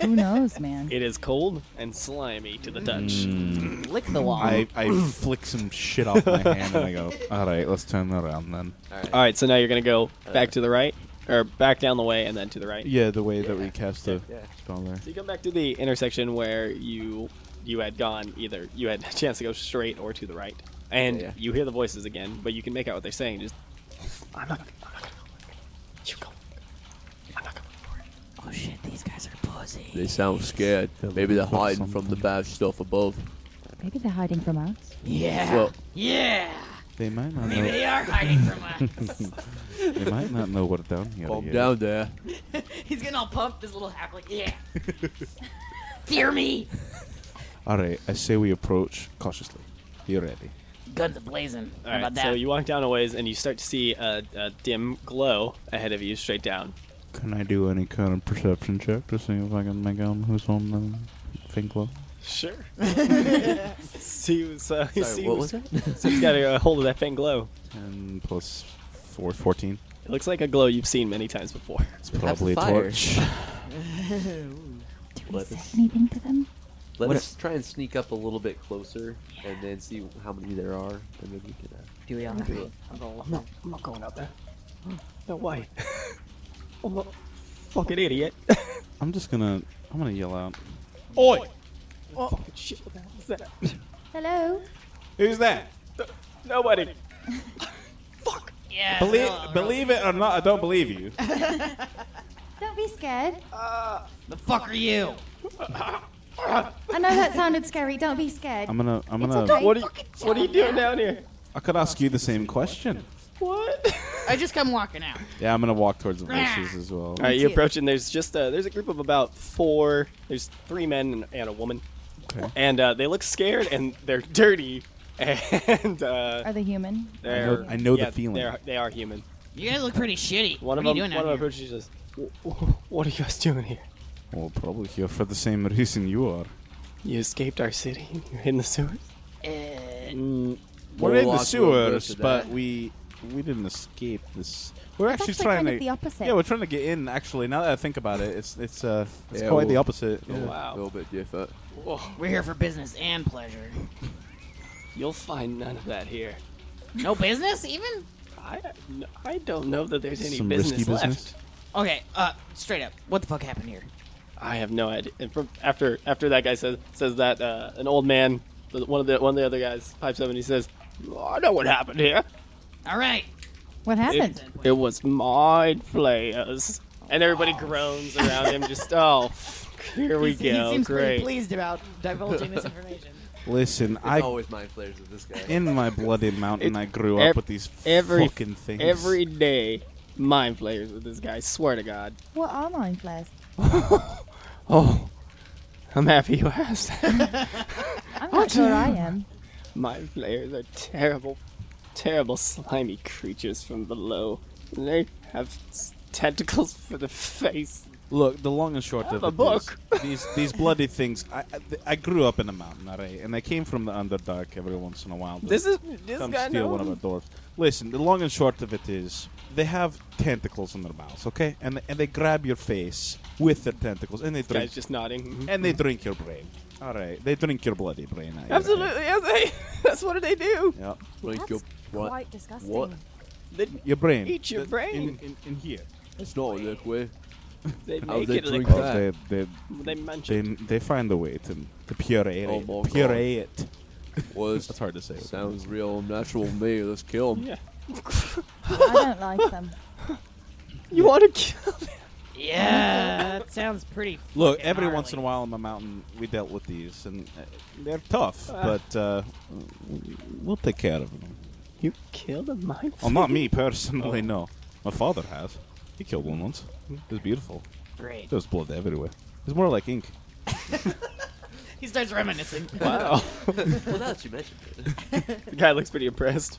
[SPEAKER 2] Who knows, man?
[SPEAKER 4] It is cold and slimy to the touch.
[SPEAKER 6] Mm.
[SPEAKER 3] Lick the wall.
[SPEAKER 1] I I flick some shit off my hand and I go, all right, let's turn that around then.
[SPEAKER 6] All right.
[SPEAKER 4] All right, so now you're gonna go
[SPEAKER 6] Uh,
[SPEAKER 4] back to the right, or back down the way and then to the right.
[SPEAKER 1] Yeah, the way that we cast the
[SPEAKER 6] Yeah.
[SPEAKER 1] spell there.
[SPEAKER 4] So you come back to the intersection where you you had gone. Either you had a chance to go straight or to the right, and
[SPEAKER 6] Yeah, yeah.
[SPEAKER 4] you hear the voices again, but you can make out what they're saying. Just I'm not. Gonna, I'm not gonna go. You go. I'm not going for it.
[SPEAKER 3] oh shit, these guys are pussy.
[SPEAKER 6] They sound scared. Maybe they're hiding from the bad stuff above.
[SPEAKER 2] Maybe they're hiding from us.
[SPEAKER 3] Yeah.
[SPEAKER 6] Well,
[SPEAKER 3] yeah.
[SPEAKER 1] They might not
[SPEAKER 3] Maybe
[SPEAKER 1] know.
[SPEAKER 3] they are hiding from us.
[SPEAKER 1] They might not know we're down here.
[SPEAKER 6] calm
[SPEAKER 1] yet.
[SPEAKER 6] down there.
[SPEAKER 3] He's getting all pumped. This little half like, yeah. Fear me.
[SPEAKER 1] All right, I say we approach cautiously. You ready?
[SPEAKER 3] Guns blazing.
[SPEAKER 4] All
[SPEAKER 3] How about
[SPEAKER 4] right,
[SPEAKER 3] that?
[SPEAKER 4] so you walk down a ways and you start to see a, a dim glow ahead of you, straight down.
[SPEAKER 1] Can I do any kind of perception check to see if I can make out who's on the thing glow?
[SPEAKER 4] Sure. see, who's, uh,
[SPEAKER 6] Sorry,
[SPEAKER 4] see
[SPEAKER 6] what was
[SPEAKER 4] who's-
[SPEAKER 6] that?
[SPEAKER 4] So he's got a hold of that faint glow.
[SPEAKER 1] Ten plus four, fourteen.
[SPEAKER 4] It looks like a glow you've seen many times before.
[SPEAKER 1] It's
[SPEAKER 6] Perhaps
[SPEAKER 1] probably a
[SPEAKER 6] fire.
[SPEAKER 1] torch.
[SPEAKER 2] Do we
[SPEAKER 6] What
[SPEAKER 2] say
[SPEAKER 6] is-
[SPEAKER 2] anything to them?
[SPEAKER 6] Let
[SPEAKER 3] What
[SPEAKER 6] us try and sneak up a little bit closer and then see how many there are, and then we can. Uh,
[SPEAKER 3] Do we all have to?
[SPEAKER 4] I'm not going out there. No way. I'm not fucking idiot.
[SPEAKER 1] I'm just gonna, I'm gonna yell out.
[SPEAKER 4] Oi! Fucking shit, what the hell was that?
[SPEAKER 2] Hello.
[SPEAKER 1] Who's that?
[SPEAKER 4] Nobody.
[SPEAKER 3] Yeah.
[SPEAKER 1] Believe,
[SPEAKER 3] no, no.
[SPEAKER 1] believe it or not, I don't believe you.
[SPEAKER 2] Don't be scared.
[SPEAKER 3] The fuck are you?
[SPEAKER 2] I know that sounded scary. Don't be scared.
[SPEAKER 1] I'm gonna, I'm gonna.
[SPEAKER 2] okay.
[SPEAKER 4] What are you, what are you doing down here?
[SPEAKER 1] I could ask you the same question.
[SPEAKER 4] What?
[SPEAKER 3] I just come walking out.
[SPEAKER 1] Yeah, I'm gonna walk towards the voices as well.
[SPEAKER 4] All right, you're
[SPEAKER 3] too.
[SPEAKER 4] approaching. There's just a, there's a group of about four. There's three men and, and a woman,
[SPEAKER 1] Okay.
[SPEAKER 4] and uh, they look scared and they're dirty, and uh,
[SPEAKER 2] Are they human?
[SPEAKER 4] they're.
[SPEAKER 1] know- I know the
[SPEAKER 4] yeah,
[SPEAKER 1] feeling.
[SPEAKER 4] they're- They are human.
[SPEAKER 3] You guys look pretty shitty.
[SPEAKER 4] One
[SPEAKER 3] what
[SPEAKER 4] of
[SPEAKER 3] are
[SPEAKER 4] them.
[SPEAKER 3] you
[SPEAKER 4] One
[SPEAKER 3] doing
[SPEAKER 4] of them
[SPEAKER 3] out here?
[SPEAKER 4] approaches. and says, "W- w- "What are you guys doing here?
[SPEAKER 1] Well, probably here for the same reason you are.
[SPEAKER 4] You escaped our city. and You're in the sewers.
[SPEAKER 3] Uh,
[SPEAKER 4] Mm,
[SPEAKER 1] We're
[SPEAKER 6] we'll
[SPEAKER 1] in the
[SPEAKER 6] walk real close
[SPEAKER 1] sewers,
[SPEAKER 6] to
[SPEAKER 1] but
[SPEAKER 6] that.
[SPEAKER 1] we we didn't escape this. We're
[SPEAKER 2] That's
[SPEAKER 1] actually,
[SPEAKER 2] actually
[SPEAKER 1] trying
[SPEAKER 2] kind
[SPEAKER 1] to.
[SPEAKER 2] of the opposite.
[SPEAKER 1] Yeah, we're trying to get in. Actually, now that I think about it, it's it's uh it's
[SPEAKER 6] Yeah,
[SPEAKER 1] quite the
[SPEAKER 6] well-
[SPEAKER 1] opposite. Yeah.
[SPEAKER 4] wow.
[SPEAKER 6] A little bit different.
[SPEAKER 3] we're here for business and pleasure.
[SPEAKER 4] You'll find none of that here.
[SPEAKER 3] No business even?
[SPEAKER 4] I, no, I don't know that there's any
[SPEAKER 1] Some
[SPEAKER 4] business
[SPEAKER 1] risky
[SPEAKER 4] left.
[SPEAKER 1] business.
[SPEAKER 3] Okay, uh, straight up, what the fuck happened here?
[SPEAKER 4] I have no idea. And from, after after that guy says says that uh, an old man, one of the one of the other guys pipes up and he says, "I know what happened here.
[SPEAKER 3] All right.
[SPEAKER 2] What happened?
[SPEAKER 4] It, it was my players." And everybody groans around him. Just oh, here we go. Great.
[SPEAKER 3] pleased about divulging this information.
[SPEAKER 1] Listen,
[SPEAKER 6] It's
[SPEAKER 1] I
[SPEAKER 6] always mind flares with this guy.
[SPEAKER 1] in my bloody mountain, I grew
[SPEAKER 4] ev-
[SPEAKER 1] up with these
[SPEAKER 4] every-
[SPEAKER 1] fucking things.
[SPEAKER 4] Every day, mind players with this guy. Swear to God.
[SPEAKER 2] What are mind flares?
[SPEAKER 4] Oh, I'm happy you asked.
[SPEAKER 2] I'm not sure I am.
[SPEAKER 4] Mind flayers are terrible, terrible slimy creatures from below. And They have s- tentacles for the face.
[SPEAKER 1] Look, the long and short of
[SPEAKER 4] a
[SPEAKER 1] it is,
[SPEAKER 4] book.
[SPEAKER 1] these these bloody things. I, I I grew up in a mountain, alright, and I came from the underdark every once in a while. to
[SPEAKER 4] This is this
[SPEAKER 1] come
[SPEAKER 4] guy
[SPEAKER 1] steal one of
[SPEAKER 4] knows.
[SPEAKER 1] our doors. Listen, the long and short of it is, they have tentacles in their mouths, okay, and and they grab your face with their tentacles, and they
[SPEAKER 4] This
[SPEAKER 1] drink
[SPEAKER 4] guy's just nodding.
[SPEAKER 1] and they drink your brain. All right, they drink your bloody brain. I-
[SPEAKER 4] Absolutely, yes, they, that's what they do.
[SPEAKER 1] Yeah,
[SPEAKER 6] Like,
[SPEAKER 2] That's
[SPEAKER 6] yo- what?
[SPEAKER 2] Quite disgusting.
[SPEAKER 6] What?
[SPEAKER 4] They,
[SPEAKER 1] your brain.
[SPEAKER 4] Eat your
[SPEAKER 1] The-
[SPEAKER 4] brain.
[SPEAKER 1] in, in, in here.
[SPEAKER 6] It's not a liquid.
[SPEAKER 4] they
[SPEAKER 6] How
[SPEAKER 4] make
[SPEAKER 6] they
[SPEAKER 4] it
[SPEAKER 6] drink
[SPEAKER 4] liquid.
[SPEAKER 1] Oh, they, they
[SPEAKER 4] They munch
[SPEAKER 1] they
[SPEAKER 4] it.
[SPEAKER 1] they find a way to to puree it.
[SPEAKER 6] Oh my
[SPEAKER 1] puree it.
[SPEAKER 6] Well, it's-
[SPEAKER 1] That's hard to say.
[SPEAKER 6] Sounds real natural to me. Let's kill him.
[SPEAKER 4] Yeah.
[SPEAKER 2] I don't like them.
[SPEAKER 4] You want to kill them?
[SPEAKER 3] Yeah, that sounds pretty.
[SPEAKER 1] Look,
[SPEAKER 3] fucking
[SPEAKER 1] every
[SPEAKER 3] gnarly.
[SPEAKER 1] once in a while in my mountain, we dealt with these, and uh, they're tough,
[SPEAKER 3] Ah.
[SPEAKER 1] but uh, w- we'll take care of them.
[SPEAKER 4] You killed a mind
[SPEAKER 1] Well, not me personally, no. My father has. He killed one once. It was beautiful.
[SPEAKER 3] Great.
[SPEAKER 1] There was blood everywhere. It's more like ink.
[SPEAKER 3] He starts reminiscing.
[SPEAKER 4] Wow.
[SPEAKER 6] well, now that you mentioned it.
[SPEAKER 4] the guy looks pretty impressed.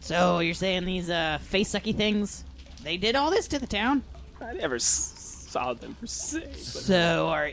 [SPEAKER 3] So you're saying these uh, face sucky things? They did all this to the town?
[SPEAKER 4] I never s- saw them per se, but,
[SPEAKER 3] So are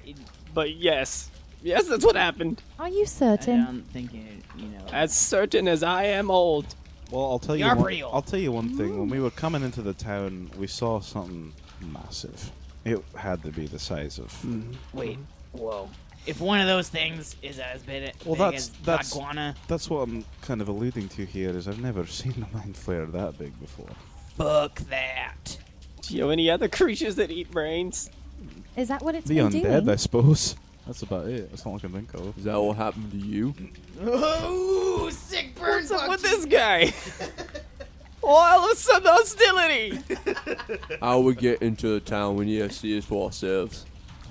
[SPEAKER 4] but yes, yes, that's what happened.
[SPEAKER 2] Are you
[SPEAKER 3] I
[SPEAKER 2] certain?
[SPEAKER 3] don't think you, you know.
[SPEAKER 4] As certain as I am old.
[SPEAKER 1] Well, I'll tell you.
[SPEAKER 3] You're
[SPEAKER 1] One,
[SPEAKER 3] real. Mm.
[SPEAKER 1] I'll tell you one thing. When we were coming into the town, we saw something massive. It had to be the size of.
[SPEAKER 3] Mm. Wait, whoa. If one of those things is as big,
[SPEAKER 1] Well,
[SPEAKER 3] big as
[SPEAKER 1] that's- that's-
[SPEAKER 3] Botswana,
[SPEAKER 1] That's what I'm kind of alluding to here. Is I've never seen a mind flare that big before.
[SPEAKER 3] book that.
[SPEAKER 4] Do you know any other creatures that eat brains?
[SPEAKER 2] Is that what it's
[SPEAKER 1] The
[SPEAKER 2] been
[SPEAKER 1] undead,
[SPEAKER 2] doing?
[SPEAKER 1] I suppose. That's about it. That's all I can think of.
[SPEAKER 6] Is that what happened to you?
[SPEAKER 3] Ooh, sick burns
[SPEAKER 4] What's up with this guy? All of a sudden hostility.
[SPEAKER 6] I would get into the town when you see us for ourselves.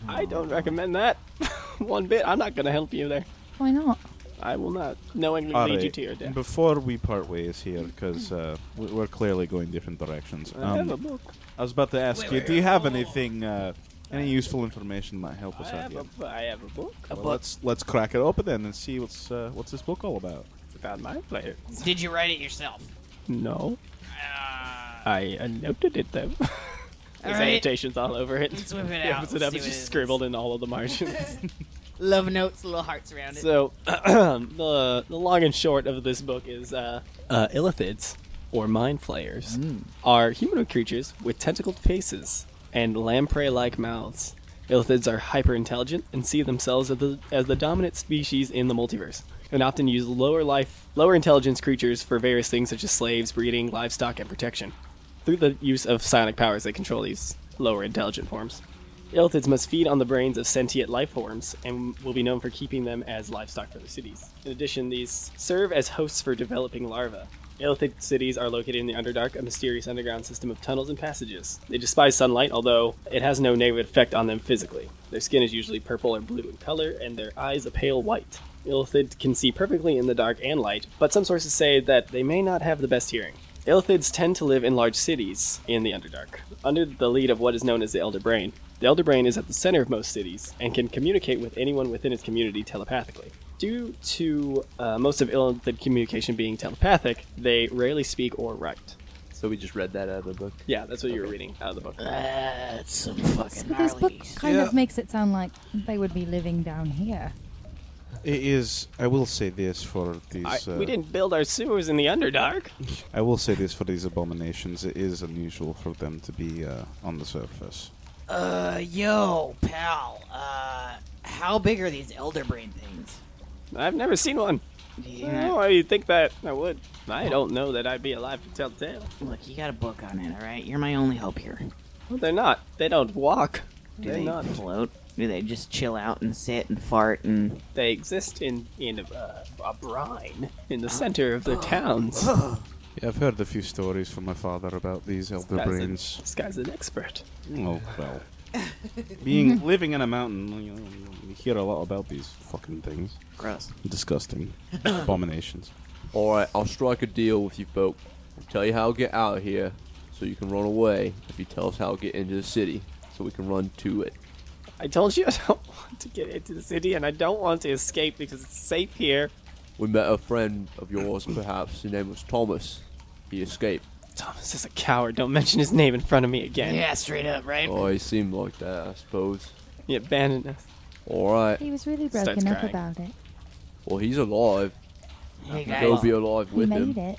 [SPEAKER 4] I don't recommend that one bit. I'm not gonna help you there.
[SPEAKER 2] Why not?
[SPEAKER 4] I will not knowingly
[SPEAKER 1] All
[SPEAKER 4] lead you
[SPEAKER 1] right,
[SPEAKER 4] to your death.
[SPEAKER 1] Before we part ways here, because uh, we- we're clearly going different directions.
[SPEAKER 4] I have a
[SPEAKER 1] Um,
[SPEAKER 4] book.
[SPEAKER 1] I was about to ask
[SPEAKER 3] Wait,
[SPEAKER 1] you,
[SPEAKER 3] wait,
[SPEAKER 1] do you have
[SPEAKER 3] whoa, whoa, whoa.
[SPEAKER 1] anything, uh, any useful information that might help
[SPEAKER 4] I
[SPEAKER 1] us out
[SPEAKER 4] have
[SPEAKER 1] here?
[SPEAKER 4] a, I have a book.
[SPEAKER 3] A
[SPEAKER 1] Well,
[SPEAKER 3] book.
[SPEAKER 1] let's let's crack it open then and see what's uh, what's this book all about.
[SPEAKER 4] It's about my player.
[SPEAKER 3] Did you write it yourself?
[SPEAKER 4] No,
[SPEAKER 3] Uh,
[SPEAKER 4] I noted it though. There's
[SPEAKER 3] all right.
[SPEAKER 4] annotations all over it.
[SPEAKER 3] Let's whip it
[SPEAKER 4] Yeah,
[SPEAKER 3] out.
[SPEAKER 4] it's it
[SPEAKER 3] Let's
[SPEAKER 4] up,
[SPEAKER 3] see
[SPEAKER 4] it's
[SPEAKER 3] what it
[SPEAKER 4] just
[SPEAKER 3] is.
[SPEAKER 4] scribbled in all of the margins.
[SPEAKER 3] Love notes, little hearts around it.
[SPEAKER 4] so, the, the long and short of this book is uh, uh, illithids, or mind flayers, are humanoid creatures with tentacled faces and lamprey like mouths. Illithids are hyper intelligent and see themselves as the, as the dominant species in the multiverse, and often use lower life, lower intelligence creatures for various things such as slaves, breeding, livestock, and protection. Through the use of psionic powers, they control these lower intelligent forms. Illithids must feed on the brains of sentient life forms and will be known for keeping them as livestock for the cities. In addition, these serve as hosts for developing larvae. Illithid cities are located in the Underdark, a mysterious underground system of tunnels and passages. They despise sunlight, although it has no negative effect on them physically. Their skin is usually purple or blue in color, and their eyes a pale white. Illithid can see perfectly in the dark and light, but some sources say that they may not have the best hearing. Illithids tend to live in large cities in the Underdark, under the lead of what is known as the Elder Brain. The Elder Brain is at the center of most cities and can communicate with anyone within its community telepathically. Due to uh, most of Illithid communication being telepathic, they rarely speak or write.
[SPEAKER 6] So we just read that out of the book.
[SPEAKER 4] Yeah, that's what you were reading out of the book.
[SPEAKER 3] That's some fucking
[SPEAKER 2] This book
[SPEAKER 3] gnarly.
[SPEAKER 2] kind
[SPEAKER 1] Yeah.
[SPEAKER 2] of makes it sound like they would be living down here.
[SPEAKER 1] It is. I will say this for these.
[SPEAKER 4] I,
[SPEAKER 1] uh,
[SPEAKER 4] we didn't build our sewers in the Underdark.
[SPEAKER 1] I will say this for these abominations. It is unusual for them to be uh, on the surface.
[SPEAKER 3] Uh, yo, pal. Uh, how big are these elderbrain things?
[SPEAKER 4] I've never seen one.
[SPEAKER 3] Yeah.
[SPEAKER 4] Oh, you think that I would? I don't know that I'd be alive to tell the tale.
[SPEAKER 3] Look, you got a book on it, all right? You're my only hope here.
[SPEAKER 4] Well, they're not. They don't walk.
[SPEAKER 3] Do
[SPEAKER 4] they're
[SPEAKER 3] they
[SPEAKER 4] not.
[SPEAKER 3] float? Do they just chill out and sit and fart and?
[SPEAKER 4] They exist in in uh, a brine in the center of the towns.
[SPEAKER 1] Yeah, I've heard a few stories from my father about these elder
[SPEAKER 4] That's it.
[SPEAKER 1] brains.
[SPEAKER 4] This guy's an expert.
[SPEAKER 1] Oh well, being living in a mountain, you, know, you hear a lot about these fucking things.
[SPEAKER 3] Gross.
[SPEAKER 1] Disgusting abominations.
[SPEAKER 6] All right, I'll strike a deal with you folk. I'll tell you how to get out of here, so you can run away. If you tell us how to get into the city, so we can run to it.
[SPEAKER 4] I told you I don't want to get into the city, and I don't want to escape because it's safe here.
[SPEAKER 6] We met a friend of yours, perhaps. His name was Thomas. He escaped.
[SPEAKER 4] Thomas is a coward. Don't mention his name in front of me again.
[SPEAKER 3] Yeah, straight up, right?
[SPEAKER 6] Oh, he seemed like that, I suppose.
[SPEAKER 4] He abandoned us.
[SPEAKER 6] All right.
[SPEAKER 2] He was really
[SPEAKER 4] Starts
[SPEAKER 2] broken up
[SPEAKER 4] crying.
[SPEAKER 2] about it.
[SPEAKER 6] Well, he's alive.
[SPEAKER 3] Hey
[SPEAKER 6] Go
[SPEAKER 3] guys.
[SPEAKER 6] be alive
[SPEAKER 2] He
[SPEAKER 6] with
[SPEAKER 2] made
[SPEAKER 6] him.
[SPEAKER 2] it.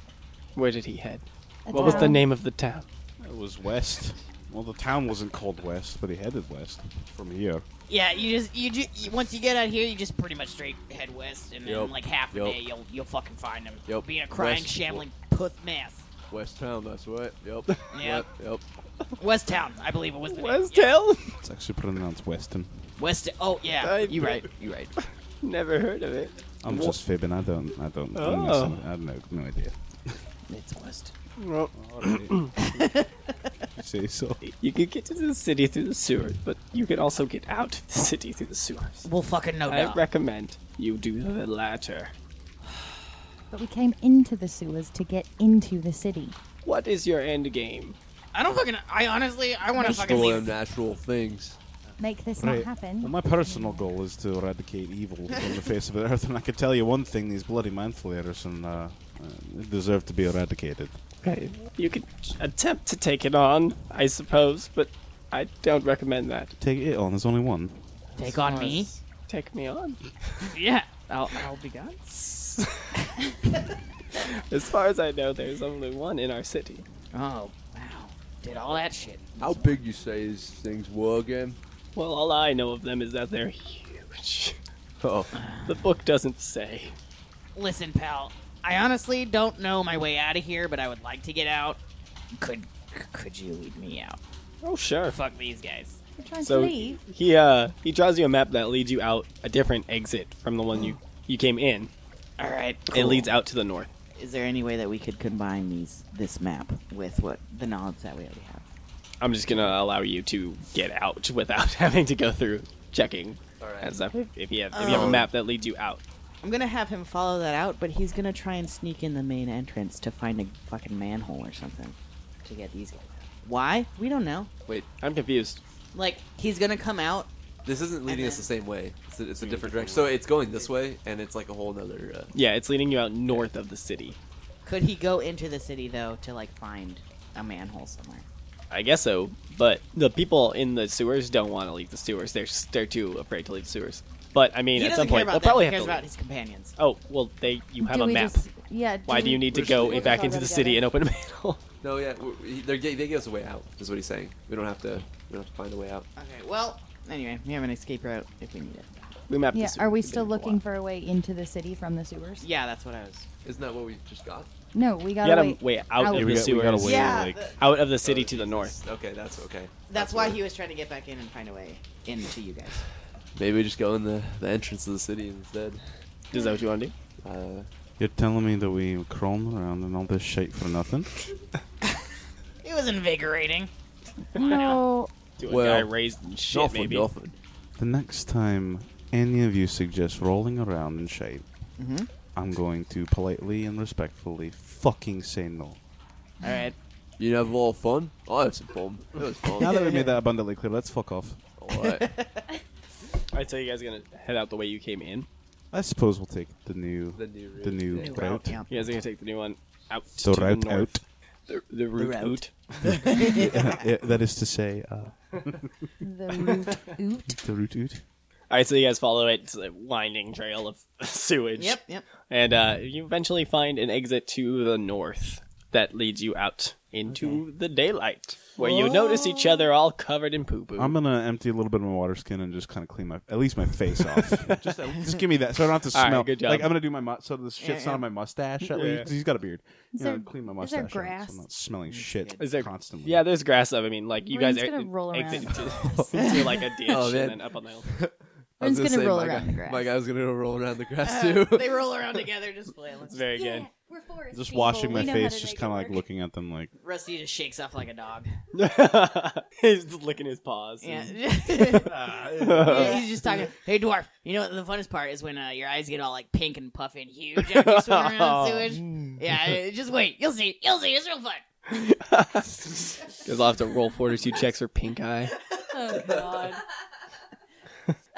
[SPEAKER 4] Where did he head?
[SPEAKER 2] A
[SPEAKER 4] What was the
[SPEAKER 2] town.
[SPEAKER 4] name of the town?
[SPEAKER 1] It was west. Well, the town wasn't called west, but he headed west from here.
[SPEAKER 3] Yeah, you just you, ju- you once you get out here, you just pretty much straight head west, and then
[SPEAKER 6] Yup.
[SPEAKER 3] like half a
[SPEAKER 6] Yup.
[SPEAKER 3] day, you'll you'll fucking find them.
[SPEAKER 6] Yup.
[SPEAKER 3] Being a crying,
[SPEAKER 6] West-
[SPEAKER 3] shambling puth mess.
[SPEAKER 6] West Town, that's right. Yep.
[SPEAKER 3] Yep.
[SPEAKER 6] Yep.
[SPEAKER 3] West Town, I believe it was the name.
[SPEAKER 4] West
[SPEAKER 3] Yeah.
[SPEAKER 4] Hill?
[SPEAKER 1] It's actually pronounced Weston.
[SPEAKER 3] West. Oh yeah,
[SPEAKER 4] I-
[SPEAKER 3] you right, you right.
[SPEAKER 4] Never heard of it.
[SPEAKER 1] I'm just fibbing. I don't. I don't. I'm
[SPEAKER 4] Oh.
[SPEAKER 1] messing- I have no, no idea.
[SPEAKER 3] It's West.
[SPEAKER 1] You say so.
[SPEAKER 4] You could get to the city through the sewers, but you could also get out of the city through the sewers.
[SPEAKER 3] Well, fucking no
[SPEAKER 4] I
[SPEAKER 3] doubt.
[SPEAKER 4] recommend you do the latter.
[SPEAKER 2] But we came into the sewers to get into the city.
[SPEAKER 4] What is your end game?
[SPEAKER 3] I don't fucking. I honestly, I want to fucking
[SPEAKER 6] Destroy
[SPEAKER 3] leave.
[SPEAKER 6] unnatural things.
[SPEAKER 2] Make this
[SPEAKER 1] Right.
[SPEAKER 2] not happen.
[SPEAKER 1] Well, my personal goal is to eradicate evil from the face of the earth, and I can tell you one thing: these bloody mind flayers and uh, uh, deserve to be eradicated.
[SPEAKER 4] Okay. You could attempt to take it on, I suppose, but I don't recommend that.
[SPEAKER 1] Take it on. There's only one.
[SPEAKER 3] Take on me.
[SPEAKER 4] Take me on.
[SPEAKER 3] Yeah, I'll, I'll be gone.
[SPEAKER 4] As far as I know, there's only one in our city.
[SPEAKER 3] Oh wow, did all that shit.
[SPEAKER 7] How big you say these things were again?
[SPEAKER 4] Well, all I know of them is that they're huge.
[SPEAKER 7] Oh,
[SPEAKER 4] The book doesn't say.
[SPEAKER 3] Listen, pal, I honestly don't know my way out of here, but I would like to get out. Could could you lead me out?
[SPEAKER 4] Oh, sure.
[SPEAKER 3] Fuck these guys.
[SPEAKER 2] We're trying
[SPEAKER 4] So
[SPEAKER 2] to leave.
[SPEAKER 4] he uh he draws you a map that leads you out a different exit from the one you you came in.
[SPEAKER 3] All right.
[SPEAKER 4] It leads out to the north.
[SPEAKER 3] Is there any way that we could combine these this map with what the knowledge that we already have?
[SPEAKER 4] I'm just gonna allow you to get out without having to go through checking and stuff. If, if you have if you have a
[SPEAKER 2] Um,
[SPEAKER 3] Oh.
[SPEAKER 4] map that leads you out,
[SPEAKER 3] I'm gonna have him follow that out, but he's gonna try and sneak in the main entrance to find a fucking manhole or something to get these guys. out. Why? We don't know.
[SPEAKER 6] Wait,
[SPEAKER 4] I'm confused.
[SPEAKER 3] Like he's gonna come out.
[SPEAKER 6] this isn't leading us the same way. It's a, it's a different direction. So it's going this way, and it's like a whole other. Uh,
[SPEAKER 4] Yeah, it's leading you out north of the city.
[SPEAKER 3] Could he go into the city though to like find a manhole somewhere?
[SPEAKER 4] I guess so, but the people in the sewers don't want to leave the sewers. They're s- they're too afraid to leave the sewers. But I mean,
[SPEAKER 3] he
[SPEAKER 4] at
[SPEAKER 3] doesn't
[SPEAKER 4] some
[SPEAKER 3] care
[SPEAKER 4] point
[SPEAKER 3] about
[SPEAKER 4] they'll
[SPEAKER 3] that. he
[SPEAKER 4] probably have
[SPEAKER 3] cares
[SPEAKER 4] to.
[SPEAKER 3] about
[SPEAKER 4] leave.
[SPEAKER 3] his companions.
[SPEAKER 4] Oh well, they you have
[SPEAKER 2] Do
[SPEAKER 4] a
[SPEAKER 2] we
[SPEAKER 4] map.
[SPEAKER 2] just- yeah.
[SPEAKER 4] Why do you need to
[SPEAKER 7] We're
[SPEAKER 4] go
[SPEAKER 7] still-
[SPEAKER 4] back
[SPEAKER 2] we're
[SPEAKER 4] into the
[SPEAKER 2] still
[SPEAKER 4] city
[SPEAKER 2] together.
[SPEAKER 4] and open a manhole?
[SPEAKER 6] no, yeah, we- we- they're, g- they give us a way out. Is what he's saying. We don't have to. We don't have to find a way out.
[SPEAKER 3] Okay. Well, anyway, we have an escape route if we need it.
[SPEAKER 4] We mapped. the
[SPEAKER 2] Yeah.
[SPEAKER 4] sewer.
[SPEAKER 2] Are we
[SPEAKER 4] We've been
[SPEAKER 2] still
[SPEAKER 4] there for a
[SPEAKER 2] looking for
[SPEAKER 4] while.
[SPEAKER 2] a way into the city from the sewers?
[SPEAKER 3] Yeah, that's what I was.
[SPEAKER 6] Isn't that what we just got?
[SPEAKER 2] No, we
[SPEAKER 4] You
[SPEAKER 2] gotta
[SPEAKER 4] gotta
[SPEAKER 2] wait.
[SPEAKER 4] wait out
[SPEAKER 2] Out.
[SPEAKER 4] of
[SPEAKER 2] Yeah,
[SPEAKER 1] we,
[SPEAKER 4] the
[SPEAKER 1] got, we gotta
[SPEAKER 4] sewers,
[SPEAKER 1] wait.
[SPEAKER 3] Yeah,
[SPEAKER 1] like,
[SPEAKER 3] the-
[SPEAKER 4] out of the city
[SPEAKER 6] Oh,
[SPEAKER 4] to the
[SPEAKER 6] Jesus.
[SPEAKER 4] north.
[SPEAKER 6] Okay, that's okay.
[SPEAKER 3] That's why
[SPEAKER 6] what-
[SPEAKER 3] he was trying to get back in and find a way into you guys.
[SPEAKER 6] Maybe we just go in the, the entrance of the city instead.
[SPEAKER 4] Is that what you want to do?
[SPEAKER 6] Uh,
[SPEAKER 1] You're telling me that we crawling around and all this shit for nothing?
[SPEAKER 3] It was invigorating.
[SPEAKER 2] No.
[SPEAKER 4] Do
[SPEAKER 6] Well,
[SPEAKER 4] a guy raised in shit,
[SPEAKER 6] nothing,
[SPEAKER 4] maybe.
[SPEAKER 6] nothing.
[SPEAKER 1] The next time any of you suggest rolling around in shite, I'm going to politely and respectfully fucking say no.
[SPEAKER 3] All right.
[SPEAKER 6] You didn't have a lot of fun? I had some fun. It was fun.
[SPEAKER 1] Now that we made that abundantly clear, let's fuck off.
[SPEAKER 6] All right.
[SPEAKER 4] All right, so you guys are gonna head out the way you came in.
[SPEAKER 1] I suppose we'll take the new,
[SPEAKER 6] The new route.
[SPEAKER 1] the new
[SPEAKER 3] New route,
[SPEAKER 1] route,
[SPEAKER 3] yeah.
[SPEAKER 4] You guys are gonna take the new one out.
[SPEAKER 1] the
[SPEAKER 4] to
[SPEAKER 1] route
[SPEAKER 4] the north.
[SPEAKER 1] out.
[SPEAKER 4] The, the route,
[SPEAKER 3] route.
[SPEAKER 1] Yeah, that is to say, uh,
[SPEAKER 2] The root oot.
[SPEAKER 1] the route out.
[SPEAKER 4] All right, so you guys follow it. It's a winding trail of sewage.
[SPEAKER 3] Yep. Yep.
[SPEAKER 4] And uh, you eventually find an exit to the north that leads you out into the daylight, where you notice each other all covered in poo poo.
[SPEAKER 1] I'm gonna empty a little bit of my water skin and just kind of clean my, at least my face off. just, uh, just give me that, so I don't have to
[SPEAKER 4] All
[SPEAKER 1] smell.
[SPEAKER 4] right, good job.
[SPEAKER 1] Like I'm gonna do my mu- so the shit's
[SPEAKER 3] yeah.
[SPEAKER 1] not on my mustache. At
[SPEAKER 4] Yeah.
[SPEAKER 1] least he's got a beard.
[SPEAKER 2] Is
[SPEAKER 1] You know,
[SPEAKER 2] there-
[SPEAKER 1] clean my
[SPEAKER 2] is there
[SPEAKER 1] mustache. out, so
[SPEAKER 2] grass?
[SPEAKER 1] I'm not smelling shit.
[SPEAKER 4] Is there-
[SPEAKER 1] constantly?
[SPEAKER 4] yeah, there's grass up. I mean, like you
[SPEAKER 2] We're
[SPEAKER 4] guys
[SPEAKER 2] just
[SPEAKER 4] are
[SPEAKER 2] gonna roll around.
[SPEAKER 4] exit into, into, like a ditch
[SPEAKER 6] Oh, man.
[SPEAKER 4] and then up on the hill.
[SPEAKER 6] I
[SPEAKER 2] Everyone's
[SPEAKER 6] was
[SPEAKER 2] gonna
[SPEAKER 6] say,
[SPEAKER 2] roll
[SPEAKER 6] my
[SPEAKER 2] around
[SPEAKER 6] guy-
[SPEAKER 2] the grass.
[SPEAKER 6] My guy's gonna roll around the grass too.
[SPEAKER 3] Uh, they roll around together, just flailing.
[SPEAKER 4] It's very good.
[SPEAKER 2] we're forest
[SPEAKER 1] Just
[SPEAKER 2] people.
[SPEAKER 1] washing
[SPEAKER 2] We
[SPEAKER 1] my
[SPEAKER 2] know how to
[SPEAKER 1] face, just
[SPEAKER 2] make it
[SPEAKER 1] kind of like
[SPEAKER 2] work.
[SPEAKER 1] looking at them, like
[SPEAKER 3] Rusty just shakes off like a dog.
[SPEAKER 4] He's just licking his paws.
[SPEAKER 3] Yeah.
[SPEAKER 4] and-
[SPEAKER 3] He's just talking. Hey, dwarf. You know what the funnest part is when uh, your eyes get all like pink and puffy and huge after you swim around in sewage. Yeah. uh, Just wait. You'll see. You'll see. It's real fun.
[SPEAKER 4] Because I'll have to roll fortitude checks for pink eye.
[SPEAKER 2] Oh god.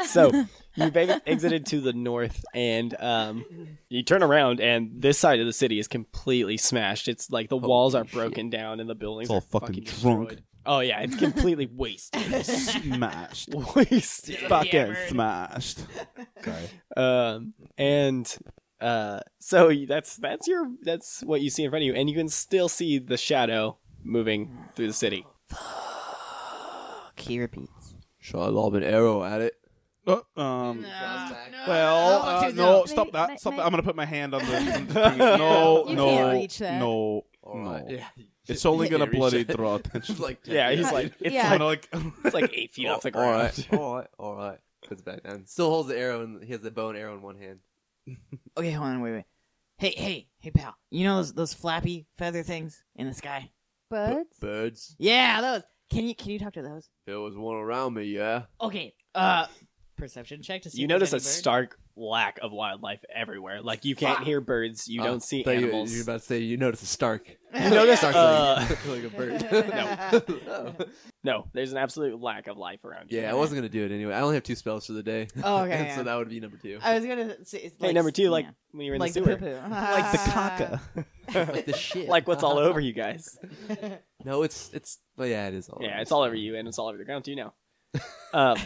[SPEAKER 4] So you ba- exited to the north, and um, you turn around, and this side of the city is completely smashed. It's like the walls are broken down, and the buildings
[SPEAKER 1] It's all
[SPEAKER 4] are fucking,
[SPEAKER 1] fucking drunk.
[SPEAKER 4] destroyed. Oh yeah, it's completely wasted.
[SPEAKER 1] smashed,
[SPEAKER 4] wasted.
[SPEAKER 1] fucking
[SPEAKER 3] Hammered.
[SPEAKER 1] smashed. Sorry.
[SPEAKER 4] Um, and uh, so y- that's that's your that's what you see in front of you, and you can still see the shadow moving through the city.
[SPEAKER 3] He repeats.
[SPEAKER 6] Shot a lob an arrow at it.
[SPEAKER 1] Oh, um. Well,
[SPEAKER 3] no, Oh,
[SPEAKER 1] uh,
[SPEAKER 3] dude,
[SPEAKER 1] no,
[SPEAKER 2] no.
[SPEAKER 1] stop
[SPEAKER 2] May-
[SPEAKER 1] that. Stop
[SPEAKER 2] may-
[SPEAKER 1] that. I'm gonna put my hand on the. no,
[SPEAKER 2] You
[SPEAKER 1] no,
[SPEAKER 2] can't reach that.
[SPEAKER 1] no,
[SPEAKER 6] All
[SPEAKER 1] no.
[SPEAKER 6] right. Yeah.
[SPEAKER 1] It's only gonna
[SPEAKER 6] Yeah, reach
[SPEAKER 1] bloody
[SPEAKER 6] it.
[SPEAKER 1] draw attention.
[SPEAKER 6] Just like
[SPEAKER 4] Yeah, he's like it's
[SPEAKER 2] Yeah.
[SPEAKER 4] like
[SPEAKER 1] Kinda like
[SPEAKER 4] it's like eight feet off the
[SPEAKER 6] all
[SPEAKER 4] ground.
[SPEAKER 6] right, all right, all right. Puts it back down. Still holds the arrow, and he has the bow and arrow in one hand.
[SPEAKER 3] Okay, hold on. Wait, wait. Hey, hey, hey, pal. You know those those flappy feather things in the sky?
[SPEAKER 2] Buds.
[SPEAKER 6] Birds.
[SPEAKER 3] Yeah, those. Can you can you talk to those?
[SPEAKER 6] There was one around me. Yeah.
[SPEAKER 3] Okay. Uh, perception check to see.
[SPEAKER 4] you
[SPEAKER 3] if there's
[SPEAKER 4] notice a
[SPEAKER 3] any bird.
[SPEAKER 4] stark lack of wildlife everywhere. Like you can't hear birds, you
[SPEAKER 6] Uh,
[SPEAKER 4] don't see
[SPEAKER 6] thought you-
[SPEAKER 4] animals.
[SPEAKER 6] You're about to say you notice a Stark.
[SPEAKER 4] You notice
[SPEAKER 6] Stark
[SPEAKER 4] uh,
[SPEAKER 6] like, like a bird.
[SPEAKER 4] no, there's an absolute lack of life around you.
[SPEAKER 6] Yeah, I wasn't gonna do it anyway. I only have two spells for the day.
[SPEAKER 3] Oh, okay, yeah.
[SPEAKER 6] so that would be number two.
[SPEAKER 3] I was gonna say. It's
[SPEAKER 4] Hey,
[SPEAKER 3] like,
[SPEAKER 4] number two, like
[SPEAKER 3] yeah,
[SPEAKER 4] when you're in
[SPEAKER 3] like
[SPEAKER 4] the sewer,
[SPEAKER 3] poo-poo.
[SPEAKER 2] Ah.
[SPEAKER 1] like the caca.
[SPEAKER 6] like the shit.
[SPEAKER 4] like what's all over you guys.
[SPEAKER 6] No, it's it's But yeah, it is all.
[SPEAKER 4] Yeah,
[SPEAKER 6] over
[SPEAKER 4] it's
[SPEAKER 6] us.
[SPEAKER 4] all over you, and it's all over the ground too now. um,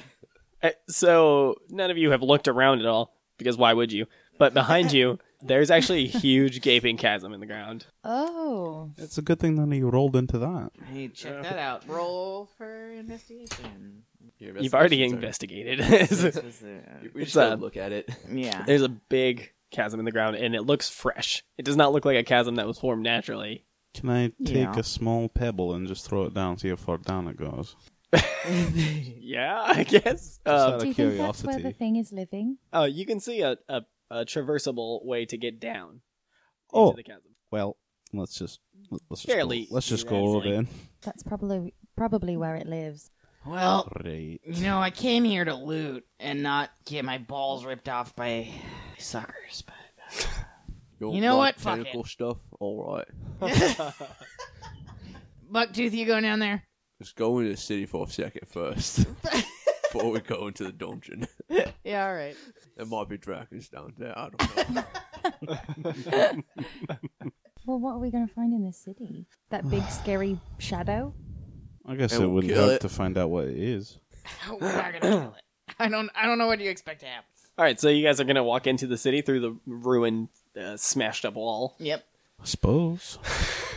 [SPEAKER 4] eh, so none of you have looked around at all because why would you? But behind you, there's actually a huge gaping chasm in the ground.
[SPEAKER 2] Oh.
[SPEAKER 1] It's a good thing that you rolled into that.
[SPEAKER 3] Hey, check that out. Roll for investigation.
[SPEAKER 6] Your
[SPEAKER 4] You've already
[SPEAKER 6] investigations
[SPEAKER 4] investigated.
[SPEAKER 3] This
[SPEAKER 4] It's-
[SPEAKER 3] was, uh,
[SPEAKER 6] are- We
[SPEAKER 4] It's,
[SPEAKER 6] just gotta
[SPEAKER 4] uh,
[SPEAKER 6] look at it.
[SPEAKER 3] yeah.
[SPEAKER 4] there's a big chasm in the ground, and it looks fresh. It does not look like a chasm that was formed naturally.
[SPEAKER 1] Can I take
[SPEAKER 3] Yeah.
[SPEAKER 1] a small pebble and just throw it down, see how far down it goes?
[SPEAKER 4] Yeah, I guess.
[SPEAKER 1] Just
[SPEAKER 4] Um,
[SPEAKER 1] out
[SPEAKER 2] Do
[SPEAKER 1] of
[SPEAKER 2] you think that's where the
[SPEAKER 1] curiosity.
[SPEAKER 2] thing is living?
[SPEAKER 4] oh, you can see a, a, a traversable way to get down.
[SPEAKER 1] Oh.
[SPEAKER 4] into the chasm.
[SPEAKER 1] Well, let's just let's just
[SPEAKER 4] Fairly
[SPEAKER 1] go, let's just go over
[SPEAKER 4] easily.
[SPEAKER 1] then.
[SPEAKER 2] That's probably probably where it lives.
[SPEAKER 3] Well,
[SPEAKER 1] Right.
[SPEAKER 3] you know, I came here to loot and not get my balls ripped off by suckers. But
[SPEAKER 7] Don't
[SPEAKER 3] You know
[SPEAKER 7] like
[SPEAKER 3] what? Fuck it.
[SPEAKER 7] Technical stuff. All right,
[SPEAKER 3] Bucktooth, you going down there?
[SPEAKER 7] let's go into the city for a second first, before we go into the dungeon.
[SPEAKER 3] Yeah, all right.
[SPEAKER 7] There might be dragons down there. I don't know.
[SPEAKER 2] Well, what are we going to find in the city? That big scary shadow?
[SPEAKER 1] I guess
[SPEAKER 7] And
[SPEAKER 1] it
[SPEAKER 7] we'll
[SPEAKER 1] wouldn't
[SPEAKER 7] kill
[SPEAKER 1] hurt
[SPEAKER 7] it.
[SPEAKER 1] to find out what it is.
[SPEAKER 3] we're not gonna kill it. I don't. I don't know what you expect to happen.
[SPEAKER 4] All right, so you guys are gonna walk into the city through the ruined, uh, smashed up wall.
[SPEAKER 3] Yep.
[SPEAKER 1] I suppose.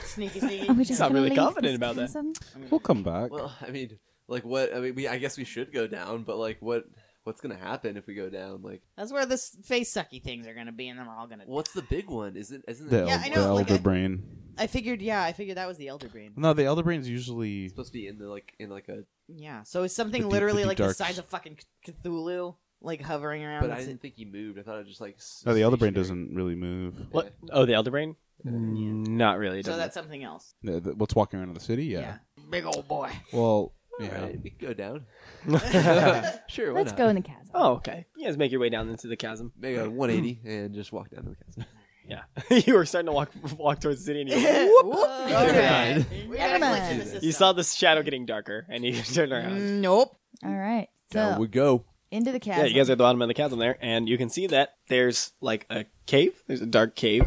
[SPEAKER 3] Sneaky, sneaky.
[SPEAKER 2] Are we just
[SPEAKER 4] not
[SPEAKER 2] gonna
[SPEAKER 4] really
[SPEAKER 2] leave
[SPEAKER 4] confident
[SPEAKER 2] this
[SPEAKER 4] about that.
[SPEAKER 2] chasm?
[SPEAKER 1] We'll come back.
[SPEAKER 6] Well, I mean, like what? I mean, we. I guess we should go down, but like, what? What's gonna happen if we go down? Like,
[SPEAKER 3] That's where the s- face sucky things are gonna be, and then we're all gonna.
[SPEAKER 6] what's the big one? Isn't isn't
[SPEAKER 1] the
[SPEAKER 6] it
[SPEAKER 3] Yeah,
[SPEAKER 1] el-
[SPEAKER 3] I
[SPEAKER 1] the
[SPEAKER 3] know, like
[SPEAKER 1] elder
[SPEAKER 3] I-
[SPEAKER 1] brain.
[SPEAKER 3] I figured. Yeah, I figured that was the elder green.
[SPEAKER 1] No, the elder brain's usually
[SPEAKER 6] supposed to be in the like in like a?
[SPEAKER 3] Yeah. So is something
[SPEAKER 1] The deep-
[SPEAKER 3] literally
[SPEAKER 1] the deep
[SPEAKER 3] like
[SPEAKER 1] darks.
[SPEAKER 3] the size of fucking C- Cthulhu, like hovering around?
[SPEAKER 6] But
[SPEAKER 3] the
[SPEAKER 6] I
[SPEAKER 3] ci-
[SPEAKER 6] didn't think he moved. I thought it just like. s-
[SPEAKER 1] no, the elder brain
[SPEAKER 6] stationary.
[SPEAKER 1] doesn't really move.
[SPEAKER 4] What? Oh, the elder brain? Mm, Not really. it
[SPEAKER 3] so
[SPEAKER 4] doesn't.
[SPEAKER 3] that's something else.
[SPEAKER 1] The- the- What's walking around in the city? Yeah.
[SPEAKER 3] Big old boy.
[SPEAKER 1] Well,
[SPEAKER 6] All
[SPEAKER 1] yeah.
[SPEAKER 6] right, we can go down. sure, why
[SPEAKER 2] Let's
[SPEAKER 6] not?
[SPEAKER 2] go in the chasm.
[SPEAKER 4] Oh, okay. You guys make your way down into the chasm.
[SPEAKER 6] Make a 180 and just walk down to the castle.
[SPEAKER 4] Yeah, you were starting to walk walk towards the city, and you went,
[SPEAKER 3] Whoop.
[SPEAKER 6] Alright.
[SPEAKER 3] We gotta
[SPEAKER 2] Never mind.
[SPEAKER 3] glitch in the
[SPEAKER 4] you
[SPEAKER 3] system.
[SPEAKER 4] saw the shadow getting darker, and you turned around.
[SPEAKER 3] Nope.
[SPEAKER 2] All right.
[SPEAKER 7] Down
[SPEAKER 2] So,
[SPEAKER 7] we go.
[SPEAKER 2] into the chasm.
[SPEAKER 4] Yeah, you guys are at the bottom of the chasm there, and you can see that there's like a cave. There's a dark cave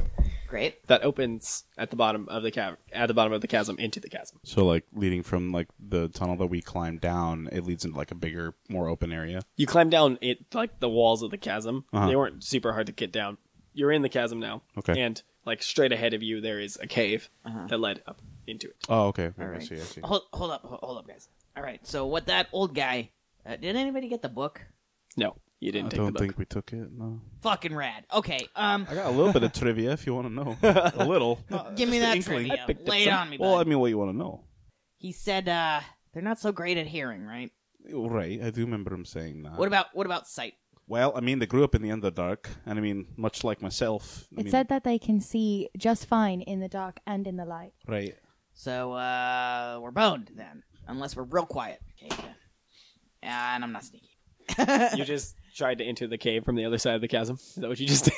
[SPEAKER 3] Great.
[SPEAKER 4] that opens at the bottom of the cavern, at the bottom of the chasm into the chasm.
[SPEAKER 1] So like leading from like the tunnel that we climbed down, it leads into like a bigger, more open area.
[SPEAKER 4] You climb down it like the walls of the chasm.
[SPEAKER 1] Uh-huh.
[SPEAKER 4] They weren't super hard to get down. You're in the chasm now.
[SPEAKER 1] Okay.
[SPEAKER 4] And like straight ahead of you there is a cave that led up into it.
[SPEAKER 1] Oh, okay. okay, I
[SPEAKER 3] right.
[SPEAKER 1] see. I see.
[SPEAKER 3] Hold, hold up, ho- hold up, guys. All right. So what that old guy? Uh, did anybody get the book?
[SPEAKER 4] No, you didn't
[SPEAKER 1] I
[SPEAKER 4] take the
[SPEAKER 1] don't
[SPEAKER 4] book.
[SPEAKER 1] think we took it. No.
[SPEAKER 3] Fucking rad. Okay. Um,
[SPEAKER 1] I got a little bit of trivia if you want to know. a little.
[SPEAKER 3] give me
[SPEAKER 1] just the
[SPEAKER 3] that
[SPEAKER 1] inkling.
[SPEAKER 3] trivia.
[SPEAKER 4] I picked up
[SPEAKER 3] Lay it
[SPEAKER 4] some-
[SPEAKER 3] on me.
[SPEAKER 1] well, I
[SPEAKER 3] bud.
[SPEAKER 1] mean, what you want to know?
[SPEAKER 3] he said uh, they're not so great at hearing, right?
[SPEAKER 1] Right. I do remember him saying that.
[SPEAKER 3] What about what about sight?
[SPEAKER 1] well, I mean, they grew up in the Underdark, and I mean, much like myself. I
[SPEAKER 2] It
[SPEAKER 1] mean,
[SPEAKER 2] said that they can see just fine in the dark and in the light.
[SPEAKER 1] right.
[SPEAKER 3] So uh, we're boned then, unless we're real quiet. Okay. Then. And I'm not sneaky.
[SPEAKER 4] you just tried to enter the cave from the other side of the chasm. Is that what you just did?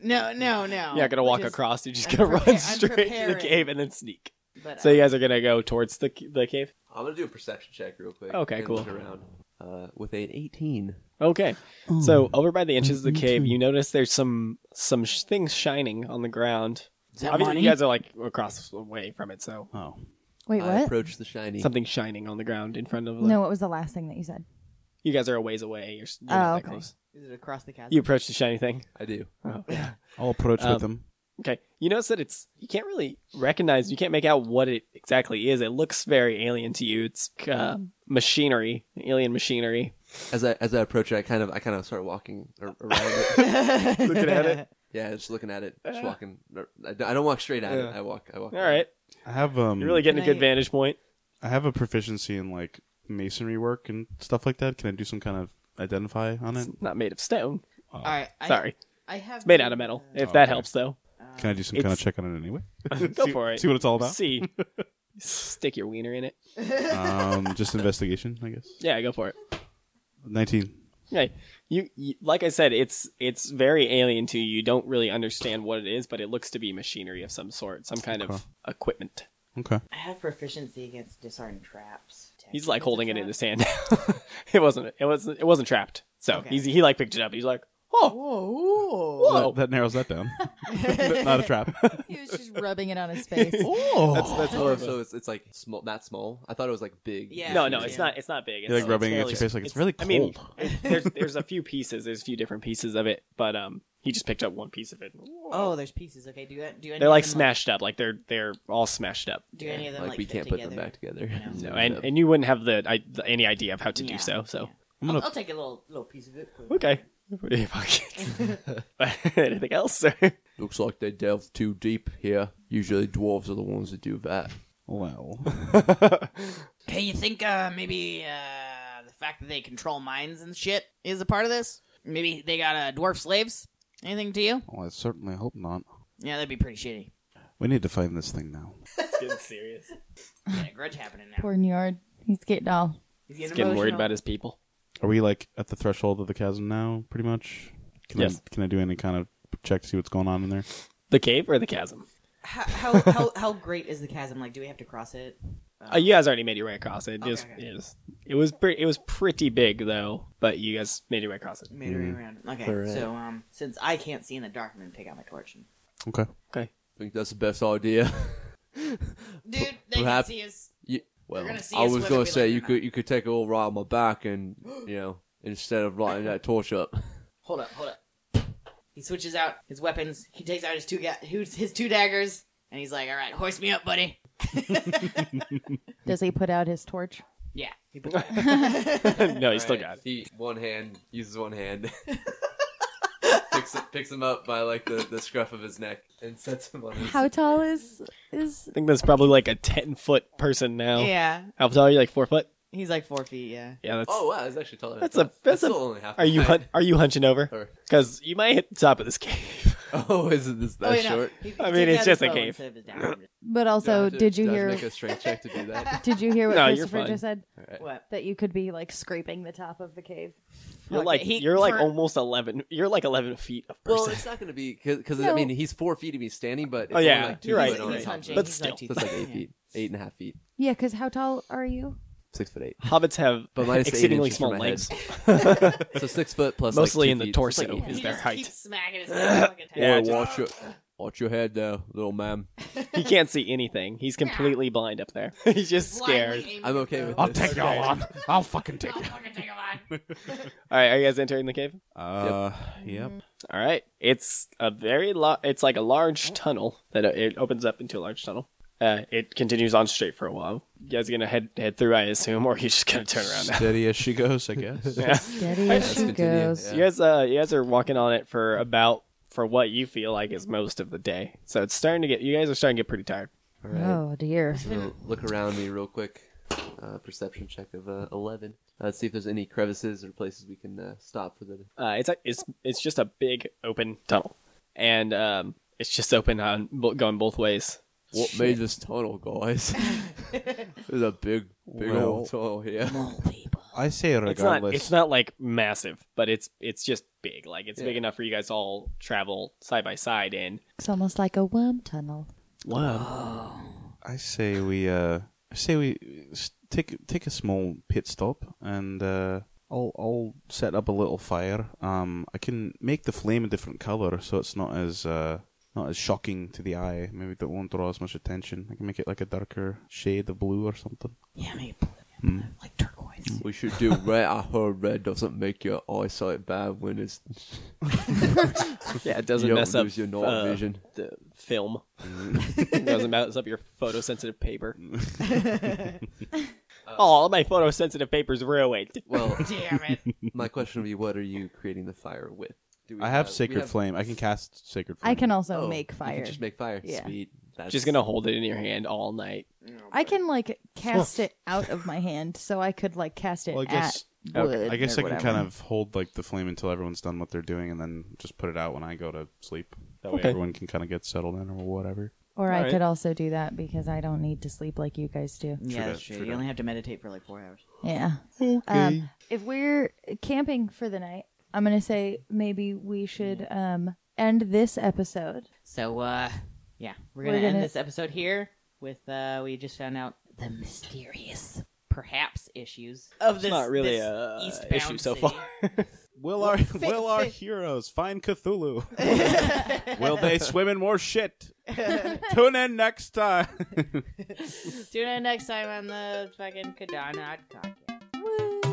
[SPEAKER 3] No, no, no.
[SPEAKER 4] You're not gonna walk
[SPEAKER 3] Which is-
[SPEAKER 4] across. You're just
[SPEAKER 3] I'm
[SPEAKER 4] gonna
[SPEAKER 3] prepa-
[SPEAKER 4] run
[SPEAKER 3] I'm
[SPEAKER 4] straight to the
[SPEAKER 3] preparing.
[SPEAKER 4] cave and then sneak.
[SPEAKER 3] But,
[SPEAKER 4] So
[SPEAKER 3] uh,
[SPEAKER 4] you guys are gonna go towards the the cave.
[SPEAKER 6] I'm gonna do a perception check real quick.
[SPEAKER 4] Okay,
[SPEAKER 6] and
[SPEAKER 4] cool.
[SPEAKER 6] Look around uh, with an 18.
[SPEAKER 4] Okay.
[SPEAKER 1] Oh.
[SPEAKER 4] So over by the entrance of the cave, you notice there's some some sh- things shining on the ground.
[SPEAKER 3] Is that
[SPEAKER 4] Obviously,
[SPEAKER 3] money?
[SPEAKER 4] you guys are like across the way from it, so
[SPEAKER 1] Oh.
[SPEAKER 2] Wait,
[SPEAKER 6] I
[SPEAKER 2] what?
[SPEAKER 6] approach the shiny.
[SPEAKER 4] something shining on the ground in front of. Like,
[SPEAKER 2] No, what was the last thing that you said?
[SPEAKER 4] You guys are a ways away. You're, s- you're
[SPEAKER 2] Oh,
[SPEAKER 4] not that
[SPEAKER 2] okay.
[SPEAKER 4] close.
[SPEAKER 3] Is it across the chasm?
[SPEAKER 4] You approach the shiny thing.
[SPEAKER 6] I do.
[SPEAKER 1] I'll approach
[SPEAKER 4] Um,
[SPEAKER 1] with him.
[SPEAKER 4] Okay. You notice that it's you can't really recognize. You can't make out what it exactly is. It looks very alien to you. It's uh, machinery, alien machinery.
[SPEAKER 6] As I as I approach it, I kind of I kind of start walking ar- around it.
[SPEAKER 4] Looking at it.
[SPEAKER 6] yeah, just looking at it, just walking. er, I don't I don't walk straight at
[SPEAKER 4] Yeah.
[SPEAKER 6] it. I walk. I walk.
[SPEAKER 4] All right.
[SPEAKER 1] I have um.
[SPEAKER 4] You're really getting a
[SPEAKER 3] Can
[SPEAKER 4] good
[SPEAKER 3] I-
[SPEAKER 4] vantage point.
[SPEAKER 1] I have a proficiency in like masonry work and stuff like that. Can I do some kind of identify on it?
[SPEAKER 4] It's not made of stone.
[SPEAKER 3] All right. I,
[SPEAKER 4] Sorry.
[SPEAKER 3] I have uh,
[SPEAKER 4] It's made out of metal. If
[SPEAKER 1] Oh,
[SPEAKER 4] that
[SPEAKER 1] okay.
[SPEAKER 4] helps, though.
[SPEAKER 1] Can I do some kind
[SPEAKER 4] It's-
[SPEAKER 1] of check on it anyway?
[SPEAKER 4] Go
[SPEAKER 1] See-
[SPEAKER 4] for it.
[SPEAKER 1] See what it's all about.
[SPEAKER 4] See. Stick your wiener in it.
[SPEAKER 1] um, just investigation, I guess.
[SPEAKER 4] Yeah, go for it.
[SPEAKER 1] Nineteen.
[SPEAKER 4] Yeah, you, you like I said, it's it's very alien to you. You don't really understand what it is, but it looks to be machinery of some sort, some kind
[SPEAKER 1] Okay.
[SPEAKER 4] of equipment.
[SPEAKER 1] Okay.
[SPEAKER 3] I have proficiency against disarmed traps.
[SPEAKER 4] He's like holding it in his hand. it wasn't it wasn't it wasn't trapped. So
[SPEAKER 3] Okay.
[SPEAKER 4] he's, he like picked it up. He's like,
[SPEAKER 3] Oh,
[SPEAKER 1] That, that narrows that down. Not a trap.
[SPEAKER 2] He was just rubbing it on his face.
[SPEAKER 1] Oh,
[SPEAKER 6] That's oh, so it's, it's like small, that small. I thought it was like big.
[SPEAKER 3] Yeah.
[SPEAKER 4] No, no, it's
[SPEAKER 3] Yeah.
[SPEAKER 4] not. It's not big. It's,
[SPEAKER 1] You're like
[SPEAKER 4] it's
[SPEAKER 1] rubbing it against your
[SPEAKER 4] fairly-
[SPEAKER 1] face like, "It's really
[SPEAKER 4] I mean,
[SPEAKER 1] cold."
[SPEAKER 4] it- there's there's a few pieces. There's a few different pieces of it, but um, he just picked up one piece of it.
[SPEAKER 3] oh, there's pieces. Okay, do that. Do any
[SPEAKER 4] They're
[SPEAKER 3] of
[SPEAKER 4] like
[SPEAKER 3] them,
[SPEAKER 4] smashed up. Like they're they're all smashed up.
[SPEAKER 3] Do any of them
[SPEAKER 6] Like,
[SPEAKER 3] like,
[SPEAKER 6] we
[SPEAKER 3] fit
[SPEAKER 6] can't put
[SPEAKER 3] together?
[SPEAKER 6] them back together.
[SPEAKER 4] No, and and you wouldn't have the, I, the any idea of how to
[SPEAKER 3] Yeah,
[SPEAKER 4] do so. So
[SPEAKER 1] I'm
[SPEAKER 3] I'll,
[SPEAKER 1] gonna
[SPEAKER 3] I'll take a little little piece of it.
[SPEAKER 4] okay, Put it in your pockets. Anything else? Sir?
[SPEAKER 7] Looks like they delve too deep here. Usually dwarves are the ones that do that.
[SPEAKER 1] well.
[SPEAKER 3] Hey, you think uh, maybe uh, the fact that they control mines and shit is a part of this? Maybe they got uh, dwarf slaves. Anything to you?
[SPEAKER 1] Well, I certainly hope not.
[SPEAKER 3] Yeah, that'd be pretty shitty.
[SPEAKER 1] We need to find this thing now.
[SPEAKER 4] Getting serious.
[SPEAKER 3] Yeah, grudge happening now.
[SPEAKER 2] Poor Njord. He's getting all.
[SPEAKER 3] He's
[SPEAKER 4] He's getting worried about his people.
[SPEAKER 1] Are we like at the threshold of the chasm now? Pretty much. Can
[SPEAKER 4] Yes.
[SPEAKER 1] I, can I do any kind of check to see what's going on in there?
[SPEAKER 4] The cave or the chasm?
[SPEAKER 3] How, how how how great is the chasm? Like, do we have to cross it?
[SPEAKER 4] Uh, you guys already made your way across it. It,
[SPEAKER 3] Okay,
[SPEAKER 4] just,
[SPEAKER 3] okay.
[SPEAKER 4] it, was, it was pretty. It was pretty big though, but you guys made your way across it.
[SPEAKER 3] Maybe around. Okay, so um, since I can't see in the dark, I'm gonna take out my torch. And...
[SPEAKER 1] Okay.
[SPEAKER 4] Okay.
[SPEAKER 7] I think that's the best idea.
[SPEAKER 3] Dude, they
[SPEAKER 7] Perhaps-
[SPEAKER 3] can see us.
[SPEAKER 7] You- well,
[SPEAKER 3] gonna see
[SPEAKER 7] I
[SPEAKER 3] us
[SPEAKER 7] was
[SPEAKER 3] whether
[SPEAKER 7] gonna
[SPEAKER 3] we
[SPEAKER 7] say
[SPEAKER 3] like it or
[SPEAKER 7] you
[SPEAKER 3] not.
[SPEAKER 7] could you could take it all right on my back and you know instead of lighting that torch up.
[SPEAKER 3] Hold up, hold up. He switches out his weapons. He takes out his two ga- his, his two daggers, and he's like, "All right, hoist me up, buddy."
[SPEAKER 2] Does he put out his torch?
[SPEAKER 3] Yeah. He put-
[SPEAKER 4] no, you still got it.
[SPEAKER 6] He one hand uses one hand. picks picks him up by like the, the scruff of his neck and sets him on his
[SPEAKER 2] How tall is is?
[SPEAKER 4] I think that's probably like a ten foot person now.
[SPEAKER 3] yeah.
[SPEAKER 4] How tall are you? Like four foot?
[SPEAKER 3] He's like four feet. Yeah.
[SPEAKER 4] Yeah, that's.
[SPEAKER 6] Oh wow, it's actually taller. than I
[SPEAKER 4] That's a-
[SPEAKER 6] thought.
[SPEAKER 4] that's a-
[SPEAKER 6] still only half.
[SPEAKER 4] Are you
[SPEAKER 6] my height.
[SPEAKER 4] hun- are you hunching over?
[SPEAKER 6] Or-
[SPEAKER 4] Because you might hit the top of this cave.
[SPEAKER 6] Oh, isn't this that
[SPEAKER 3] oh, yeah, no.
[SPEAKER 6] short?
[SPEAKER 3] He- he
[SPEAKER 4] I mean,
[SPEAKER 3] takes
[SPEAKER 4] it's
[SPEAKER 3] out
[SPEAKER 4] just
[SPEAKER 3] his
[SPEAKER 4] a
[SPEAKER 3] bow
[SPEAKER 4] cave.
[SPEAKER 3] instead of his dagger.
[SPEAKER 2] But also, did you
[SPEAKER 6] do I
[SPEAKER 2] hear?
[SPEAKER 6] Make a strength check to do that.
[SPEAKER 2] Did you hear what
[SPEAKER 4] No, you're
[SPEAKER 2] Christopher
[SPEAKER 4] fine.
[SPEAKER 2] just said?
[SPEAKER 3] what?
[SPEAKER 2] That you could be like scraping the top of the cave.
[SPEAKER 4] You're
[SPEAKER 3] Okay,
[SPEAKER 4] like
[SPEAKER 3] he-
[SPEAKER 4] you're like
[SPEAKER 3] for-
[SPEAKER 4] almost eleven. You're like eleven feet of
[SPEAKER 6] Well,
[SPEAKER 4] person.
[SPEAKER 6] it's not going to be because I
[SPEAKER 2] No.
[SPEAKER 6] mean he's four feet of me standing, but it's
[SPEAKER 4] Oh, yeah,
[SPEAKER 6] only like two
[SPEAKER 4] you're right,
[SPEAKER 6] foot
[SPEAKER 4] you're
[SPEAKER 6] on
[SPEAKER 4] right.
[SPEAKER 6] top of it.
[SPEAKER 4] But
[SPEAKER 3] He's
[SPEAKER 4] still.
[SPEAKER 3] two
[SPEAKER 6] that's like
[SPEAKER 3] feet,
[SPEAKER 6] eight
[SPEAKER 3] yeah.
[SPEAKER 6] feet, eight and a half feet,
[SPEAKER 2] Yeah, because how tall are you?
[SPEAKER 6] six foot eight.
[SPEAKER 4] Hobbits have
[SPEAKER 6] But minus the eight
[SPEAKER 4] exceedingly
[SPEAKER 6] inches
[SPEAKER 4] small
[SPEAKER 6] from my
[SPEAKER 4] legs.
[SPEAKER 6] So six foot plus
[SPEAKER 4] Mostly
[SPEAKER 6] like two
[SPEAKER 4] in the
[SPEAKER 6] feet. So it's
[SPEAKER 4] torso.
[SPEAKER 6] Like eight
[SPEAKER 4] Is
[SPEAKER 6] feet.
[SPEAKER 4] their
[SPEAKER 3] just
[SPEAKER 4] height.
[SPEAKER 3] keeps smacking his head fucking
[SPEAKER 4] Yeah,
[SPEAKER 3] time.
[SPEAKER 7] Boy,
[SPEAKER 4] just-
[SPEAKER 7] watch your watch your head there, little man.
[SPEAKER 4] he can't see anything. He's completely blind up there. He's just
[SPEAKER 3] Blindly
[SPEAKER 4] scared.
[SPEAKER 3] aiming
[SPEAKER 6] I'm
[SPEAKER 3] at
[SPEAKER 6] okay
[SPEAKER 3] the-
[SPEAKER 6] with
[SPEAKER 1] I'll
[SPEAKER 6] this.
[SPEAKER 1] take y'all on. I'll fucking take
[SPEAKER 3] I'll
[SPEAKER 1] it.
[SPEAKER 3] fucking take him on.
[SPEAKER 4] All right, are you guys entering the cave?
[SPEAKER 1] Uh, yep.
[SPEAKER 4] All right. It's a very lo- it's like a large tunnel that uh, it opens up into a large tunnel. Uh, it continues on straight for a while. You guys gonna head head through, I assume, or you just gonna turn around now.
[SPEAKER 1] Steady as she goes, I guess.
[SPEAKER 4] Yeah.
[SPEAKER 2] Steady as she
[SPEAKER 6] continue,
[SPEAKER 2] goes.
[SPEAKER 6] yeah.
[SPEAKER 4] You guys, uh, you guys are walking on it for about for what you feel like is most of the day. So it's starting to get. You guys are starting to get pretty tired.
[SPEAKER 6] All right.
[SPEAKER 2] Oh dear.
[SPEAKER 6] I'm gonna look around me real quick. Uh, perception check of uh, eleven. Uh, let's see if there's any crevices or places we can uh, stop for the.
[SPEAKER 4] Uh, it's a, it's it's just a big open tunnel, and um, it's just open on bo- going both ways.
[SPEAKER 7] What made this tunnel, guys? There's a big, big
[SPEAKER 1] Well-
[SPEAKER 7] old tunnel here.
[SPEAKER 1] I say
[SPEAKER 4] It's not
[SPEAKER 1] regardless.
[SPEAKER 4] it's not like massive, but it's it's just big. Like it's big enough for you guys all travel side by side in.
[SPEAKER 2] It's almost like a worm tunnel.
[SPEAKER 4] Wow.
[SPEAKER 1] I say we. Uh, I say we s- take take a small pit stop, and uh, I'll I'll set up a little fire. Um, I can make the flame a different color, so it's not as uh, not as shocking to the eye. Maybe that won't draw as much attention. I can make it like a darker shade of blue or something.
[SPEAKER 3] Yeah, maybe blue.
[SPEAKER 4] Hmm.
[SPEAKER 3] like turquoise.
[SPEAKER 7] We should do red. I heard red doesn't make your eyesight bad when it's
[SPEAKER 4] Yeah, it doesn't
[SPEAKER 7] you don't
[SPEAKER 4] mess up
[SPEAKER 7] lose your night
[SPEAKER 4] uh,
[SPEAKER 7] vision.
[SPEAKER 4] the film. it doesn't mess up your photosensitive paper. All my photosensitive paper's ruined.
[SPEAKER 6] Well,
[SPEAKER 3] Damn it.
[SPEAKER 6] my question would be, what are you creating the fire with? Do we
[SPEAKER 1] I have
[SPEAKER 6] we
[SPEAKER 1] sacred flame. I can cast sacred flame.
[SPEAKER 2] I can also
[SPEAKER 6] Oh,
[SPEAKER 2] make
[SPEAKER 6] you can
[SPEAKER 2] fire.
[SPEAKER 6] just make fire.
[SPEAKER 2] Yeah.
[SPEAKER 6] Sweet. That's
[SPEAKER 4] Just gonna hold it in your hand all night.
[SPEAKER 2] I can like cast it out of my hand, so I could like cast it
[SPEAKER 1] Well, I guess-
[SPEAKER 2] at wood.
[SPEAKER 1] I guess
[SPEAKER 2] or
[SPEAKER 1] I can
[SPEAKER 2] whatever.
[SPEAKER 1] kind of hold like the flame until everyone's done what they're doing, and then just put it out when I go to sleep. That way,
[SPEAKER 4] Okay.
[SPEAKER 1] everyone can kind of get settled in or whatever.
[SPEAKER 2] Or I
[SPEAKER 4] Alright.
[SPEAKER 2] could also do that because I don't need to sleep like you guys do.
[SPEAKER 1] True
[SPEAKER 3] Yeah, that's
[SPEAKER 1] that,
[SPEAKER 3] true.
[SPEAKER 1] true
[SPEAKER 3] You
[SPEAKER 1] that.
[SPEAKER 3] only have to meditate for like four hours.
[SPEAKER 2] Yeah. Okay. Um, if we're camping for the night, I'm gonna say maybe we should
[SPEAKER 1] Mm.
[SPEAKER 2] um end this episode.
[SPEAKER 3] So, uh, yeah, we're
[SPEAKER 2] We're
[SPEAKER 3] gonna,
[SPEAKER 2] gonna-
[SPEAKER 3] end this episode here with uh, we just found out the mysterious, perhaps issues of this
[SPEAKER 4] Not really
[SPEAKER 3] this
[SPEAKER 4] a
[SPEAKER 3] eastbound
[SPEAKER 4] issue so
[SPEAKER 3] city.
[SPEAKER 4] far.
[SPEAKER 1] Will our will our heroes find Cthulhu? will they swim in more shit? Tune in next time.
[SPEAKER 3] Tune in next time on the fucking Kadana podcast.
[SPEAKER 2] Woo.